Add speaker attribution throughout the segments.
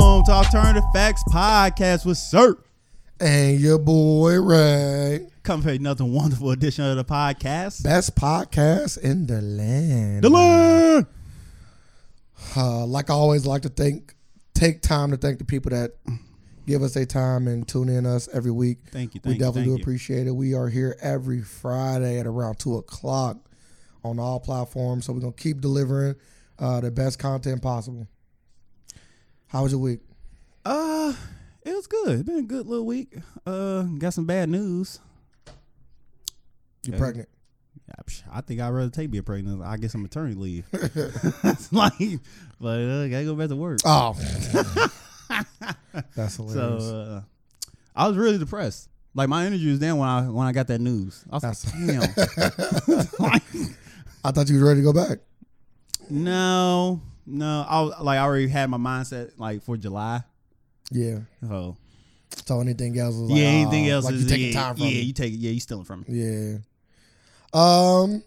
Speaker 1: Alternative Facts Podcast with Sir.
Speaker 2: And your boy Ray.
Speaker 1: Come for another wonderful edition of the podcast.
Speaker 2: Best podcast in the land.
Speaker 1: Dylan!
Speaker 2: Uh, like I always like to thank take time to thank the people that give us their time and tune in us every week.
Speaker 1: Thank you,
Speaker 2: we
Speaker 1: thank you,
Speaker 2: definitely
Speaker 1: thank
Speaker 2: do
Speaker 1: you.
Speaker 2: appreciate it. We are here every Friday at around two o'clock on all platforms. So we're gonna keep delivering uh, the best content possible. How was your week?
Speaker 1: Uh, it was good. It's been a good little week. Uh, got some bad news.
Speaker 2: You
Speaker 1: Yeah.
Speaker 2: pregnant?
Speaker 1: I- psh, I think I'd rather take being pregnant. I get some maternity leave. It's like, but uh, gotta go back to work.
Speaker 2: Oh, that's
Speaker 1: So
Speaker 2: hilarious.
Speaker 1: uh, I was really depressed. Like my energy was down when I when I got that news. I was like, damn. like,
Speaker 2: I thought you was ready to go back.
Speaker 1: no, no. I was, like I already had my mindset like for July.
Speaker 2: Yeah.
Speaker 1: So
Speaker 2: So anything else was like,
Speaker 1: yeah, anything
Speaker 2: oh,
Speaker 1: else
Speaker 2: like
Speaker 1: is
Speaker 2: you taking
Speaker 1: yeah,
Speaker 2: time from
Speaker 1: yeah,
Speaker 2: me.
Speaker 1: you take yeah, you stealing from me.
Speaker 2: Yeah. Um.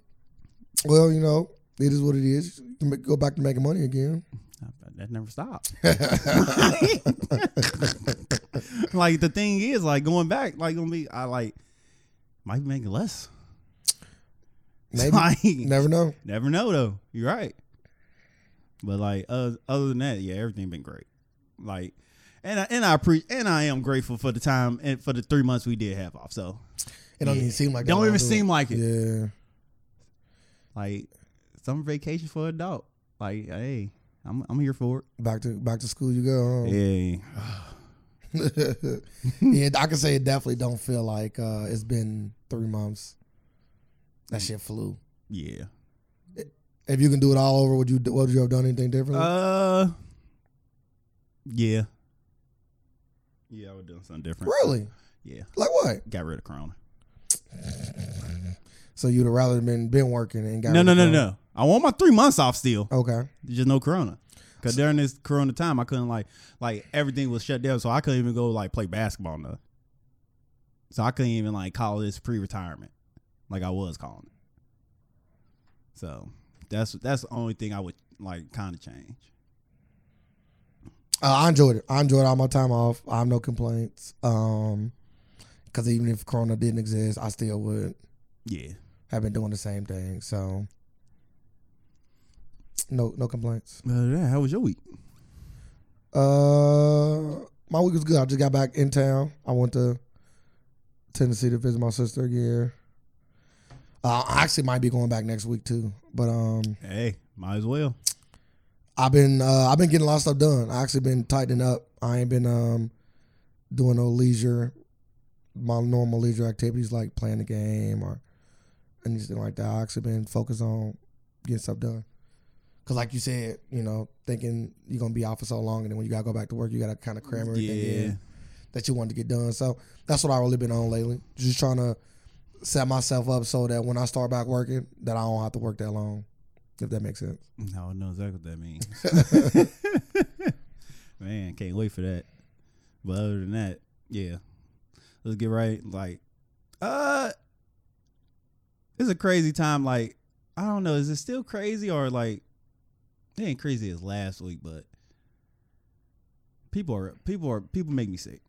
Speaker 2: Well, you know, it is what it is. You can make- go back to making money again.
Speaker 1: That never stops. like the thing is, like going back, like gonna be, I like might be making less.
Speaker 2: Maybe.
Speaker 1: Like,
Speaker 2: Never know.
Speaker 1: never know though. You're right. But like uh, other than that, yeah, everything been great. Like, and I, and I pre- and I am grateful for the time and for the three months we did have off. So
Speaker 2: It don't
Speaker 1: Yeah.
Speaker 2: even seem like.
Speaker 1: Don't
Speaker 2: that
Speaker 1: even
Speaker 2: long, do
Speaker 1: seem like it.
Speaker 2: Yeah.
Speaker 1: like some vacation for a dog. Like hey, I'm I'm here for it.
Speaker 2: Back to back to school you go. Huh?
Speaker 1: Yeah.
Speaker 2: Yeah. I can say it definitely don't feel like uh, it's been three months. That shit flew.
Speaker 1: Yeah.
Speaker 2: If you can do it all over, would you? do- Would you have done anything differently?
Speaker 1: Uh, yeah. Yeah, I would do something different.
Speaker 2: really?
Speaker 1: Yeah,
Speaker 2: Like what?
Speaker 1: got rid of Corona.
Speaker 2: So you'd have rather been been working and got
Speaker 1: No,
Speaker 2: rid
Speaker 1: no,
Speaker 2: of
Speaker 1: no,
Speaker 2: Corona? Oh.
Speaker 1: no. I want my three months off still.
Speaker 2: Okay.
Speaker 1: Just no Corona. Cause during this Corona time, I couldn't like like everything was shut down, so I couldn't even go like play basketball enough. So I couldn't even like call this pre-retirement, like I was calling it. So that's that's the only thing I would like kind of change.
Speaker 2: Uh, I enjoyed it. I enjoyed all my time off. I have no complaints. Um, because even if Corona didn't exist, I still would
Speaker 1: Yeah,
Speaker 2: have been doing the same thing. So, no, no complaints.
Speaker 1: Other than that, how was your week?
Speaker 2: Uh, my week was good. I just got back in town. I went to Tennessee to visit my sister again. Uh, I actually might be going back next week too. But um,
Speaker 1: Hey, might as well.
Speaker 2: I've been uh, I've been getting a lot of stuff done. I actually been tightening up. I ain't been um, doing no leisure, my normal leisure activities like playing the game or anything like that. I actually been focused on getting stuff done. Cause like you said, you know, thinking you're gonna be out for so long, and then when you gotta go back to work, you gotta kind of cram everything
Speaker 1: Yeah,
Speaker 2: in that you wanted to get done. So that's what I really been on lately. Just trying to set myself up so that when I start back working, that I don't have to work that long. If that makes sense.
Speaker 1: I don't know exactly what that means. Man, can't wait for that. But other than that, yeah. Let's get right. Like, uh, it's a crazy time. Like, I don't know. Is it still crazy or like, it ain't crazy as last week, but people are, people are, people make me sick.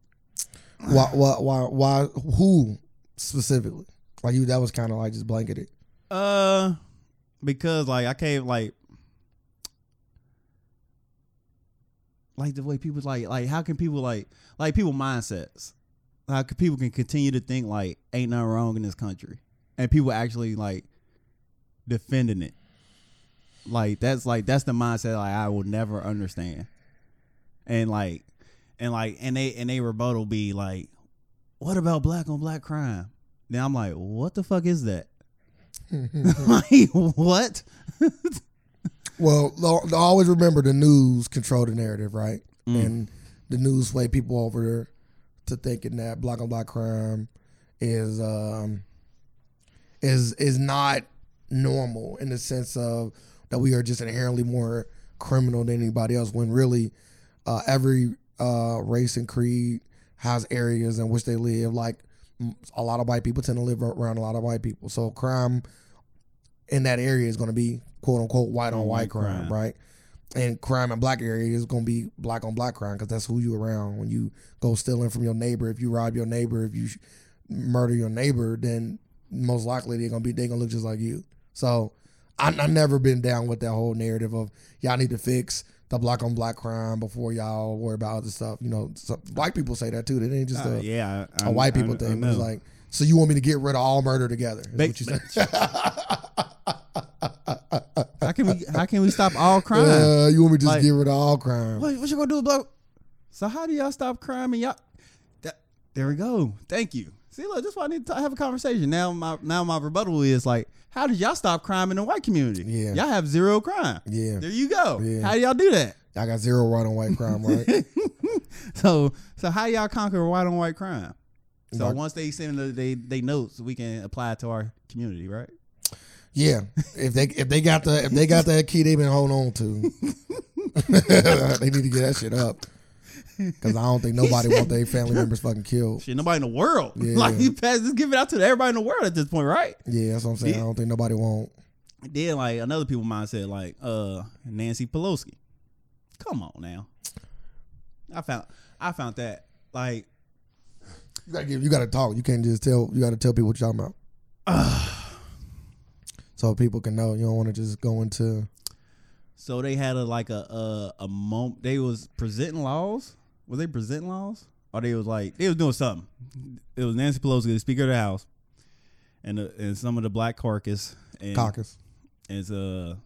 Speaker 2: why, why, why, why, who specifically? Like you, that was kind of like just blanketed.
Speaker 1: Uh, because like I can't like like the way people like like how can people like like people mindsets how can people can continue to think like ain't nothing wrong in this country and people actually like defending it like that's like that's the mindset like I will never understand and like and like and they and they rebuttal be like what about black on black crime then I'm like what the fuck is that like what?
Speaker 2: Well, lo- always remember the news control the narrative, right?
Speaker 1: Mm.
Speaker 2: And the news sway people over to thinking that black on black crime is um is is not normal in the sense of that we are just inherently more criminal than anybody else when really uh, every uh, race and creed has areas in which they live like m- a lot of white people tend to live around a lot of white people so crime in that area is going to be quote unquote white on white
Speaker 1: white crime.
Speaker 2: crime right and crime in black area is going to be black on black crime because that's who you around. When you go stealing from your neighbor, if you rob your neighbor, if you sh- murder your neighbor, then most likely they're going to be they going to look just like you. So I, I never been down with that whole narrative of y'all need to fix the black on black crime before y'all worry about other stuff. You know, so white people say that too. That ain't just
Speaker 1: Uh,
Speaker 2: a,
Speaker 1: yeah, I-
Speaker 2: a
Speaker 1: I- I-
Speaker 2: white people
Speaker 1: I
Speaker 2: thing. but
Speaker 1: know.
Speaker 2: it's like, so you want me to get rid of all murder together? Is
Speaker 1: Ba-
Speaker 2: what you said.
Speaker 1: how can we how can we stop all crime?
Speaker 2: Uh, you want me to just
Speaker 1: Like-
Speaker 2: get rid of all crime?
Speaker 1: what, what you gonna do about? So how do y'all stop crime and y'all? That, there we go. Thank you. See, look, that's why I need to have a conversation. Now my now my rebuttal is like, how did y'all stop crime in the white community?
Speaker 2: Yeah.
Speaker 1: y'all have zero crime.
Speaker 2: Yeah,
Speaker 1: There you go.
Speaker 2: Yeah.
Speaker 1: How do y'all do that?
Speaker 2: I got zero right on white crime, right?
Speaker 1: So so how y'all conquer white on white crime? So
Speaker 2: Mark-
Speaker 1: once they send the, they they notes, we can apply it to our community, right?
Speaker 2: Yeah, if they if they got the if they got that key, they been holding on to. they need to get that shit up because I don't think nobody want their family members fucking killed.
Speaker 1: Shit, nobody in the world.
Speaker 2: Yeah.
Speaker 1: Like you pass, just give it out to everybody in the world at this point, right?
Speaker 2: Yeah, that's what I'm saying. I don't think nobody want.
Speaker 1: Then like another people mindset, like uh Nancy Pelosi. Come on now. I found I found that like
Speaker 2: You gotta give. You gotta talk. You can't just tell. You gotta tell people what you're talking about, so people can know. You don't want to just go into.
Speaker 1: so they had a like a a, a moment they was presenting laws. Were they presenting laws? Or they was like they was doing something. It was Nancy Pelosi, the Speaker of the House, and the, and some of the black caucus and
Speaker 2: Caucus.
Speaker 1: is uh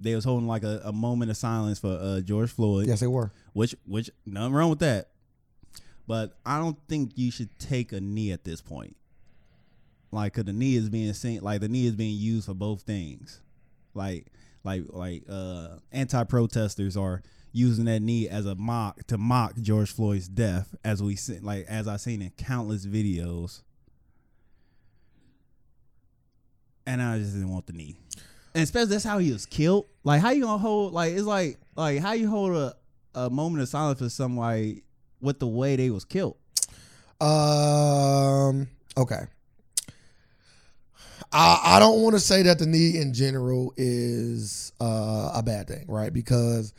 Speaker 1: they was holding like a, a moment of silence for uh George Floyd.
Speaker 2: Yes, they were.
Speaker 1: which which nothing wrong with that. But I don't think you should take a knee at this point. Like, 'cause the knee is being seen, like the knee is being used for both things. Like, like, like uh, anti-protesters are using that knee as a mock to mock George Floyd's death, as we seen, like as I've seen in countless videos. And I just didn't want the knee. And especially that's how he was killed. Like how you gonna hold like it's like like how you hold a, a moment of silence for somebody with the way they was killed.
Speaker 2: Um. Okay. I I don't want to say that the knee in general is uh, a bad thing, right? Because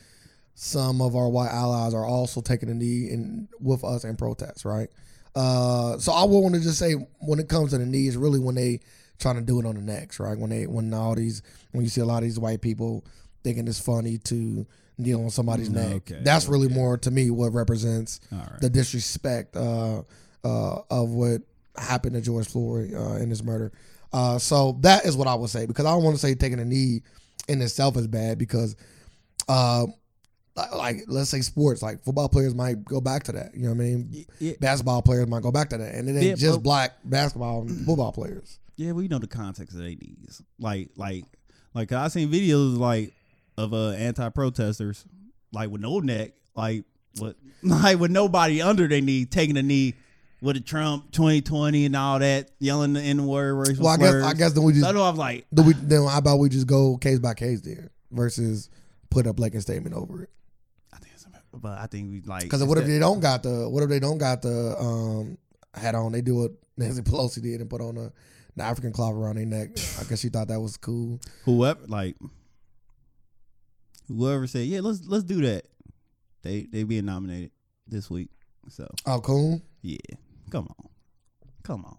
Speaker 2: some of our white allies are also taking the knee and with us in protest, right? Uh, so I would want to just say when it comes to the knee, it's really when they trying to do it on the necks, right? When they when all these when you see a lot of these white people thinking it's funny to kneel on somebody's neck,
Speaker 1: Okay,
Speaker 2: that's really more to me what represents
Speaker 1: All right.
Speaker 2: the disrespect uh, uh, of what happened to George Floyd uh, in his murder. Uh, so that is what I would say because I don't want to say taking a knee in itself is bad because, uh, li- like let's say sports, like football players might go back to that. You know what I mean?
Speaker 1: yeah,
Speaker 2: Basketball players might go back to that, and it ain't
Speaker 1: Yeah,
Speaker 2: just
Speaker 1: but- Mm-hmm.
Speaker 2: black basketball and football players.
Speaker 1: yeah, we know the context of their knees. Like like like I seen videos like of uh anti protesters, like with no neck, like what like with nobody under their knee taking a knee with a Trump twenty twenty and all that, yelling the N word, racial
Speaker 2: Well, I guess
Speaker 1: slurs.
Speaker 2: I guess then we
Speaker 1: So I
Speaker 2: just
Speaker 1: know I'm like
Speaker 2: then, we, then how about we just go case by case there versus put a blanket statement over it.
Speaker 1: I think it's a- but I think we like
Speaker 2: Because what if they don't got the what if they don't got the um hat on? They do what Nancy Pelosi did and put on a the African cloth around their neck. I guess she thought that was cool.
Speaker 1: whoever like whoever said yeah let's let's do that they they being nominated this week so
Speaker 2: Oh, cool.
Speaker 1: yeah come on come on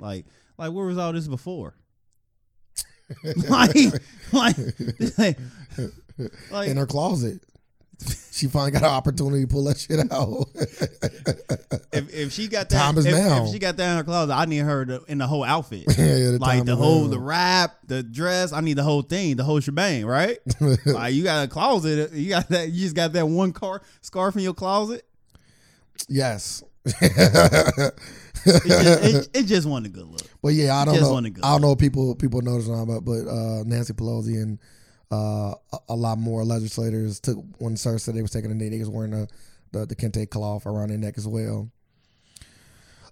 Speaker 1: like like where was all this before like like this ain't- like
Speaker 2: In her closet. She finally got an opportunity to pull that shit out.
Speaker 1: if, if she got that
Speaker 2: Time is
Speaker 1: if,
Speaker 2: now.
Speaker 1: if she got that in her closet I need her to, in the whole outfit
Speaker 2: Yeah, the
Speaker 1: like
Speaker 2: time
Speaker 1: the
Speaker 2: is
Speaker 1: whole
Speaker 2: now.
Speaker 1: the wrap the dress I need the whole thing the whole shebang right like you got a closet you got that you just got that one car scarf in your closet
Speaker 2: yes.
Speaker 1: It just, it, it just wasn't a good look.
Speaker 2: But yeah, I don't
Speaker 1: Just
Speaker 2: know.
Speaker 1: wanna go.
Speaker 2: I don't know if people people notice or not, but but uh, Nancy Pelosi and uh, a, a lot more legislators took when Sir said they was taking a knee, they was wearing the the, the kente cloth around their neck as well.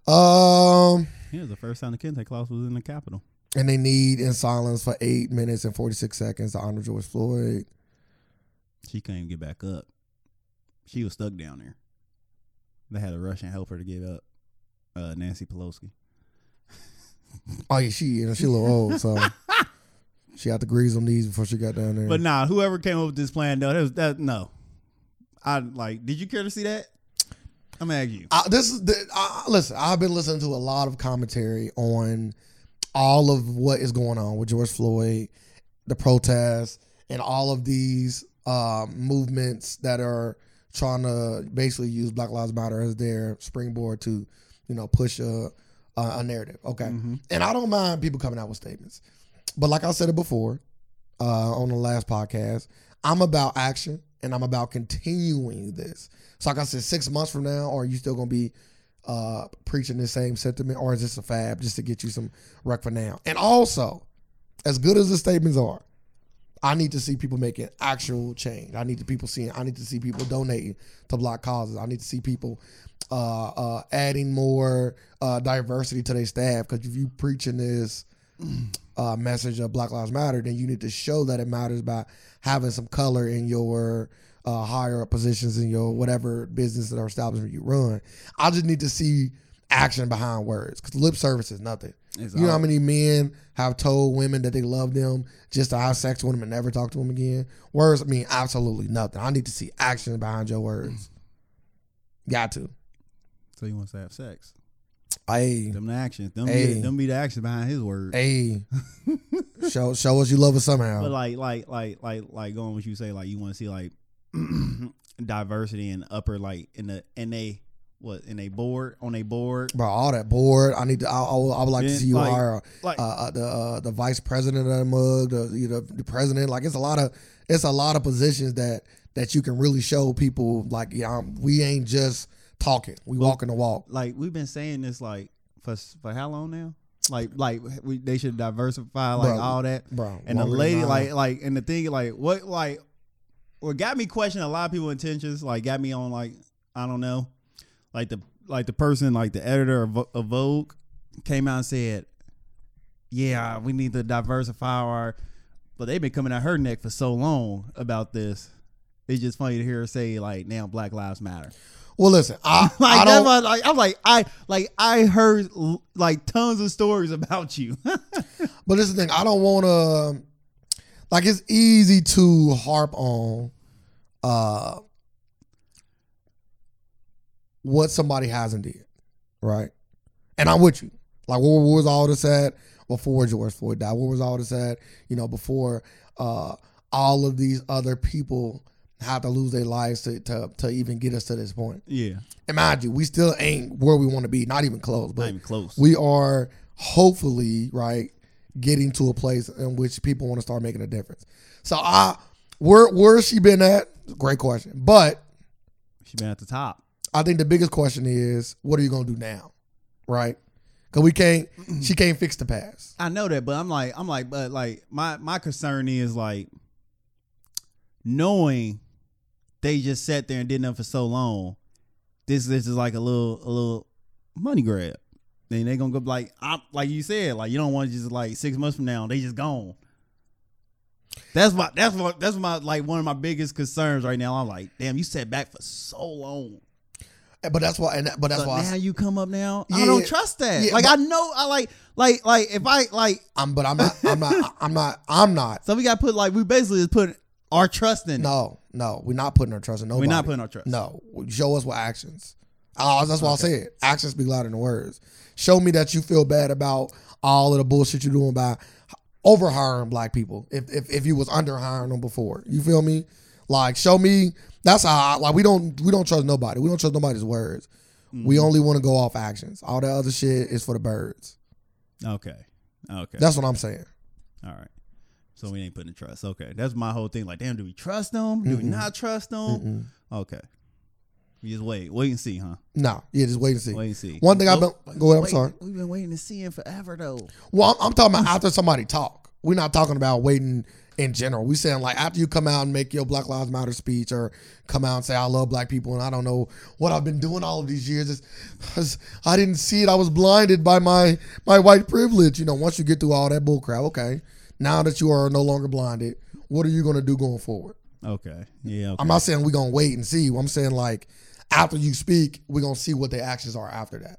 Speaker 2: Um,
Speaker 1: Yeah, it was the first time the Kente Claus was in the Capitol.
Speaker 2: and they need in silence for eight minutes and forty six seconds to honor George Floyd.
Speaker 1: She couldn't even get back up. She was stuck down there. They had a Russian help her to get up. Uh, Nancy Pelosi.
Speaker 2: Oh yeah, she you know, she a little old, so She had to grease them knees before she got down there.
Speaker 1: But nah, whoever came up with this plan, though, that was that no. I like. Did you care to see that? I'm gonna ask you.
Speaker 2: I, this is the, I, listen. I've been listening to a lot of commentary on all of what is going on with George Floyd, the protests, and all of these um, movements that are trying to basically use Black Lives Matter as their springboard to, you know, push a a, a narrative. Okay,
Speaker 1: Mhm.
Speaker 2: and I don't mind people coming out with statements, but like I said it before uh, on the last podcast, I'm about action and I'm about continuing this. So like I said, six months from now, are you still gonna be uh, preaching the same sentiment, or is this a fab just to get you some rec for now? And also, as good as the statements are, I need to see people making actual change. I need to people seeing. I need to see people donating to block causes. I need to see people uh, uh, adding more uh, diversity to their staff. Because if you preaching this uh, message of Black Lives Matter, then you need to show that it matters by having some color in your uh, higher up positions in your whatever business or establishment you run. I just need to see action behind words. Because lip service is nothing.
Speaker 1: It's
Speaker 2: You know how
Speaker 1: all-
Speaker 2: many men have told women that they love them just to have sex with them and never talk to them again? Words mean absolutely nothing. I need to see action behind your words. Got to.
Speaker 1: So he wants to have sex.
Speaker 2: Hey,
Speaker 1: Them the actions. Them,
Speaker 2: Hey.
Speaker 1: be, them be the action behind his word.
Speaker 2: hey. show show us you love us
Speaker 1: But
Speaker 2: somehow.
Speaker 1: like, like, like, like, like, going what you say, like you want to see like diversity and upper, like in the in a what in a board on a board.
Speaker 2: Bro, all that bored. I need to. I, I, would- I would like to
Speaker 1: Yeah,
Speaker 2: see you
Speaker 1: like-
Speaker 2: hire a
Speaker 1: Like
Speaker 2: uh, uh, the uh, the vice president of that mug, the you know, the president. Like it's a lot of it's a lot of positions that that you can really show people. Like yeah, I'm- we ain't just talking. We walking the walk.
Speaker 1: like we've been saying this like for s- for how long now? Like like we, they should diversify like
Speaker 2: Bro,
Speaker 1: all that.
Speaker 2: bro.
Speaker 1: And the
Speaker 2: walking
Speaker 1: lady
Speaker 2: aisle.
Speaker 1: like like and the thing like what like what got me questioning a lot of people's intentions. Like got me on like I don't know, like the like the person like the editor of, Vo- of Vogue came out and said, yeah, we need to diversify our. But they've been coming at her neck for so long about this. It's just funny to hear her say like now Black Lives Matter.
Speaker 2: Well, listen, I, I
Speaker 1: Like that's
Speaker 2: don't.
Speaker 1: why, like I'm like I like I heard l- like tons of stories about you.
Speaker 2: but this is the thing. I don't want to. Like it's easy to harp on, uh, what somebody hasn't did, right? And I'm with you. Like where, where was all this at before George Floyd died? Where was all this at? You know, before uh, all of these other people had to lose their lives to, to to even get us to this point.
Speaker 1: yeah,
Speaker 2: And mind you, we still ain't where we want to be. Not even close. But
Speaker 1: not even close.
Speaker 2: we are hopefully right getting to a place in which people want to start making a difference. So I where where's she been at? Great question. But
Speaker 1: she been at the top.
Speaker 2: I think the biggest question is what are you gonna do now? Right? Cause we can't she can't fix the past.
Speaker 1: I know that, but I'm like, I'm like, but like, my my concern is like knowing they just sat there and did nothing for so long. This this is like a little a little money grab. Then they gonna go like, I, like you said, like you don't want to just like six months from now they just gone. That's my that's what that's my like one of my biggest concerns right now. I'm like, damn, you sat back for so long.
Speaker 2: But that's why and that, but that's
Speaker 1: but
Speaker 2: why I,
Speaker 1: now
Speaker 2: s-
Speaker 1: you come up now.
Speaker 2: Yeah,
Speaker 1: I don't
Speaker 2: yeah.
Speaker 1: trust that.
Speaker 2: Yeah,
Speaker 1: like
Speaker 2: but-
Speaker 1: I know I like like like if I like
Speaker 2: I'm but I'm not I'm not I'm not I'm not
Speaker 1: So we got to put like we basically just put our trust in. it.
Speaker 2: no, no, we're not putting our trust in nobody.
Speaker 1: we're not putting our trust.
Speaker 2: No, show us what actions. Uh, that's what I said. Actions speak louder than words. Show me that you feel bad about all of the bullshit you're doing by over hiring black people. If, if if you was under hiring them before, you feel me? Like show me. That's how. I, like we don't we don't trust nobody. We don't trust nobody's words. We only want to go off actions. All that other shit is for the birds.
Speaker 1: Okay. Okay.
Speaker 2: That's what I'm saying.
Speaker 1: All right. So we ain't putting the trust. Okay. That's my whole thing. Like, damn, do we trust them? Do we not trust them? Okay. We just wait. Wait and see, huh?
Speaker 2: No, yeah, just wait and see.
Speaker 1: Wait and see.
Speaker 2: One thing I've been. Go ahead. I'm
Speaker 1: Wait,
Speaker 2: sorry.
Speaker 1: We've been waiting to see him forever though.
Speaker 2: Well, I'm, I'm talking about after somebody talk. We're not talking about waiting in general. We saying like after you come out and make your Black Lives Matter speech, or come out and say I love black people, and I don't know what I've been doing all of these years. It's, it's- I didn't see it. I was blinded by my my white privilege. You know, once you get through all that bullcrap, okay, now that you are no longer blinded, what are you gonna do going forward?
Speaker 1: Okay. Yeah. Okay.
Speaker 2: I'm not saying we're gonna wait and see. I'm saying like after you speak, we're gonna see what their actions are after that.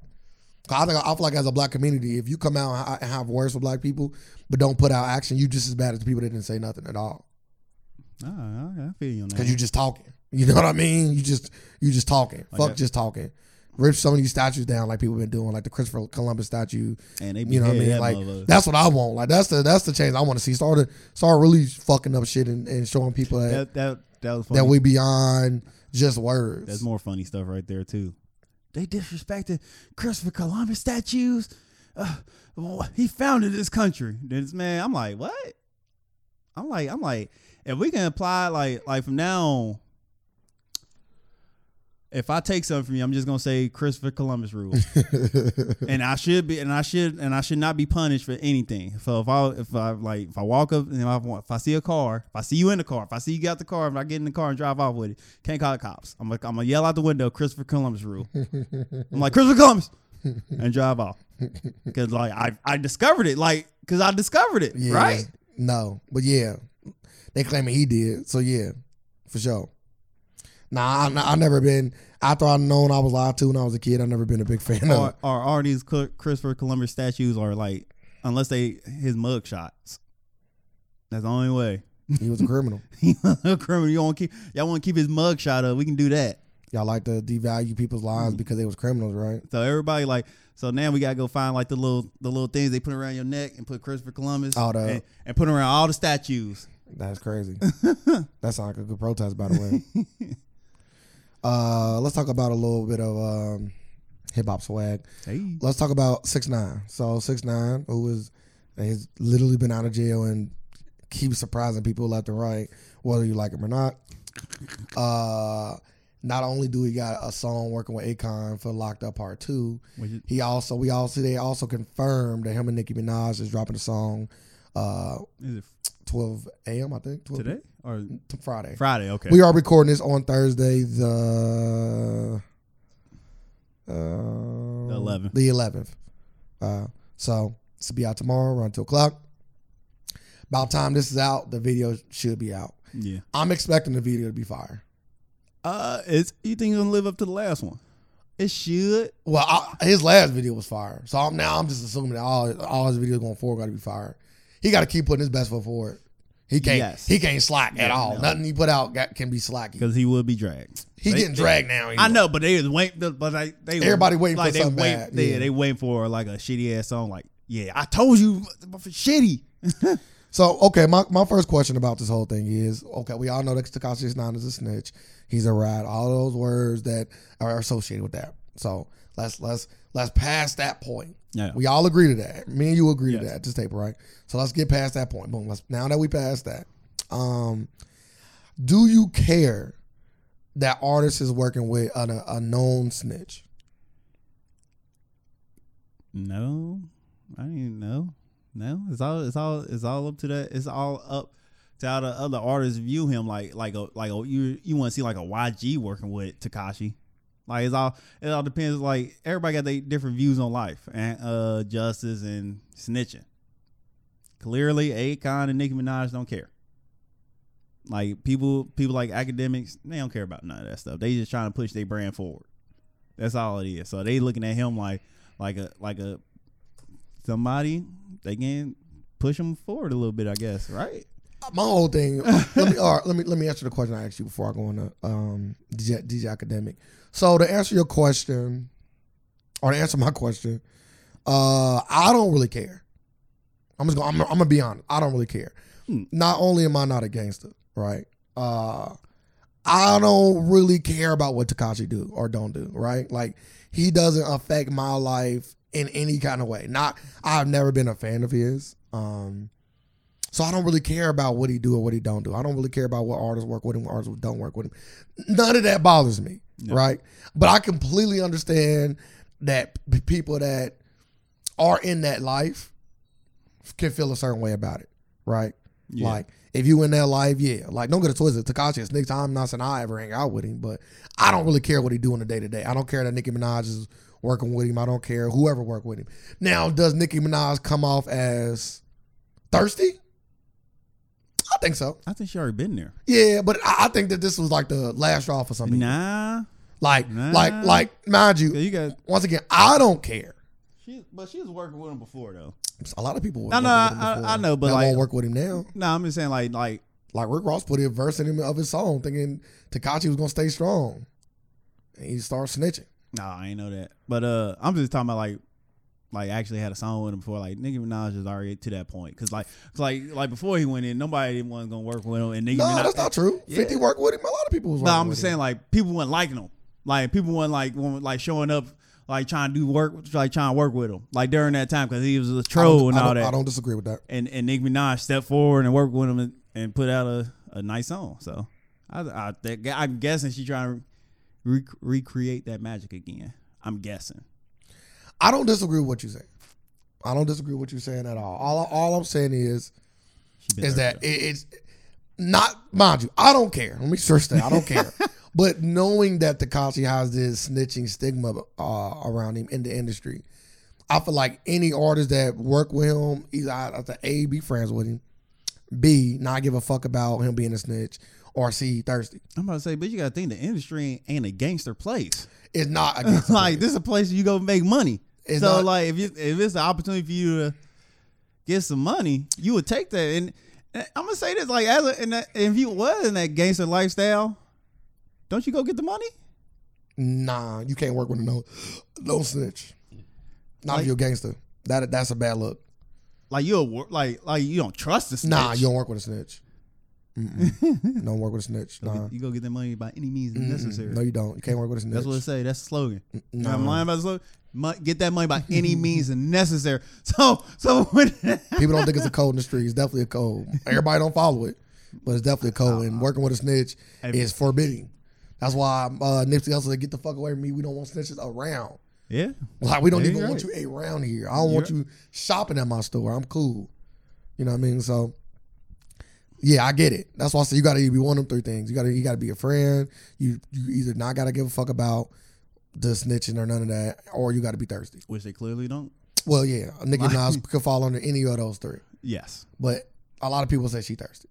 Speaker 2: 'Cause I think I feel like as a black community, if you come out and ha- have words for black people, but don't put out action, you just as bad as the people that didn't say nothing at all.
Speaker 1: Ah, I I feel you on that.
Speaker 2: Cause you just talking. You know what I mean? You just you just talking.
Speaker 1: Like
Speaker 2: Fuck
Speaker 1: that-
Speaker 2: just talking. Rip some of these statues down like people been doing, like the Christopher Columbus statue.
Speaker 1: and they be
Speaker 2: You know what I mean?
Speaker 1: that
Speaker 2: Like
Speaker 1: motherfucker.
Speaker 2: that's what I want. Like that's the that's the change I want to see. Start to, start really fucking up shit and, and showing people
Speaker 1: that
Speaker 2: that, that,
Speaker 1: that that was funny.
Speaker 2: we beyond just words.
Speaker 1: That's more funny stuff right there too. They disrespected Christopher Columbus statues. Uh, wh- he founded this country. This man, I'm like, what? I'm like, I'm like, if we can apply like like from now on, if I take something from you, I'm just gonna say Christopher Columbus rule. and I should be, and I should, and I should not be punished for anything. So if I, if I like, if I walk up and if I, want- if I see a car, if I see you in the car, if I see you got the car, if I get in the car and drive off with it, can't call the cops. I'm like, I'm gonna yell out the window, Christopher Columbus rule. I'm like Christopher Columbus, and drive off because like I, I discovered it, like because I discovered it,
Speaker 2: Yeah.
Speaker 1: right?
Speaker 2: No, but yeah, they claiming he did. So yeah, for sure. Nah, I, I never been. After I known I was lied to when I was a kid, I never been a big fan of.
Speaker 1: Or, or are these Cl- Christopher Columbus statues are like, unless they his mug shots. That's the only way.
Speaker 2: it. He was a criminal.
Speaker 1: criminal. You want to keep y'all want to keep his mug shot up. We can do that.
Speaker 2: Y'all like to devalue people's lives because they was criminals, right?
Speaker 1: So everybody like so now we gotta go find like the little the little things they put around your neck and put Christopher Columbus
Speaker 2: All the-
Speaker 1: and, and put around all the statues.
Speaker 2: That's crazy. that sounds like a good protest, by the way. uh, let's talk about a little bit of um, hip hop swag.
Speaker 1: Hey,
Speaker 2: Let's talk about six nine. So six nine, who is has literally been out of jail and keeps surprising people left and right, whether you like him or not. Uh, not only do he got a song working with Akon for Locked Up Part Two,
Speaker 1: Which is-
Speaker 2: he also we also they also confirmed that him and Nicki Minaj is dropping a song, uh,
Speaker 1: is it
Speaker 2: 12 a.m. I think 12
Speaker 1: today or
Speaker 2: to Friday.
Speaker 1: Friday? Okay,
Speaker 2: We are recording this on Thursday, the uh, the
Speaker 1: 11th.
Speaker 2: The eleventh. Uh, so this will be out tomorrow around two o'clock. About time this is out, the video should be out.
Speaker 1: yeah.
Speaker 2: I'm expecting the video to be fire.
Speaker 1: Uh, it's you think it's gonna live up to the last one? It should.
Speaker 2: Well, I, his last video was fire, so I'm, now I'm just assuming that all all his videos going forward got to be fire. He got to keep putting his best foot forward. He can't
Speaker 1: Yes.
Speaker 2: he can't slack at
Speaker 1: Yeah,
Speaker 2: all.
Speaker 1: no.
Speaker 2: Nothing he put out got, can be slacky.
Speaker 1: Because he would be dragged.
Speaker 2: He
Speaker 1: They-
Speaker 2: getting
Speaker 1: they-
Speaker 2: dragged now.
Speaker 1: I know, but they was waiting. But like they
Speaker 2: Everybody waiting for
Speaker 1: like, they
Speaker 2: something
Speaker 1: wait,
Speaker 2: bad,
Speaker 1: Yeah,
Speaker 2: yeah.
Speaker 1: they waiting for like a shitty ass song. Like, yeah, I told you, but for shitty.
Speaker 2: So okay, my, my first question about this whole thing is okay, we all know that Takashi Nine is a snitch. He's a rat. All those words that are associated with that. So let's let's let's pass that point.
Speaker 1: Yeah.
Speaker 2: We all agree to that. Me and you agree to
Speaker 1: Yes.
Speaker 2: that at this table, right? So let's get past that point. Boom. Let's now that we passed that. Um, do you care that artist is working with an, a known snitch?
Speaker 1: No, I didn't know. No, it's all it's all it's all up to that. It's all up to how the other artists view him. Like like a like a, you you want to see like a YG working with Takashi. Like it's all it all depends. Like everybody got their different views on life and uh justice and snitching. Clearly, Akon and Nicki Minaj don't care. Like people people like academics, they don't care about none of that stuff. They just trying to push their brand forward. That's all it is. So they looking at him like like a like a somebody they can push him forward a little bit, I guess, right?
Speaker 2: my whole thing. uh, let me all right, let me let me answer the question I asked you before I go on to um, DJ, DJ academic. So to answer your question, or to answer my question, uh, I don't really care. I'm just gonna I'm, I'm gonna be honest. I don't really care.
Speaker 1: Hmm.
Speaker 2: Not only am I not a gangster, right? Uh, I don't really care about what Takashi do or don't do, right? Like he doesn't affect my life in any kind of way. Not I've never been a fan of his. Um, so I don't really care about what he do or what he don't do. I don't really care about what artists work with him, what artists don't work with him. None of that bothers me,
Speaker 1: No.
Speaker 2: right? But I completely understand that p- people that are in that life can feel a certain way about it, right?
Speaker 1: Yeah.
Speaker 2: Like if you in that life, yeah. Like don't get it twisted. Takashi is Nick's. I'm not saying I ever hang out with him, but I don't really care what he do in the day to day. I don't care that Nicki Minaj is working with him. I don't care whoever worked with him. Now, does Nicki Minaj come off as thirsty? I think so.
Speaker 1: I think she already been there.
Speaker 2: Yeah, but I I think that this was like the last straw for something.
Speaker 1: Nah,
Speaker 2: Like,
Speaker 1: Nah.
Speaker 2: like, like, mind
Speaker 1: 'cause
Speaker 2: you,
Speaker 1: you got
Speaker 2: once again, I don't care.
Speaker 1: She, but she was working with him before though.
Speaker 2: A lot of people.
Speaker 1: No, no, I- I- I know, but
Speaker 2: I
Speaker 1: like-
Speaker 2: won't work with him now.
Speaker 1: No, I'm just saying like like
Speaker 2: Like Rick Ross put a verse in him of his song, thinking Takashi was gonna stay strong, and he started snitching.
Speaker 1: nah, I ain't know that. But uh, I'm just talking about like like actually had a song with him before. Like Nicki Minaj is already to that point because like 'cause, like like before he went in, nobody was gonna work with him, and Nicki
Speaker 2: No,
Speaker 1: Minaj.
Speaker 2: that's not true.
Speaker 1: Yeah.
Speaker 2: Fifty worked with him. A lot of people was.
Speaker 1: but
Speaker 2: working
Speaker 1: I'm
Speaker 2: with
Speaker 1: just
Speaker 2: him.
Speaker 1: saying like people weren't liking him. Like people weren't like weren't, like showing up. Like trying to do work, like trying to work with him, like during that time, because he was a
Speaker 2: I don't-
Speaker 1: troll and
Speaker 2: I
Speaker 1: all
Speaker 2: don't-
Speaker 1: that.
Speaker 2: I don't disagree with that.
Speaker 1: and and Nicki Minaj stepped forward and worked with him and, and put out a, a nice song. So I, I think, I'm guessing she trying to re- recreate that magic again. I'm guessing.
Speaker 2: I don't disagree with what you're saying. I don't disagree with what you're saying at all. All, all I'm saying is
Speaker 1: She been
Speaker 2: is
Speaker 1: there.
Speaker 2: that it, it's not mind you. I don't care. Let me search that. I don't care. But knowing that Takashi has this snitching stigma uh, around him in the industry, I feel like any artist that work with him, either I have to A, be friends with him, B, not give a fuck about him being a snitch, or C, thirsty.
Speaker 1: I'm about to say, but you got to think the industry ain't a gangster place.
Speaker 2: It's not against the
Speaker 1: like this is a place you go make money.
Speaker 2: It's
Speaker 1: so
Speaker 2: not-
Speaker 1: like if you if it's an opportunity for you to get some money, you would take that. And, and I'm gonna say this like as a, and that, if you was in that gangster lifestyle, don't you go get the money?
Speaker 2: Nah, you can't work with a no, no snitch. Not if
Speaker 1: Like-
Speaker 2: you're a gangster. That that's a bad look.
Speaker 1: Like you a wor- like like you don't trust the snitch.
Speaker 2: Nah, you don't work with a snitch. Mm-mm. don't work with a snitch.
Speaker 1: Go
Speaker 2: Nah.
Speaker 1: get- You go get that money by any means
Speaker 2: Mm-mm.
Speaker 1: necessary.
Speaker 2: No, you don't. You can't work with a snitch.
Speaker 1: That's what it say. That's the slogan. You know
Speaker 2: Nah.
Speaker 1: I'm lying about the slogan. Mo- Get that money by any means necessary. So so when
Speaker 2: People don't think it's a code in the street. It's definitely a code. Everybody don't follow it, but it's definitely a code. And working with a snitch
Speaker 1: Hey.
Speaker 2: is forbidding. That's why uh, Nipsey Hussle said, "Get the fuck away from me. We don't want snitches around.
Speaker 1: yeah,
Speaker 2: Like we don't
Speaker 1: Yeah,
Speaker 2: even
Speaker 1: you're
Speaker 2: want
Speaker 1: right.
Speaker 2: you around here. I don't want
Speaker 1: You're-
Speaker 2: you shopping at my store. I'm cool. You know what I mean? So." Yeah, I get it. That's why I say you got to be one of them three things. You got to you got to be a friend. You you either not got to give a fuck about the snitching or none of that, or you got to be thirsty.
Speaker 1: which they clearly don't.
Speaker 2: Well, yeah, Nicki Minaj could fall under any of those three,
Speaker 1: Yes,
Speaker 2: but a lot of people say she thirsty.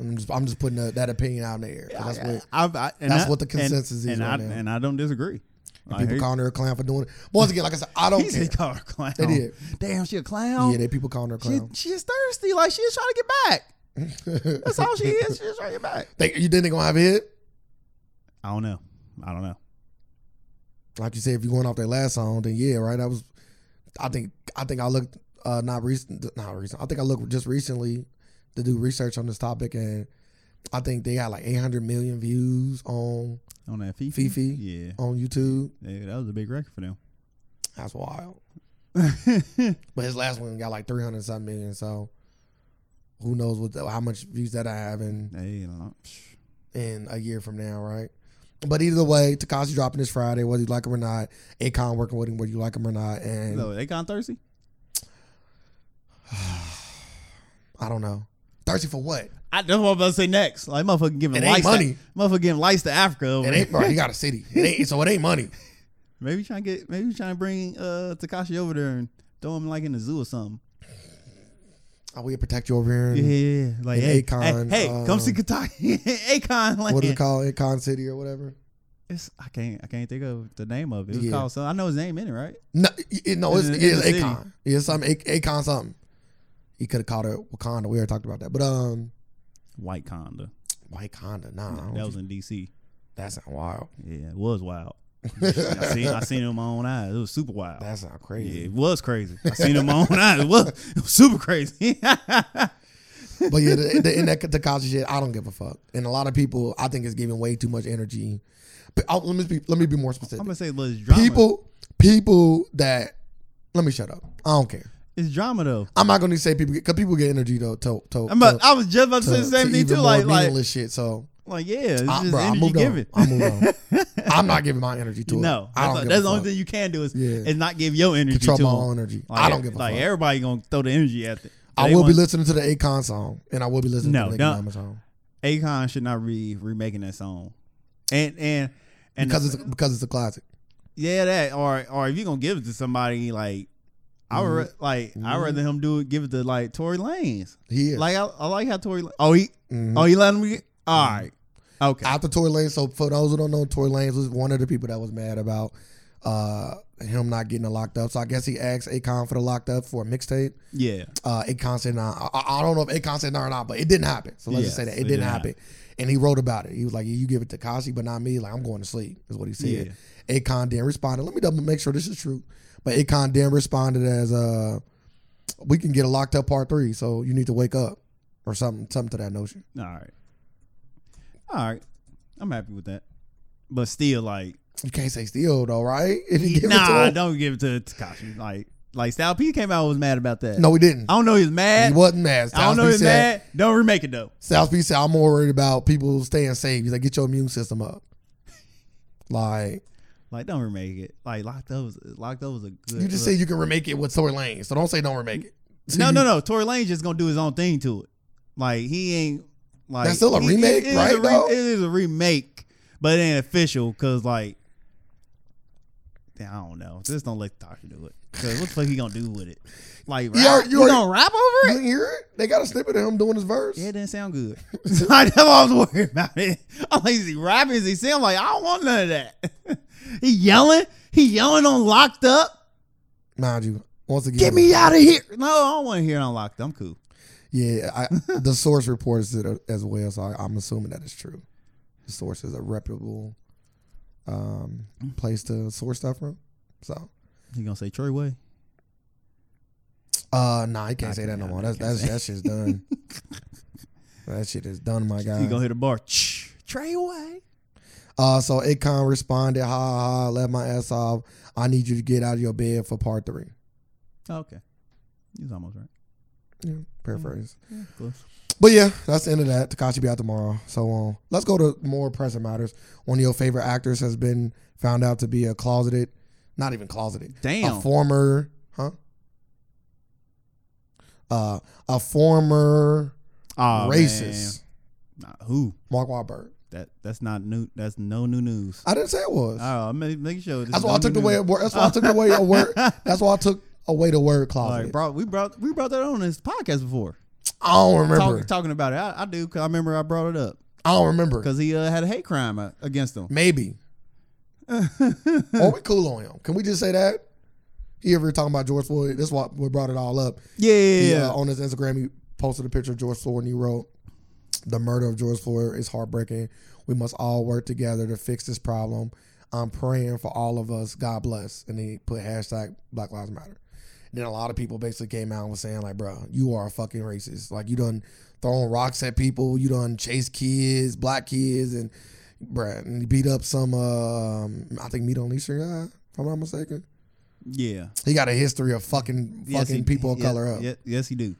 Speaker 2: I'm just, I'm just putting that- that opinion out there. 'cause That's what
Speaker 1: I've, I, and
Speaker 2: That's
Speaker 1: I-
Speaker 2: what the
Speaker 1: and-
Speaker 2: consensus is
Speaker 1: and
Speaker 2: right
Speaker 1: I,
Speaker 2: now.
Speaker 1: And I don't disagree. Like,
Speaker 2: people
Speaker 1: he-
Speaker 2: calling her a clown for doing it. Once again, like I said, I don't
Speaker 1: he said
Speaker 2: care.
Speaker 1: he called her a clown.
Speaker 2: They did.
Speaker 1: Damn, she a clown.
Speaker 2: Yeah, they people calling her a
Speaker 1: she,
Speaker 2: clown.
Speaker 1: she's thirsty. Like she's trying to get back. That's all she is. She's trying to get back.
Speaker 2: They, you think they gonna have a hit?
Speaker 1: I don't know. I don't know.
Speaker 2: Like you said, if you're going off their last song, then yeah, right. That was, I think, I think I looked uh not recent, not recent. I think I looked just recently to do research on this topic, and I think they got like 800 million views on
Speaker 1: On that Fifi.
Speaker 2: Fifi?
Speaker 1: Yeah.
Speaker 2: on YouTube.
Speaker 1: yeah, that was a big record for them.
Speaker 2: That's wild. But his last one got like 300 and something million. So who knows what the, how much views that I have in,
Speaker 1: Hey, lo- psh.
Speaker 2: in a year from now, right? But either way, Takashi dropping this Friday, whether you like him or not. Akon working with him, whether you like him or not. And
Speaker 1: so they gone thirsty.
Speaker 2: I don't know. Thirsty for what?
Speaker 1: I, that's what I'm about to say next. Like motherfucking giving
Speaker 2: It
Speaker 1: lights,
Speaker 2: ain't money.
Speaker 1: To, motherfucker giving lights to Africa. Over
Speaker 2: It
Speaker 1: there.
Speaker 2: ain't, bro, he got a city. It ain't, so it ain't money.
Speaker 1: Maybe trying to get, maybe trying to bring uh Takashi over there and throw him like in the zoo or something.
Speaker 2: I will Oh, protect you over here.
Speaker 1: Yeah,
Speaker 2: In,
Speaker 1: yeah, yeah. like
Speaker 2: And
Speaker 1: hey,
Speaker 2: Akon,
Speaker 1: hey, hey, come see
Speaker 2: um,
Speaker 1: Kataki, Akon. Like,
Speaker 2: What is it called? Akon City or whatever?
Speaker 1: It's, I can't, I can't think of the name of it. It's
Speaker 2: Yeah.
Speaker 1: called something. I know his name in it, right?
Speaker 2: No, y- y- no, it's,
Speaker 1: It's in-
Speaker 2: it's,
Speaker 1: in the
Speaker 2: Akon. It's something. A- Akon something. He could have called it Wakanda. We already talked about that. But, um,
Speaker 1: White Conda.
Speaker 2: Wakanda. Nah, I don't
Speaker 1: That was in D.C.
Speaker 2: That sound wild.
Speaker 1: Yeah, it was wild. I seen, I seen it with my own eyes. It was super wild.
Speaker 2: That sound
Speaker 1: Yeah,
Speaker 2: crazy.
Speaker 1: it was crazy. I seen it with my own eyes. It was, it was super crazy.
Speaker 2: But yeah, the, the, in that Takashi shit, I don't give a fuck. And a lot of people, I think, is giving way too much energy. But I'll, let me be, let me be more
Speaker 1: I'm
Speaker 2: specific.
Speaker 1: gonna say, look, it's drama.
Speaker 2: People, people that let me shut up. I don't care.
Speaker 1: it's drama though.
Speaker 2: I'm not going to say people because people get energy though. To to,
Speaker 1: I'm about,
Speaker 2: to,
Speaker 1: I was just about to
Speaker 2: to-
Speaker 1: say the same
Speaker 2: to
Speaker 1: thing
Speaker 2: even
Speaker 1: too.
Speaker 2: more
Speaker 1: Like, like,
Speaker 2: meaningless shit. So
Speaker 1: like, yeah, it's
Speaker 2: I,
Speaker 1: just
Speaker 2: bro, I
Speaker 1: energy
Speaker 2: moved on.
Speaker 1: given.
Speaker 2: I moved on. I'm not giving my energy to it.
Speaker 1: No,
Speaker 2: I don't
Speaker 1: that's,
Speaker 2: give
Speaker 1: that's
Speaker 2: a
Speaker 1: the only
Speaker 2: fuck.
Speaker 1: thing you can do is,
Speaker 2: Yeah.
Speaker 1: is not give your energy
Speaker 2: Control
Speaker 1: to
Speaker 2: my
Speaker 1: them.
Speaker 2: own energy.
Speaker 1: Like,
Speaker 2: I don't give a
Speaker 1: like
Speaker 2: fuck.
Speaker 1: everybody gonna throw the energy at it.
Speaker 2: I will be listening to the Akon song, and I will be listening
Speaker 1: No,
Speaker 2: to the
Speaker 1: don't.
Speaker 2: Nicki Minaj song
Speaker 1: Akon should not be remaking that song, and and and
Speaker 2: because it's because it's a classic.
Speaker 1: yeah, that or or if you gonna give it to somebody like. I
Speaker 2: Mm-hmm.
Speaker 1: would ra- like I'd rather him do it. Give it to like Tory Lanez.
Speaker 2: He is.
Speaker 1: Like I, I like how Tory. Lan- Oh, he.
Speaker 2: Mhm.
Speaker 1: Oh, he letting me. All right. Okay.
Speaker 2: Mm-hmm. after Tory Lanez. So for those who don't know, Tory Lanez was one of the people that was mad about uh, him not getting locked up. So I guess he asked Akon for the locked up for a mixtape.
Speaker 1: Yeah.
Speaker 2: Uh, Akon said nah. I, I don't know if Akon said nah or not, but it didn't happen. So let's just say
Speaker 1: Yes, it
Speaker 2: that it
Speaker 1: did
Speaker 2: didn't
Speaker 1: not.
Speaker 2: happen. And he wrote about it. He was like, "You give it to Kashi, but not me. Like I'm going to sleep." Is what he said. Akon then responded. Let me double make sure this is true. But Akon then responded as, "Uh, we can get a locked up part three, so you need to wake up." Or something, something to that notion.
Speaker 1: All right. All right. I'm happy with that. But still, like,
Speaker 2: You can't say steal though, right? If you give it to
Speaker 1: nah,
Speaker 2: him.
Speaker 1: don't give it to Takashi. Like, like Style P came out and was mad about that.
Speaker 2: no, we didn't.
Speaker 1: I don't know. He's
Speaker 2: He
Speaker 1: mad.
Speaker 2: wasn't mad.
Speaker 1: I don't know.
Speaker 2: Soundsby
Speaker 1: He's
Speaker 2: said,
Speaker 1: mad. Don't remake it though.
Speaker 2: South Beach said, I'm more worried about people staying safe. He's like, get your immune system up. Like,
Speaker 1: Like, don't remake it. Like, Locked Up was Locked Up was a good.
Speaker 2: you just said you can remake it with Tory Lane, so don't say don't remake it.
Speaker 1: no, no, no. Tory Lane's just gonna do his own thing to it. Like, he ain't like
Speaker 2: That's still a
Speaker 1: it-
Speaker 2: remake,
Speaker 1: it is
Speaker 2: right,
Speaker 1: a re-
Speaker 2: though?
Speaker 1: it is a remake, but it ain't official because like. I don't know. Just don't let Takashi do it. Cause what the fuck he gonna do with it? Like,
Speaker 2: You are-
Speaker 1: rap?
Speaker 2: you
Speaker 1: you
Speaker 2: are-
Speaker 1: gonna rap over
Speaker 2: You
Speaker 1: it?
Speaker 2: didn't hear it? They got a snippet of him doing his verse.
Speaker 1: Yeah, it didn't sound good. Like, That's what I was worried about. It. I'm like, is he rapping? Is he singing? I'm like, I don't want none of that. he yelling. He yelling on locked up.
Speaker 2: Mind you, once again,
Speaker 1: Get me out of here. No, I don't want to hear it on locked. Up. I'm cool.
Speaker 2: Yeah, I, the source reports it uh, as well, so I, I'm assuming that is true. The source is a reputable um, place to source stuff from. So,
Speaker 1: You gonna say Troy Way?
Speaker 2: uh, nah, I can't
Speaker 1: I
Speaker 2: say
Speaker 1: can't-
Speaker 2: that no
Speaker 1: I
Speaker 2: more. That's,
Speaker 1: can't
Speaker 2: that's that shit's done. that shit is done, my guy.
Speaker 1: You gonna hit the bar? Shh, Trey Way.
Speaker 2: Uh, so Akon responded, "Ha ha, ha, let my ass off. I need you to get out of your bed for part three.
Speaker 1: okay, he's almost right.
Speaker 2: Yeah, paraphrase.
Speaker 1: Yeah, close.
Speaker 2: But yeah, that's the end of that. Takashi be out tomorrow. So um, let's go to more present matters. One of your favorite actors has been found out to be a closeted, not even closeted,
Speaker 1: Damn.
Speaker 2: a former, huh? Uh, a former
Speaker 1: Aw,
Speaker 2: racist,
Speaker 1: man. Nah, who?
Speaker 2: Mark Wahlberg.
Speaker 1: That that's not new. That's no new news.
Speaker 2: I didn't say it was.
Speaker 1: Oh, I'm making sure. this
Speaker 2: that's
Speaker 1: is
Speaker 2: why I
Speaker 1: no
Speaker 2: took
Speaker 1: new
Speaker 2: away.
Speaker 1: news.
Speaker 2: a word- That's why I took away a word. That's why I took away the word
Speaker 1: All right,
Speaker 2: closeted.
Speaker 1: bro. We brought we brought that on this podcast before.
Speaker 2: I don't remember.
Speaker 1: Talk, talking about it, I, I do because I remember I brought it up
Speaker 2: I don't remember.
Speaker 1: because he uh, had a hate crime uh, against him.
Speaker 2: Maybe. Are we cool on him? Can we just say that? He ever talking about George Floyd? That's why we brought it all up.
Speaker 1: Yeah,
Speaker 2: He,
Speaker 1: yeah.
Speaker 2: uh, on his Instagram, he posted a picture of George Floyd and he wrote, "The murder of George Floyd is heartbreaking. We must all work together to fix this problem. I'm praying for all of us. God bless." And he put hashtag Black Lives Matter. Then a lot of people basically came out and was saying like, "Bro, you are a fucking racist. Like you done throwing rocks at people. You done chase kids, black kids, and bruh, and he beat up some. Um, I think Middle Eastern guy, if I'm not mistaken.
Speaker 1: yeah.
Speaker 2: He got a history of fucking fucking
Speaker 1: Yes, he-
Speaker 2: people of
Speaker 1: yeah,
Speaker 2: color up.
Speaker 1: yeah, yes, he do.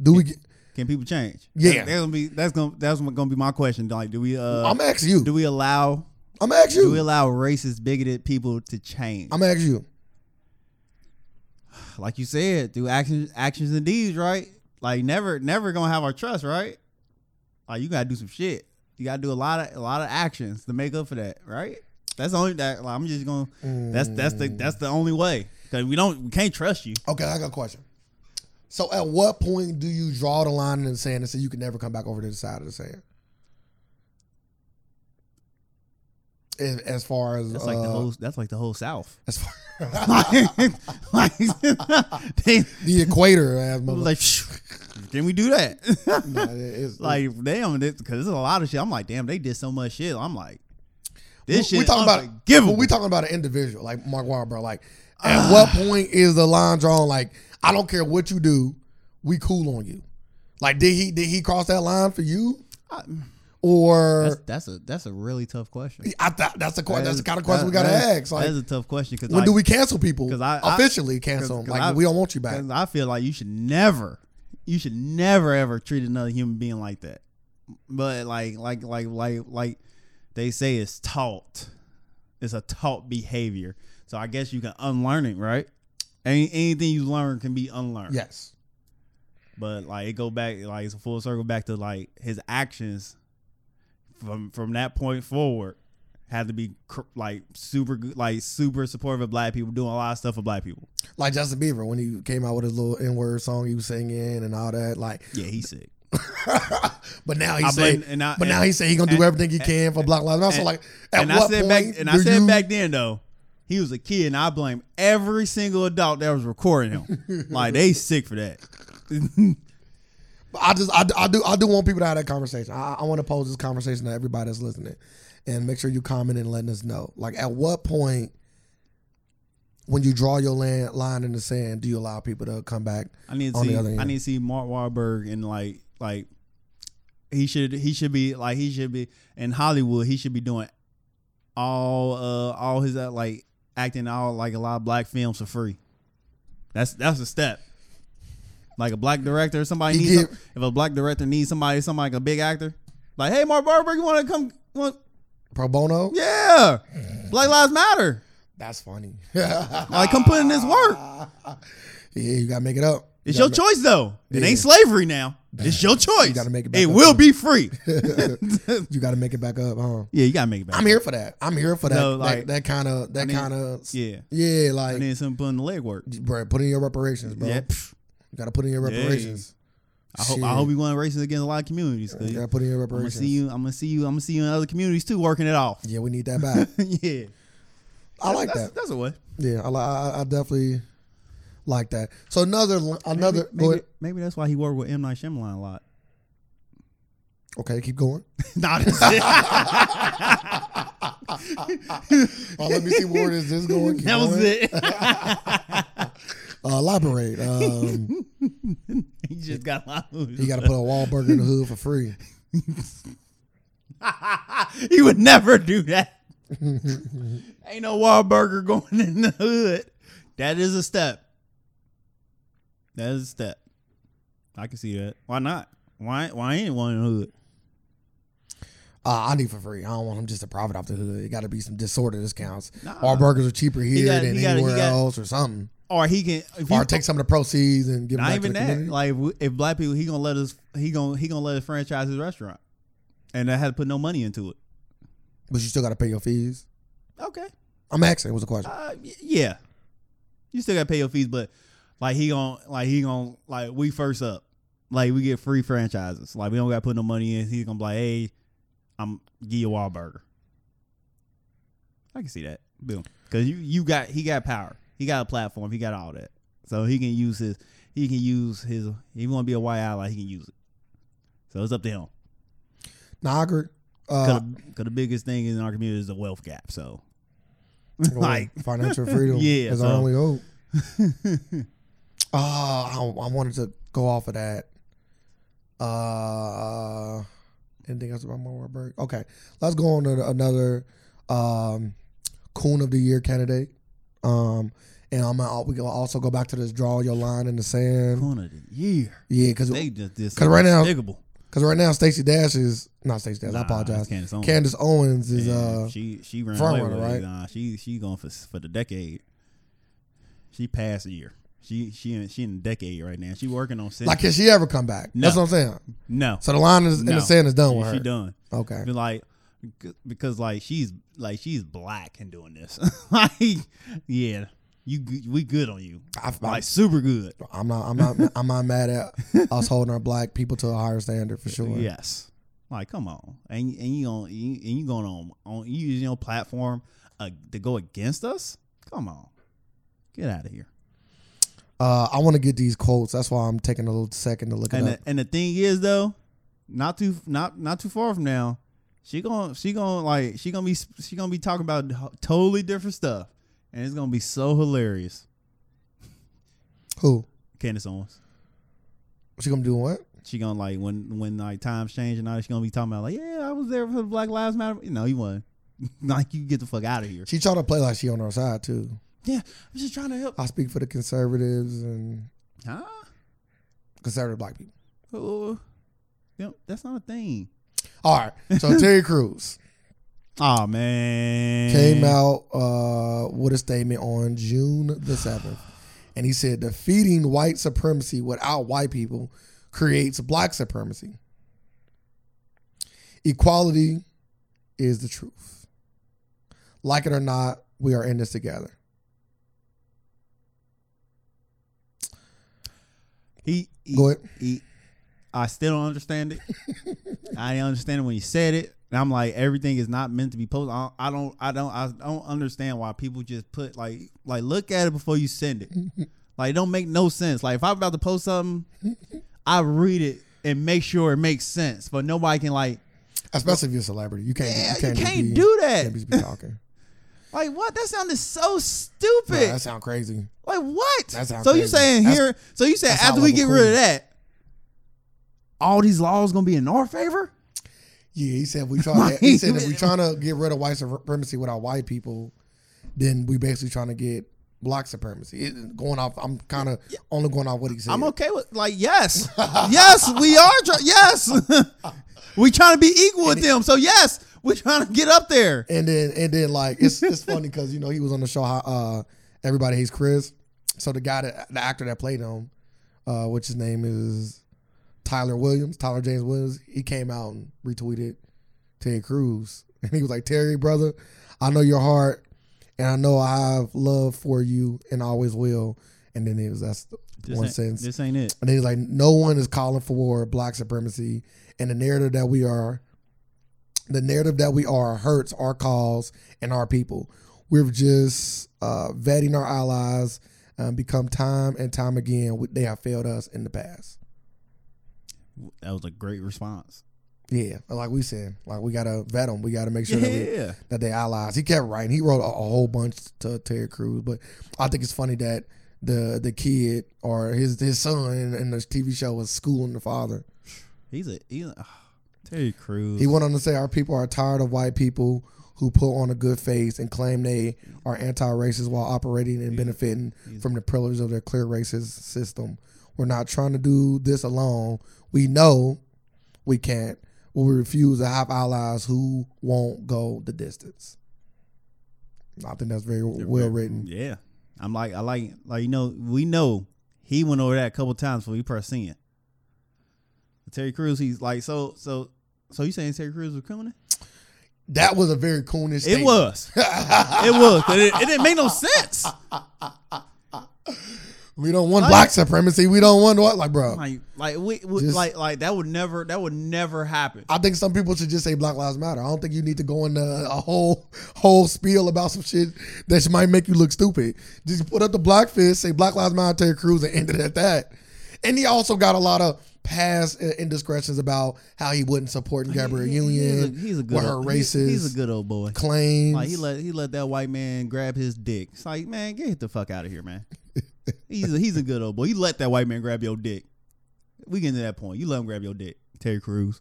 Speaker 2: Do we? Get,
Speaker 1: Can people change?
Speaker 2: Yeah.
Speaker 1: That's, that's gonna be that's gonna that's gonna be my question. Like, do we uh
Speaker 2: I'm asking you.
Speaker 1: do we allow
Speaker 2: I'm gonna ask
Speaker 1: do we
Speaker 2: you.
Speaker 1: allow racist bigoted people to change?
Speaker 2: I'm gonna ask you.
Speaker 1: like you said, through actions actions and deeds, right? Like never never gonna have our trust, right? Like you gotta do some shit. You gotta do a lot of a lot of actions to make up for that, right? That's the only that like, I'm just gonna that's that's the that's the only way. Cause we don't we can't trust you.
Speaker 2: Okay, I got a question. So, at what point do you draw the line in the sand and say you can never come back over to the side of the sand? As, as far as
Speaker 1: That's like the
Speaker 2: uh,
Speaker 1: whole that's like the whole South.
Speaker 2: as far
Speaker 1: like, like, they
Speaker 2: the equator, as
Speaker 1: I
Speaker 2: my,
Speaker 1: was like, can we do that?
Speaker 2: no, it- it's-
Speaker 1: like, damn, because there's a lot of shit. I'm like, damn, they did so much shit. I'm like,
Speaker 2: we-
Speaker 1: this shit.
Speaker 2: We talking
Speaker 1: I'm
Speaker 2: about
Speaker 1: like, give
Speaker 2: but
Speaker 1: them.
Speaker 2: We talking about an individual like Mark Wahlberg. Like, at what point is the line drawn? Like, I don't care what you do, we cool on you. Like, did he did he cross that line for you,
Speaker 1: that's,
Speaker 2: or
Speaker 1: that's a that's a really tough question.
Speaker 2: I th- that's the que-
Speaker 1: That
Speaker 2: that's the
Speaker 1: is-
Speaker 2: kind of question we
Speaker 1: that-
Speaker 2: gotta
Speaker 1: that is-
Speaker 2: ask. Like,
Speaker 1: that is a tough question because
Speaker 2: when do we cancel people?
Speaker 1: 'Cause I- I-
Speaker 2: officially cancel
Speaker 1: 'cause-
Speaker 2: them.
Speaker 1: 'cause
Speaker 2: Like
Speaker 1: I-
Speaker 2: we don't want you back.
Speaker 1: I feel like you should never, you should never ever treat another human being like that. But like like like like like they say, it's taught. It's a taught behavior. So I guess you can unlearn it, right? Any, anything you learn can be unlearned.
Speaker 2: Yes.
Speaker 1: But like it go back like it's a full circle back to like his actions from from that point forward had to be cr- like super good like super supportive of black people doing a lot of stuff for black people.
Speaker 2: Like Justin Bieber when he came out with his little N word song he was singing and all that. Like
Speaker 1: Yeah, he's sick.
Speaker 2: but now
Speaker 1: I
Speaker 2: he say
Speaker 1: blame- and I-
Speaker 2: but
Speaker 1: and-
Speaker 2: now he say he gonna do
Speaker 1: and-
Speaker 2: everything he can for Black Lives Matter. So
Speaker 1: and-
Speaker 2: like at
Speaker 1: And
Speaker 2: what
Speaker 1: I said
Speaker 2: point
Speaker 1: back and I
Speaker 2: do
Speaker 1: said
Speaker 2: you-
Speaker 1: back then though, He was a kid, and I blame every single adult that was recording him. like they sick for that.
Speaker 2: But I just I, I do I do want people to have that conversation. I, I want to pose this conversation to everybody that's listening, and make sure you comment and letting us know. Like at what point, when you draw your land, line in the sand, do you allow people to come back?
Speaker 1: I need to
Speaker 2: On the
Speaker 1: see.
Speaker 2: other
Speaker 1: I
Speaker 2: hand.
Speaker 1: need to see Mark Wahlberg and like like he should he should be like he should be in Hollywood. He should be doing all uh all his uh, like acting all like a lot of black films for free. That's that's a step. Like a black director, somebody
Speaker 2: You
Speaker 1: needs
Speaker 2: get-
Speaker 1: some- if a black director needs somebody, somebody like a big actor, like hey Mark Wahlberg, you want to come? you Want,
Speaker 2: Pro bono?
Speaker 1: yeah, Black Lives Matter.
Speaker 2: That's funny.
Speaker 1: Like come put in this work.
Speaker 2: Yeah, you gotta make it up. You
Speaker 1: It's
Speaker 2: gotta
Speaker 1: your choice though. It
Speaker 2: Yeah.
Speaker 1: ain't slavery now. It's your choice.
Speaker 2: gotta make it back
Speaker 1: It
Speaker 2: up
Speaker 1: will be free.
Speaker 2: make- You gotta make it back up, huh?
Speaker 1: yeah, you gotta make it back.
Speaker 2: I'm here for that. I'm here for that.
Speaker 1: No, like-
Speaker 2: that kind of that
Speaker 1: need-
Speaker 2: kind of
Speaker 1: Yeah,
Speaker 2: yeah,
Speaker 1: I
Speaker 2: like
Speaker 1: need some put in the legwork.
Speaker 2: bro, put in your reparations, bro.
Speaker 1: Yeah, pff.
Speaker 2: You gotta put in your
Speaker 1: Yeah.
Speaker 2: reparations.
Speaker 1: I hope
Speaker 2: Shit.
Speaker 1: I hope we won races against a lot of communities.
Speaker 2: You gotta
Speaker 1: I'm
Speaker 2: put in your
Speaker 1: gonna
Speaker 2: reparations.
Speaker 1: see you. I'm gonna see you. I'm gonna see you in other communities too, working it off.
Speaker 2: Yeah, we need that back.
Speaker 1: yeah,
Speaker 2: I like
Speaker 1: that's,
Speaker 2: that.
Speaker 1: That's a way.
Speaker 2: Yeah, I, li- I I definitely like that. So another li- another
Speaker 1: Maybe,
Speaker 2: go
Speaker 1: maybe,
Speaker 2: ahead.
Speaker 1: maybe that's why he worked with M Night Shyamalan a lot.
Speaker 2: okay, keep going.
Speaker 1: Not that
Speaker 2: Uh, let me see where is this going. Keep
Speaker 1: was
Speaker 2: going.
Speaker 1: it.
Speaker 2: Uh, elaborate. Um,
Speaker 1: he just got a lot of movies.
Speaker 2: you got to put a Wahlburger in the hood for free.
Speaker 1: he would never do that. Ain't no Wahlburger going in the hood. That is a step. That is a step. I can see that. Why not? Why why ain't one in the hood?
Speaker 2: Uh, I need for free. I don't want them just to profit off the hood. It got to be some disorder discounts.
Speaker 1: Nah.
Speaker 2: Our burgers are cheaper here
Speaker 1: gotta-
Speaker 2: than
Speaker 1: he gotta- he
Speaker 2: anywhere
Speaker 1: gotta-
Speaker 2: else, or something.
Speaker 1: Or he can if
Speaker 2: Or
Speaker 1: you-
Speaker 2: take some of the proceeds and give them
Speaker 1: not
Speaker 2: back
Speaker 1: even
Speaker 2: to the
Speaker 1: that.
Speaker 2: community.
Speaker 1: Like if, we- if black people he gonna let us he gonna he gonna let us franchise his restaurant. And I had to put no money into it.
Speaker 2: but you still got to pay your fees.
Speaker 1: Okay.
Speaker 2: I'm asking. It was a question.
Speaker 1: Uh, y- yeah. You still gotta pay your fees, but like he gon' like he gon' like we first up. Like we get free franchises. Like we don't gotta put no money in. He's gonna be like, hey, I'm give you a Wahlburger. I can see that. Boom. Cause you you got he got power. He got a platform. He got all that. So he can use his he can use his he wanna be a white ally, he can use it. So it's up to him.
Speaker 2: Nah, I agree.
Speaker 1: Cause,
Speaker 2: Uh,
Speaker 1: the- 'cause the biggest thing in our community is the wealth gap. So like
Speaker 2: financial freedom
Speaker 1: Yeah,
Speaker 2: is our
Speaker 1: so-
Speaker 2: only hope. Uh, I, I wanted to go off of that. Uh, anything else about Mark Wahlberg? Okay, let's go on to another um, Coon of the Year candidate. Um, and I'm gonna, we gonna also go back to this draw your line in the sand.
Speaker 1: corner of the year.
Speaker 2: Yeah, because
Speaker 1: They just this
Speaker 2: Cause right now-
Speaker 1: despicable.
Speaker 2: because right now Stacey Dash is not Stacey Dash. I
Speaker 1: Nah,
Speaker 2: apologize.
Speaker 1: it's Candace Owens.
Speaker 2: Candace Owens is
Speaker 1: Yeah,
Speaker 2: uh,
Speaker 1: she she ran
Speaker 2: front
Speaker 1: away
Speaker 2: runner,
Speaker 1: with it.
Speaker 2: right?
Speaker 1: Nah, she she going for for the decade. She passed a year. She she in, she in the decade right now. She working on sin.
Speaker 2: like can she ever come back?
Speaker 1: No.
Speaker 2: That's what I'm saying.
Speaker 1: no,
Speaker 2: So the line is, in
Speaker 1: No.
Speaker 2: the sand is done with
Speaker 1: she,
Speaker 2: her.
Speaker 1: she done.
Speaker 2: Okay.
Speaker 1: Be like because- because like she's like she's black and doing this. like yeah, you g- we good on you.
Speaker 2: I, I,
Speaker 1: Like super good.
Speaker 2: I'm not. I'm not. I'm not mad at us holding our black people to a higher standard for sure.
Speaker 1: Yes. Like, come on, and and you on you, and you going on on you using your platform uh, to go against us? Come on, get out of here.
Speaker 2: Uh, I want to get these quotes. That's why I'm taking a little second to look it
Speaker 1: And
Speaker 2: up.
Speaker 1: the, and the thing is though, not too not not too far from now, she going she going like she gonna be she gonna be talking about totally different stuff, and it's gonna be so hilarious.
Speaker 2: Who?
Speaker 1: Candace Owens,
Speaker 2: She gonna do what?
Speaker 1: she gonna like when when like times change and all, that, she gonna be talking about like yeah I was there for Black Lives Matter. No, you wasn't. like you get the fuck out of here.
Speaker 2: She tried to play like she on our side too.
Speaker 1: Yeah, I'm just trying to help.
Speaker 2: I speak for the conservatives and
Speaker 1: Huh?
Speaker 2: conservative black people.
Speaker 1: Oh, yep, that's not a thing.
Speaker 2: All right. So Terry Crews
Speaker 1: Oh man,
Speaker 2: came out uh, with a statement on June the seventh, and he said defeating white supremacy without white people creates black supremacy. Equality is the truth. Like it or not, we are in this together.
Speaker 1: He, he
Speaker 2: Go ahead.
Speaker 1: E- he- I still don't understand it. I didn't understand it when you said it. And I'm like, everything is not meant to be posted. I don't, I don't, I don't, I don't understand why people just put like, like, look at it before you send it. like, it don't make no sense. Like, if I'm about to post something, I read it and make sure it makes sense. But nobody can like,
Speaker 2: Especially if you're a celebrity, you can't.
Speaker 1: Yeah,
Speaker 2: you can't,
Speaker 1: you
Speaker 2: just
Speaker 1: can't
Speaker 2: be-
Speaker 1: do that.
Speaker 2: Can't just be talking.
Speaker 1: like what? That sounded so
Speaker 2: Nah,
Speaker 1: stupid.
Speaker 2: that sound crazy.
Speaker 1: like what?
Speaker 2: That sounds
Speaker 1: so you
Speaker 2: crazy.
Speaker 1: saying
Speaker 2: That's-
Speaker 1: here? So you saying
Speaker 2: that's how
Speaker 1: after we
Speaker 2: level
Speaker 1: get
Speaker 2: cool.
Speaker 1: rid of that, all these laws gonna be in our favor?
Speaker 2: Yeah, he said we try. he said if we trying to get rid of white supremacy with our white people, then we basically trying to get black supremacy. It- going off, I'm kind of only going off what he said.
Speaker 1: I'm okay with like yes, yes, we are. Try- yes, we trying to be equal with them. So yes, we're trying to get up there.
Speaker 2: And then and then like it's it's funny because you know he was on the show. how, Uh, Everybody hates Chris. So the guy that the actor that played him, uh, which his name is Tyler Williams, Tyler James Williams. He came out and retweeted Ted Cruz, and he was like, "Terry, brother, I know your heart, and I know I have love for you, and I always will." And then it was that's one sentence.
Speaker 1: This ain't it.
Speaker 2: And he's like, no one is calling for black supremacy. And the narrative that we are, the narrative that we are hurts our cause and our people. We've just uh, vetting our allies um, become time and time again. we- They have failed us in the past.
Speaker 1: That was a great response.
Speaker 2: Yeah, like we said, like we gotta vet them. We gotta make sure that we
Speaker 1: Yeah,
Speaker 2: that they allies. He kept writing. He wrote a, a whole bunch to Terry Crews, but I think it's funny that the the kid or his his son in, in the TV show was schooling the father.
Speaker 1: he's a he's a, Terry Crews.
Speaker 2: He went on to say, "Our people are tired of white people who put on a good face and claim they are anti-racist while operating and benefiting from the pillars of their clear racist system. We're not trying to do this alone. We know we can't. But we refuse to have allies who won't go the distance." I think that's very well written.
Speaker 1: Yeah, I'm like I like like you know we know he went over that a couple times before he pressed in. Terry Crews, he's like so so so. You saying Terry Crews was a criminal?
Speaker 2: That was a very coonish.
Speaker 1: It
Speaker 2: Statement.
Speaker 1: was. it was. But it, it didn't make no sense.
Speaker 2: We don't want
Speaker 1: Like-
Speaker 2: black supremacy. We don't want what, like, bro.
Speaker 1: Like like we, we
Speaker 2: Just-
Speaker 1: like like that would never that would never happen.
Speaker 2: I think some people should just say Black Lives Matter. I don't think you need to go into a whole whole spiel about some shit that might make you look stupid. Just put up the black fist, say Black Lives Matter, Terry Crews, and end it at that. And he also got a lot of past i- indiscretions about how he wasn't supporting Gabrielle Union
Speaker 1: he's a, he's a good
Speaker 2: with her
Speaker 1: old,
Speaker 2: racist
Speaker 1: he's- He's, a good old boy.
Speaker 2: claims.
Speaker 1: Like he let he let that white man grab his dick. It's like man, get the fuck out of here, man. he's a, he's a good old boy. You let that white man grab your dick. We get to that point. You let him grab your dick, Terry Crews,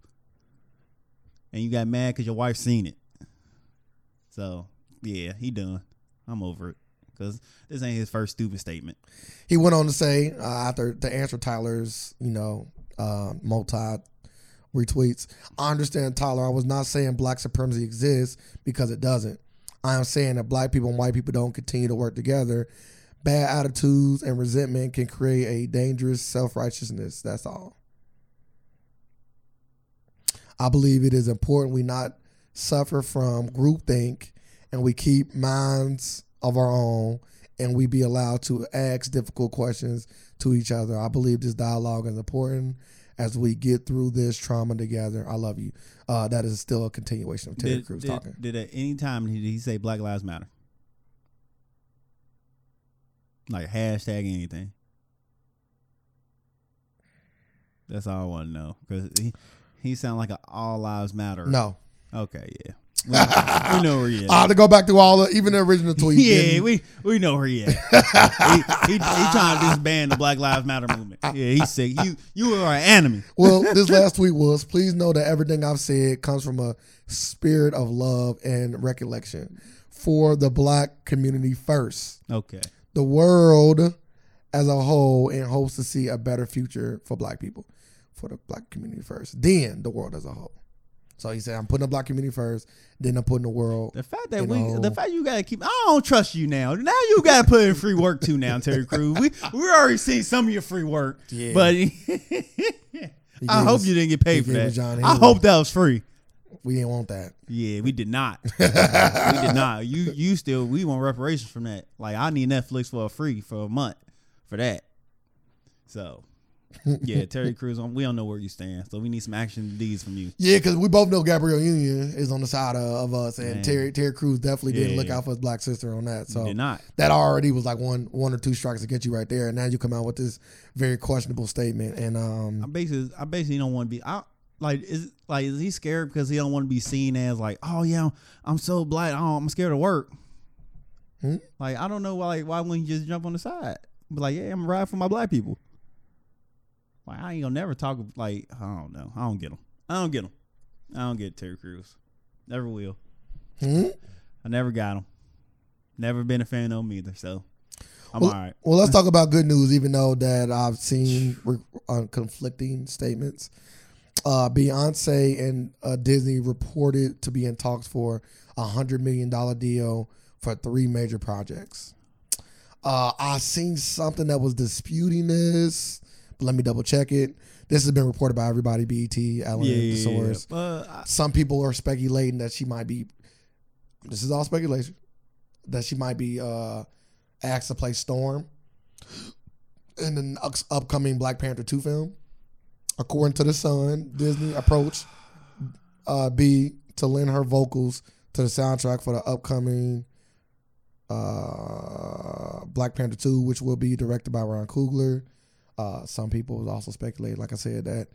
Speaker 1: and you got mad because your wife seen it. So yeah, he done. I'm over it because this ain't his first stupid statement.
Speaker 2: he went on to say uh, after to answer Tyler's, you know, uh, multi retweets. I understand Tyler. I was not saying black supremacy exists because it doesn't. I am saying that black people and white people don't continue to work together. Bad attitudes and resentment can create a dangerous self righteousness. That's all. I believe it is important we not suffer from groupthink and we keep minds of our own and we be allowed to ask difficult questions to each other. I believe this dialogue is important as we get through this trauma together. I love you. Uh, that is still a continuation of Terry
Speaker 1: did,
Speaker 2: Crews
Speaker 1: did-
Speaker 2: talking.
Speaker 1: did at any time did he say Black Lives Matter? Like hashtag anything. That's all I want to know because he he sound like an all lives matter.
Speaker 2: No.
Speaker 1: Okay. Yeah. We, we know where he
Speaker 2: I
Speaker 1: at.
Speaker 2: had to go back to all the, even the original tweet.
Speaker 1: Yeah,
Speaker 2: didn't-
Speaker 1: we we know where he at. he, he, he trying to disband the Black Lives Matter movement. Yeah, he's sick. You you are an enemy.
Speaker 2: well, this last tweet was please know that everything I've said comes from a spirit of love and recollection for the black community first,
Speaker 1: Okay.
Speaker 2: the world as a whole, and hopes to see a better future for black people, for the black community first, then the world as a whole. So he said, I'm putting the black community first, then I'm putting the world.
Speaker 1: The fact that
Speaker 2: You
Speaker 1: we,
Speaker 2: know.
Speaker 1: the fact you gotta keep, I don't trust you now. Now you gotta put in free work too. Now Terry Crews, we we already seen some of your free work,
Speaker 2: Yeah.
Speaker 1: but I
Speaker 2: gave
Speaker 1: hope
Speaker 2: us-
Speaker 1: you didn't get
Speaker 2: he
Speaker 1: paid for
Speaker 2: gave
Speaker 1: that.
Speaker 2: us John
Speaker 1: I
Speaker 2: Henry.
Speaker 1: hope that was free.
Speaker 2: We didn't want that.
Speaker 1: Yeah, we did not. we did not. You you still we want reparations from that. Like I need Netflix for a free for a month for that. So yeah, Terry Crews. um, We don't know where you stand, so we need some action deeds from you.
Speaker 2: Yeah, because we both know Gabrielle Union is on the side of, of us, and
Speaker 1: Man.
Speaker 2: Terry Terry Crews definitely didn't
Speaker 1: Yeah,
Speaker 2: look
Speaker 1: yeah.
Speaker 2: out for his black sister on that.
Speaker 1: You
Speaker 2: So
Speaker 1: did not.
Speaker 2: that already was like one one or two strikes against you right there, and now you come out with this very questionable statement. And
Speaker 1: I
Speaker 2: um,
Speaker 1: basically, I basically don't want to be. I like is like is he scared because he don't want to be seen as like, oh yeah, I'm so black. Oh, I'm scared of work.
Speaker 2: Hmm?
Speaker 1: Like I don't know why. Like, why wouldn't you just jump on the side? But like, yeah, I'm ride for my black people. Like I ain't gonna never talk. Like I don't know. I don't get him. I don't get him. I don't get Terry Crews. Never will.
Speaker 2: hmm?
Speaker 1: I never got him. Never been a fan of him either. So I'm
Speaker 2: Well-
Speaker 1: all right.
Speaker 2: well, let's talk about good news, even though that I've seen re- uh, conflicting statements. Uh, Beyonce and uh, Disney reported to be in talks for a hundred million dollar deal for three major projects. Uh, I seen something that was disputing this, but let me double check it. This has been reported by everybody, E BET, Alan,
Speaker 1: Yeah,
Speaker 2: the
Speaker 1: yeah, yeah, yeah.
Speaker 2: source.
Speaker 1: But I-
Speaker 2: some people are speculating that she might be this is all speculation that she might be uh asked to play storm in the next upcoming black panther 2 film according to the sun disney approached uh b to lend her vocals to the soundtrack for the upcoming uh black panther 2 which will be directed by ron kugler uh some people also speculate like i said that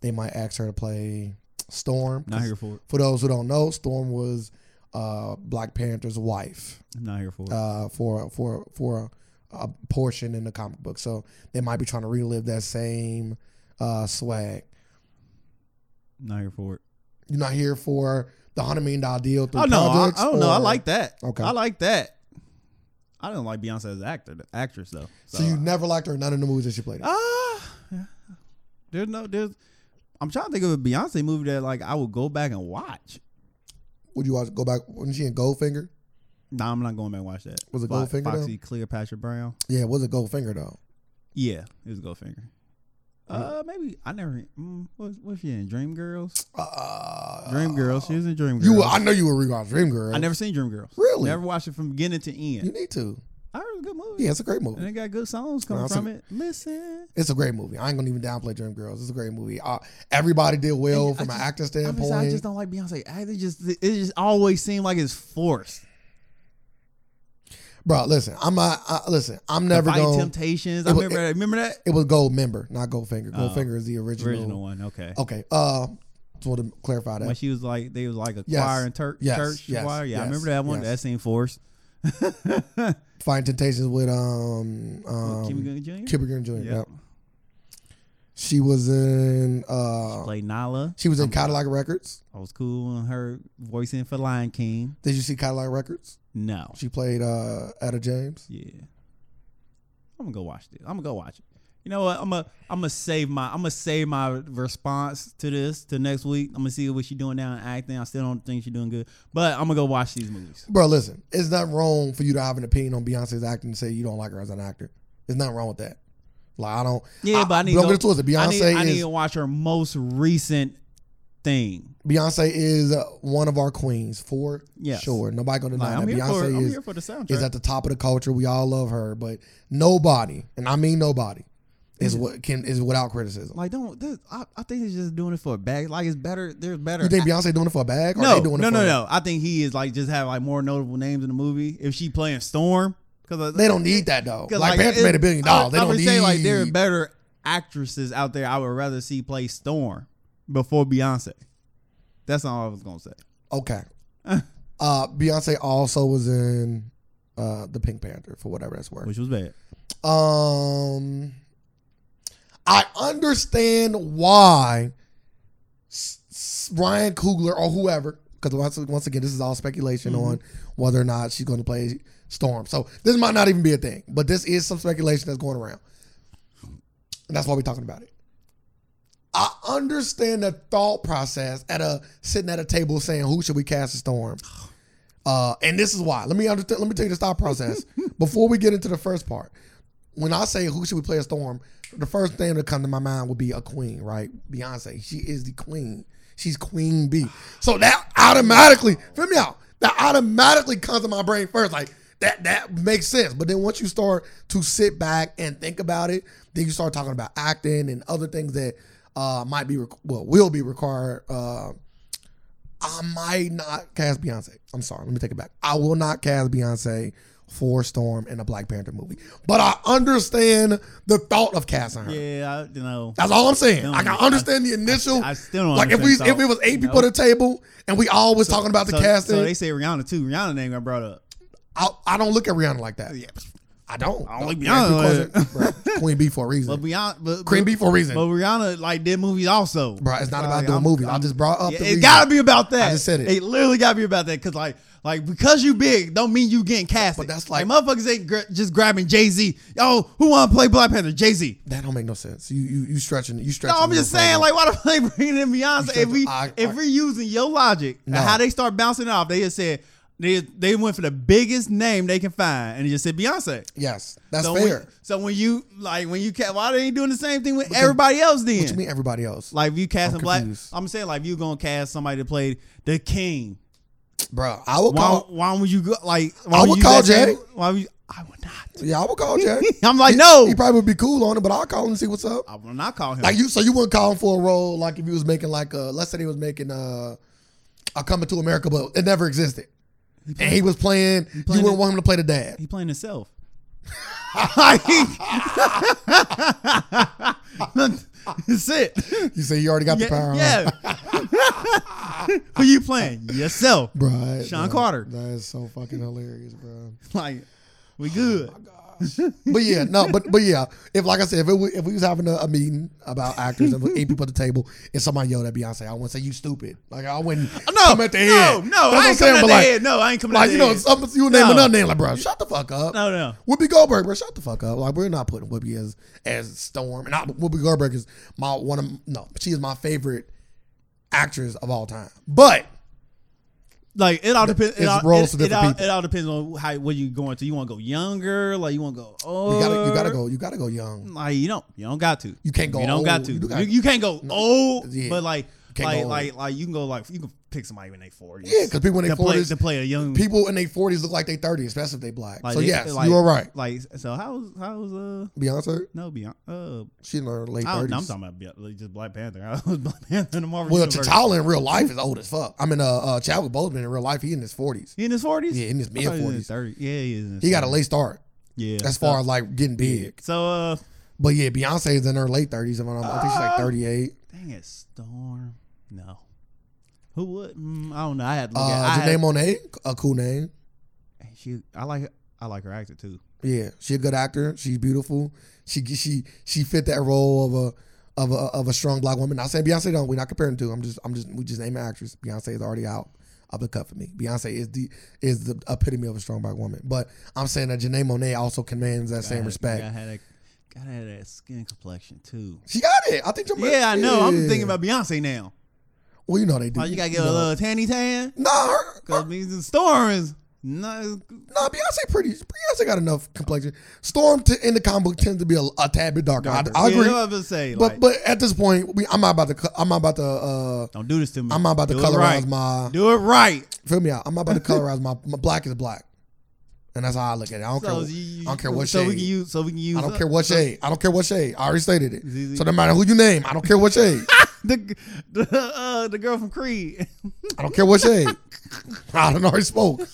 Speaker 2: they might ask her to play storm
Speaker 1: not here for it.
Speaker 2: for those who don't know, Storm was uh, Black Panther's wife
Speaker 1: I'm not here for it.
Speaker 2: uh, for for for a, a portion in the comic book. So they might be trying to relive that same uh, swag.
Speaker 1: not here for it.
Speaker 2: You're not here for the hundred million dollar deal. Through
Speaker 1: Oh no, I,
Speaker 2: projects,
Speaker 1: I don't know. I
Speaker 2: or-
Speaker 1: like that.
Speaker 2: Okay.
Speaker 1: Okay, I like that. I don't like Beyonce as an actor, actress though.
Speaker 2: So, you never liked her in none of the movies that she played. in?
Speaker 1: ah, yeah. there's no there's. I'm trying to think of a Beyonce movie that like I would go back and watch.
Speaker 2: Would you watch, go back? Wasn't she in Goldfinger?
Speaker 1: Nah, I'm not going back and watch that.
Speaker 2: Was it
Speaker 1: Fo-
Speaker 2: Goldfinger,
Speaker 1: Foxy Cleopatra Brown.
Speaker 2: Yeah, it was a Goldfinger though.
Speaker 1: Yeah, it was Goldfinger. Uh, maybe I never. Mm, what was she in? Dream Girls.
Speaker 2: Uh,
Speaker 1: Dream Girls. She was in Dream Girls.
Speaker 2: You, were, I know you were regarding Dream Girl.
Speaker 1: I never seen Dream Girls.
Speaker 2: Really?
Speaker 1: Never watched it from beginning to
Speaker 2: You
Speaker 1: end.
Speaker 2: need to.
Speaker 1: I heard it was a good movie.
Speaker 2: Yeah, it's a great movie.
Speaker 1: And it got good songs coming
Speaker 2: Awesome.
Speaker 1: from it. Listen.
Speaker 2: It's a great movie. I ain't gonna even downplay Dream Girls. It's a great movie. Uh, everybody did well
Speaker 1: And I
Speaker 2: from an
Speaker 1: just-
Speaker 2: acting
Speaker 1: I'm
Speaker 2: standpoint.
Speaker 1: just- I just don't like Beyonce. I, it just it just always seemed like it's forced.
Speaker 2: Bro, listen, I'm not. I, listen, I'm never
Speaker 1: Fight
Speaker 2: going. to
Speaker 1: Temptations. I
Speaker 2: It wa-
Speaker 1: remember. that remember that
Speaker 2: it was Gold Member, not Goldfinger.
Speaker 1: Oh.
Speaker 2: Goldfinger is the original.
Speaker 1: original one. Okay.
Speaker 2: Okay. Uh, just want to clarify that.
Speaker 1: When she was like they was like a
Speaker 2: Yes.
Speaker 1: choir in Tur-
Speaker 2: Yes.
Speaker 1: church
Speaker 2: Yes.
Speaker 1: choir. Yeah,
Speaker 2: Yes.
Speaker 1: I remember that one.
Speaker 2: Yes.
Speaker 1: That seemed forced.
Speaker 2: Fine Temptations with um um
Speaker 1: Kimmy Gunn Jr.
Speaker 2: Cuba Gooding Jr.
Speaker 1: Yeah.
Speaker 2: Yep. She was in. uh
Speaker 1: Played Nala.
Speaker 2: She was in Cadillac Records.
Speaker 1: I was cool on her voicing for Lion King.
Speaker 2: Did you see Cadillac Records?
Speaker 1: No.
Speaker 2: She played uh Etta James.
Speaker 1: Yeah. I'm gonna go watch this. I'm gonna go watch it. You know what? I'm gonna I'm gonna save my I'm gonna save my response to this to next week. I'm gonna see what she's doing now in acting. I still don't think she's doing good, but I'm gonna go watch these movies.
Speaker 2: Bro, listen, it's not wrong for you to have an opinion on Beyonce's acting and say you don't like her as an actor. There's nothing wrong with that. Like I don't.
Speaker 1: Yeah, but I need
Speaker 2: don't
Speaker 1: to
Speaker 2: get it twisted.
Speaker 1: I
Speaker 2: Beyonce
Speaker 1: need, I need
Speaker 2: is
Speaker 1: to watch her most recent thing.
Speaker 2: Beyonce is uh, one of our queens for
Speaker 1: Yes.
Speaker 2: sure. Nobody gonna
Speaker 1: Like,
Speaker 2: deny
Speaker 1: I'm
Speaker 2: that.
Speaker 1: here for
Speaker 2: Beyonce
Speaker 1: I'm
Speaker 2: is
Speaker 1: here for the soundtrack.
Speaker 2: is at the top of the culture. We all love her, but nobody, and I mean nobody, is what can is without criticism.
Speaker 1: like don't this, I, I think he's just doing it for a bag. Like it's better. There's better.
Speaker 2: you think Beyonce doing it for a bag? Or
Speaker 1: no,
Speaker 2: they doing
Speaker 1: no,
Speaker 2: it for
Speaker 1: no, no. I think he is like just have like more notable names in the movie. If she playing Storm, uh, because
Speaker 2: They don't need that though.
Speaker 1: 'Cause,
Speaker 2: Like, Panther
Speaker 1: it-
Speaker 2: made a billion
Speaker 1: I,
Speaker 2: dollars. They
Speaker 1: I
Speaker 2: don't
Speaker 1: would
Speaker 2: need.
Speaker 1: say like there are better actresses out there. I would rather see play Storm before Beyonce. That's all I was gonna say.
Speaker 2: okay. Uh, Beyonce also was in uh, the Pink Panther for whatever that's worth.
Speaker 1: Which was bad.
Speaker 2: Um, I understand why S- S- Ryan Coogler or whoever, because once, once again, this is all speculation on whether or not she's going to play Storm. So this might not even be a thing, but this is some speculation that's going around. And that's why we're talking about it. I understand the thought process at a sitting at a table saying, "Who should we cast a storm?" Uh, and this is why. Let me understand. Let me tell you the thought process before we get into the first part. When I say who should we play a storm, the first thing that come to my mind would be a queen, right? Beyonce. She is the queen. She's Queen B. So that automatically, feel me out. That automatically comes to my brain first. Like that that makes sense. But then once you start to sit back and think about it, then you start talking about acting and other things that uh, might be requ- well will be required. Uh, I might not cast Beyonce. I'm sorry. Let me take it back. I will not cast Beyonce for Storm in a Black Panther movie. But I understand the thought of casting her.
Speaker 1: Yeah, I, you know.
Speaker 2: That's all I'm saying.
Speaker 1: Don't
Speaker 2: Like I
Speaker 1: understand.
Speaker 2: understand the initial.
Speaker 1: I still don't
Speaker 2: like if we
Speaker 1: understand
Speaker 2: if
Speaker 1: thought.
Speaker 2: it was eight people
Speaker 1: No.
Speaker 2: at the table and we always talking about the
Speaker 1: so,
Speaker 2: casting,
Speaker 1: So they say Rihanna too. Rihanna name I brought up.
Speaker 2: I, I don't look at Rihanna like that. I don't.
Speaker 1: I don't like
Speaker 2: That's
Speaker 1: Rihanna
Speaker 2: because- bruh, Queen B for a
Speaker 1: But
Speaker 2: reason.
Speaker 1: Rihanna, but,
Speaker 2: Queen
Speaker 1: but,
Speaker 2: B for a reason.
Speaker 1: but Rihanna like did movies also.
Speaker 2: Bro, it's not about
Speaker 1: Like,
Speaker 2: doing
Speaker 1: I'm-
Speaker 2: movies. i
Speaker 1: I'm-
Speaker 2: just brought up
Speaker 1: Yeah,
Speaker 2: the
Speaker 1: it
Speaker 2: reason.
Speaker 1: gotta be about that.
Speaker 2: I just said it.
Speaker 1: It literally gotta be about that because like like because you big don't mean you getting cast.
Speaker 2: But that's like-
Speaker 1: motherfuckers ain't gra- just grabbing Jay Z. Yo, who want to play Black Panther? Jay Z.
Speaker 2: that don't make no sense. You you you stretching. You
Speaker 1: No,
Speaker 2: stretching.
Speaker 1: I'm
Speaker 2: your
Speaker 1: just saying, like,
Speaker 2: framework.
Speaker 1: why the fuck they bringing in Beyonce?
Speaker 2: said
Speaker 1: If we
Speaker 2: the- I- I-
Speaker 1: if we're using your logic, and
Speaker 2: No.
Speaker 1: how they start bouncing off, they just said they they went for the biggest name they can find, and they just said Beyonce.
Speaker 2: yes, that's
Speaker 1: So
Speaker 2: fair.
Speaker 1: When, so when you like when you cast, why they ain't doing the same thing with everybody else then?
Speaker 2: what you mean everybody else,
Speaker 1: Like if you casting black,
Speaker 2: confused.
Speaker 1: I'm saying like if you gonna cast somebody to play the king.
Speaker 2: bro? I would
Speaker 1: Why,
Speaker 2: call.
Speaker 1: why would you go like? Why
Speaker 2: I
Speaker 1: would
Speaker 2: would
Speaker 1: you
Speaker 2: call
Speaker 1: let that-
Speaker 2: Jay.
Speaker 1: Why would you, I would not.
Speaker 2: Yeah, I would call Jay.
Speaker 1: I'm like
Speaker 2: He-
Speaker 1: no.
Speaker 2: He probably would be cool on it, but I'll call him and see what's up.
Speaker 1: I will not call him.
Speaker 2: Like you, so you wouldn't call him for a role like if he was making like a let's say he was making uh a Coming to America, but it never existed, and he was playing.
Speaker 1: playing
Speaker 2: you wouldn't
Speaker 1: it-
Speaker 2: want him to play the dad.
Speaker 1: he playing himself. That's it.
Speaker 2: You say you already got the
Speaker 1: Yeah.
Speaker 2: power.
Speaker 1: yeah. Who you playing? Yourself.
Speaker 2: Bro,
Speaker 1: Sean Carter.
Speaker 2: That is so fucking hilarious, bro.
Speaker 1: Like we good.
Speaker 2: but yeah, no, but but yeah, if like I said, if, it, wa- if we was having a, a meeting about actors and eight people at the table, and somebody yelled at Beyonce, I wouldn't say you stupid. Like I wouldn't
Speaker 1: no,
Speaker 2: come at the
Speaker 1: no,
Speaker 2: head.
Speaker 1: no,
Speaker 2: That's what
Speaker 1: I
Speaker 2: I'm
Speaker 1: ain't coming
Speaker 2: saying,
Speaker 1: at
Speaker 2: but
Speaker 1: the
Speaker 2: like,
Speaker 1: head. No, I ain't coming at
Speaker 2: Like
Speaker 1: the
Speaker 2: you know,
Speaker 1: head.
Speaker 2: some, you name
Speaker 1: No.
Speaker 2: another name, like bro, shut the fuck up.
Speaker 1: No, no.
Speaker 2: Whoopi Goldberg, bro, shut the fuck up. Like we're not putting Whoopi as as Storm, and I, Whoopi Goldberg is my one of no, she is my favorite actress of all time. But
Speaker 1: Like it all depends. It
Speaker 2: It's
Speaker 1: all,
Speaker 2: roles
Speaker 1: it,
Speaker 2: for
Speaker 1: it
Speaker 2: different
Speaker 1: all,
Speaker 2: people.
Speaker 1: it all depends on how what you going to. You want to go younger? Like you want to go old?
Speaker 2: you gotta you gotta go you gotta go young.
Speaker 1: Like you don't you don't got to.
Speaker 2: You can't go.
Speaker 1: You don't
Speaker 2: old.
Speaker 1: got to. You,
Speaker 2: You gotta-
Speaker 1: you can't go old.
Speaker 2: Yeah.
Speaker 1: But like
Speaker 2: can't go
Speaker 1: like
Speaker 2: old.
Speaker 1: like like you can go like you can pick somebody when they forty.
Speaker 2: yeah, because people in
Speaker 1: to
Speaker 2: their
Speaker 1: play
Speaker 2: forties,
Speaker 1: to play a young
Speaker 2: people in their forties look like they thirty, especially if they black.
Speaker 1: Like
Speaker 2: so
Speaker 1: they-
Speaker 2: yes,
Speaker 1: like-
Speaker 2: you are right.
Speaker 1: Like so, how's how's uh
Speaker 2: Beyonce,
Speaker 1: no Beyonce? Uh,
Speaker 2: she in her late
Speaker 1: I don't, no, I'm
Speaker 2: thirties.
Speaker 1: talking about Beyonce, like, just Black Panther. I was Black Panther in the Marvel
Speaker 2: Well,
Speaker 1: universe.
Speaker 2: T'Challa in real life is old as fuck. I mean, uh, uh Chadwick Boseman in real life, he in his forties.
Speaker 1: He in his forties.
Speaker 2: Yeah, in his mid forties.
Speaker 1: Thirty. Yeah, he is. in his
Speaker 2: He got a
Speaker 1: 30s.
Speaker 2: late start
Speaker 1: Yeah.
Speaker 2: as
Speaker 1: so-
Speaker 2: far as like getting big.
Speaker 1: So uh,
Speaker 2: But yeah, Beyonce is in her late thirties. I, I think she's like
Speaker 1: Ah.
Speaker 2: thirty eight.
Speaker 1: dang it, Storm. No. Who would? Mm, I don't know. I had to look
Speaker 2: Uh,
Speaker 1: at. I
Speaker 2: Janae
Speaker 1: had,
Speaker 2: Monet, a cool name.
Speaker 1: she. I like. I like her actor too.
Speaker 2: Yeah, she a good actor. She's beautiful. She she she fit that role of a of a of a strong black woman. Not saying Beyonce don't. We're not comparing to. I'm just I'm just we just name an actress. Beyonce is already out of the cut for me. Beyonce is the is the epitome of a strong black woman. But I'm saying that Janae Monet also commands that same
Speaker 1: I
Speaker 2: respect.
Speaker 1: had a. Gotta have that skin complexion too.
Speaker 2: She got it. I think. Jama-
Speaker 1: Yeah, I know. I'm
Speaker 2: Yeah.
Speaker 1: thinking about Beyonce now.
Speaker 2: Well, you know they do.
Speaker 1: Oh, you gotta get a
Speaker 2: know.
Speaker 1: little tanny tan.
Speaker 2: Nah, her,
Speaker 1: Cause means the storm is not
Speaker 2: Nah, Beyonce pretty. Beyonce got enough complexion. Storm t- in the comic book tends to be a, a tad bit darker. I- I,
Speaker 1: Yeah, that's
Speaker 2: agree.
Speaker 1: what I was gonna say,
Speaker 2: but
Speaker 1: like,
Speaker 2: but at this point, we, I'm not about to. cu- I'm not about to. Uh,
Speaker 1: don't do this to me.
Speaker 2: I'm not about to
Speaker 1: do
Speaker 2: colorize
Speaker 1: it right.
Speaker 2: my.
Speaker 1: Do it right.
Speaker 2: Feel me out. I'm not about to colorize my. My black is black, and that's how I look at it. I don't
Speaker 1: So
Speaker 2: care.
Speaker 1: you-
Speaker 2: I don't care what
Speaker 1: so
Speaker 2: shade.
Speaker 1: we can use. So we can use.
Speaker 2: I don't care what shade. I don't care what shade. I already stated
Speaker 1: Easy.
Speaker 2: it. So no matter who you name, I don't care what shade.
Speaker 1: The the, uh, the girl from Creed.
Speaker 2: I don't care what shade. I done already spoke.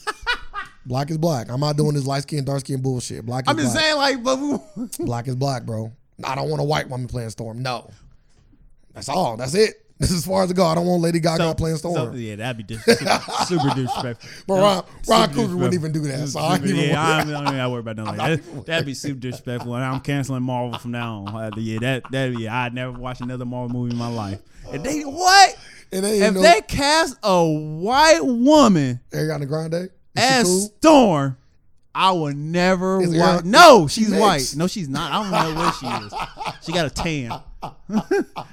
Speaker 2: Black is black. I'm not doing this light skin, dark skin bullshit. Black is
Speaker 1: I'm just
Speaker 2: black.
Speaker 1: saying, like, but we,
Speaker 2: Black is black, bro. I don't want a white woman playing Storm. No. That's all. That's it. This is as far as it go. I don't want Lady Gaga playing
Speaker 1: so,
Speaker 2: Storm.
Speaker 1: yeah, that'd be dis- super, super disrespectful.
Speaker 2: but
Speaker 1: That-
Speaker 2: Ron, Ron
Speaker 1: super
Speaker 2: Cougar wouldn't even do that. So I ain't
Speaker 1: super-
Speaker 2: even
Speaker 1: yeah, I, don't- I don't even worry about nothing. Like that. That'd be super disrespectful, and I'm canceling Marvel from now on. Uh, Yeah, that that yeah, I'd never watch another Marvel movie in my life. If they what?
Speaker 2: it ain't
Speaker 1: If
Speaker 2: no
Speaker 1: they cast a white woman
Speaker 2: Ariana Grande. Is she
Speaker 1: as
Speaker 2: cool?
Speaker 1: Storm, I will never.
Speaker 2: Is
Speaker 1: Wa-
Speaker 2: Ariana-
Speaker 1: no, she's
Speaker 2: mixed.
Speaker 1: white. No, she's not. I don't know where she is. She got a tan.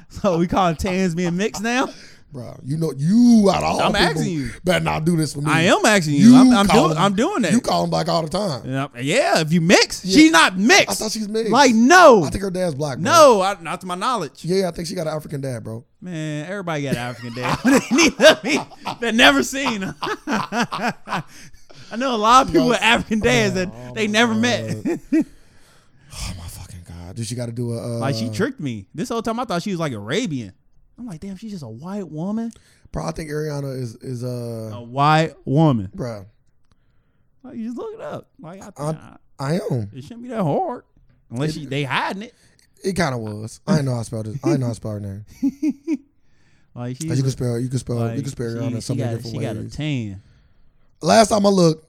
Speaker 1: so we call tans being mixed now.
Speaker 2: Bro, you know you out of all
Speaker 1: I'm
Speaker 2: people
Speaker 1: asking you.
Speaker 2: better not do this for me.
Speaker 1: I am asking you. I'm, I'm,
Speaker 2: Hmm. call
Speaker 1: doing,
Speaker 2: him-
Speaker 1: I'm doing that.
Speaker 2: You call him black all the time.
Speaker 1: And I'm- yeah, if you mix, she's not mixed.
Speaker 2: I thought she's mixed.
Speaker 1: like no,
Speaker 2: I think her dad's black. Bro.
Speaker 1: no, I, not to my knowledge.
Speaker 2: Yeah, I think she got an African dad, bro.
Speaker 1: Man, everybody got an African dad. they never seen. I know a lot of people
Speaker 2: No.
Speaker 1: with African dads that
Speaker 2: Oh,
Speaker 1: they
Speaker 2: my
Speaker 1: never
Speaker 2: God.
Speaker 1: met.
Speaker 2: Oh my fucking god! Dude, she got to do a uh,
Speaker 1: like she tricked me. This whole time I thought she was like Arabian. I'm like, damn, she's just a white woman.
Speaker 2: Bro, I think Ariana is is uh,
Speaker 1: A white woman.
Speaker 2: bro.
Speaker 1: Like, you just look it up. Like, I,
Speaker 2: I'm-
Speaker 1: I-
Speaker 2: I am.
Speaker 1: it shouldn't be that hard unless she, they hiding it.
Speaker 2: It kind of was. I didn't know how to spell this. I didn't know how to spell her name.
Speaker 1: Like she's
Speaker 2: But you can spell. You can spell.
Speaker 1: like,
Speaker 2: you can spell
Speaker 1: she-
Speaker 2: Ariana
Speaker 1: she
Speaker 2: so many
Speaker 1: got,
Speaker 2: different
Speaker 1: She got a
Speaker 2: ways.
Speaker 1: tan.
Speaker 2: Last time I looked,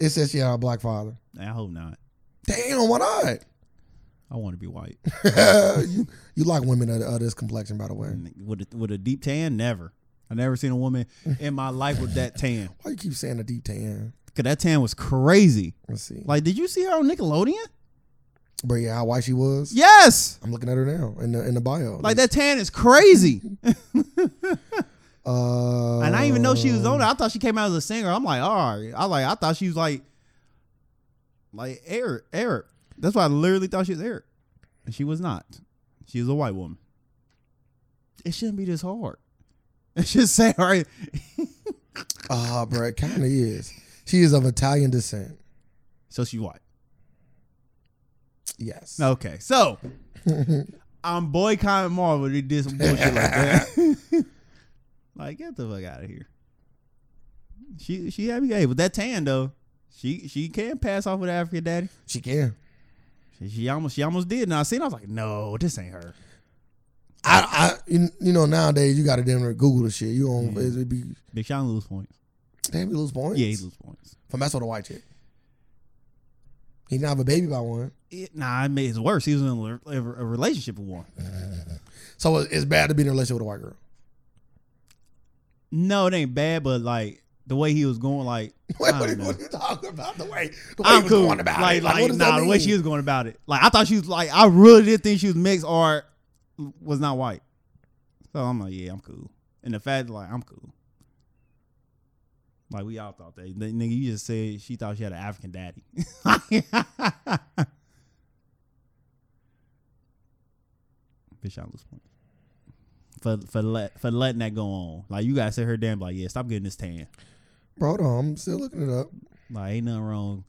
Speaker 2: it says she had a black father.
Speaker 1: I hope not.
Speaker 2: Damn, why not?
Speaker 1: I want to be white
Speaker 2: you, you like women of, of this complexion, by the way.
Speaker 1: with a, with a deep tan. Never. I never seen a woman in my life with that tan.
Speaker 2: Why you keep saying a deep tan?
Speaker 1: Cause that tan was crazy.
Speaker 2: Let's see.
Speaker 1: Like, did you see her on Nickelodeon?
Speaker 2: But yeah, how white she was.
Speaker 1: Yes.
Speaker 2: I'm looking at her now in the in the bio.
Speaker 1: Like that tan is crazy.
Speaker 2: Uh,
Speaker 1: And I didn't even know she was on it. I thought she came out as a singer. I'm like, all right. I like. I thought she was like, like Eric. Eric. That's why I literally thought she was Eric, and she was not. She was a white woman. It shouldn't be this hard. It should say, all right.
Speaker 2: Ah, bro, it kind of is. She is of Italian descent.
Speaker 1: So she white.
Speaker 2: Yes.
Speaker 1: Okay. So I'm boycotting Marvel. They did some bullshit like that. like, get the fuck out of here. She she had me gay, but that tan though. She she can pass off with African daddy.
Speaker 2: she can.
Speaker 1: She, she almost she almost did. And I seen. it, I was like, no, this ain't her.
Speaker 2: I, I, you, you know, nowadays you got to damn near Google the shit. You on
Speaker 1: Yeah.
Speaker 2: it'd be
Speaker 1: Big Sean lose points.
Speaker 2: damn he lose points.
Speaker 1: Yeah, he lose points.
Speaker 2: From that's what a white chick. He not have a baby by one,
Speaker 1: It, nah, it made it worse. He was in a, le- a a relationship with one.
Speaker 2: so it- it's bad to be in a relationship with a white girl.
Speaker 1: No, it ain't bad, but like the way he was going, like
Speaker 2: Wait,
Speaker 1: I
Speaker 2: what, are
Speaker 1: don't
Speaker 2: you-
Speaker 1: know.
Speaker 2: what are you talking about? The way the way he
Speaker 1: I'm
Speaker 2: was
Speaker 1: cool.
Speaker 2: going about
Speaker 1: like,
Speaker 2: it.
Speaker 1: like,
Speaker 2: what does
Speaker 1: nah,
Speaker 2: that
Speaker 1: the way she
Speaker 2: mean?
Speaker 1: was going about it. Like, I thought she was like, I really did think she was mixed or was not white. So I'm like, yeah, I'm cool. And the fact, like, I'm cool. Like, we all thought that. The nigga, you just said she thought she had an African daddy. Bitch, I lose point. For for let for letting that go on, like you gotta sit her damn like yeah, stop getting this tan.
Speaker 2: Bro, hold on, I'm still looking it up.
Speaker 1: Like, ain't nothing wrong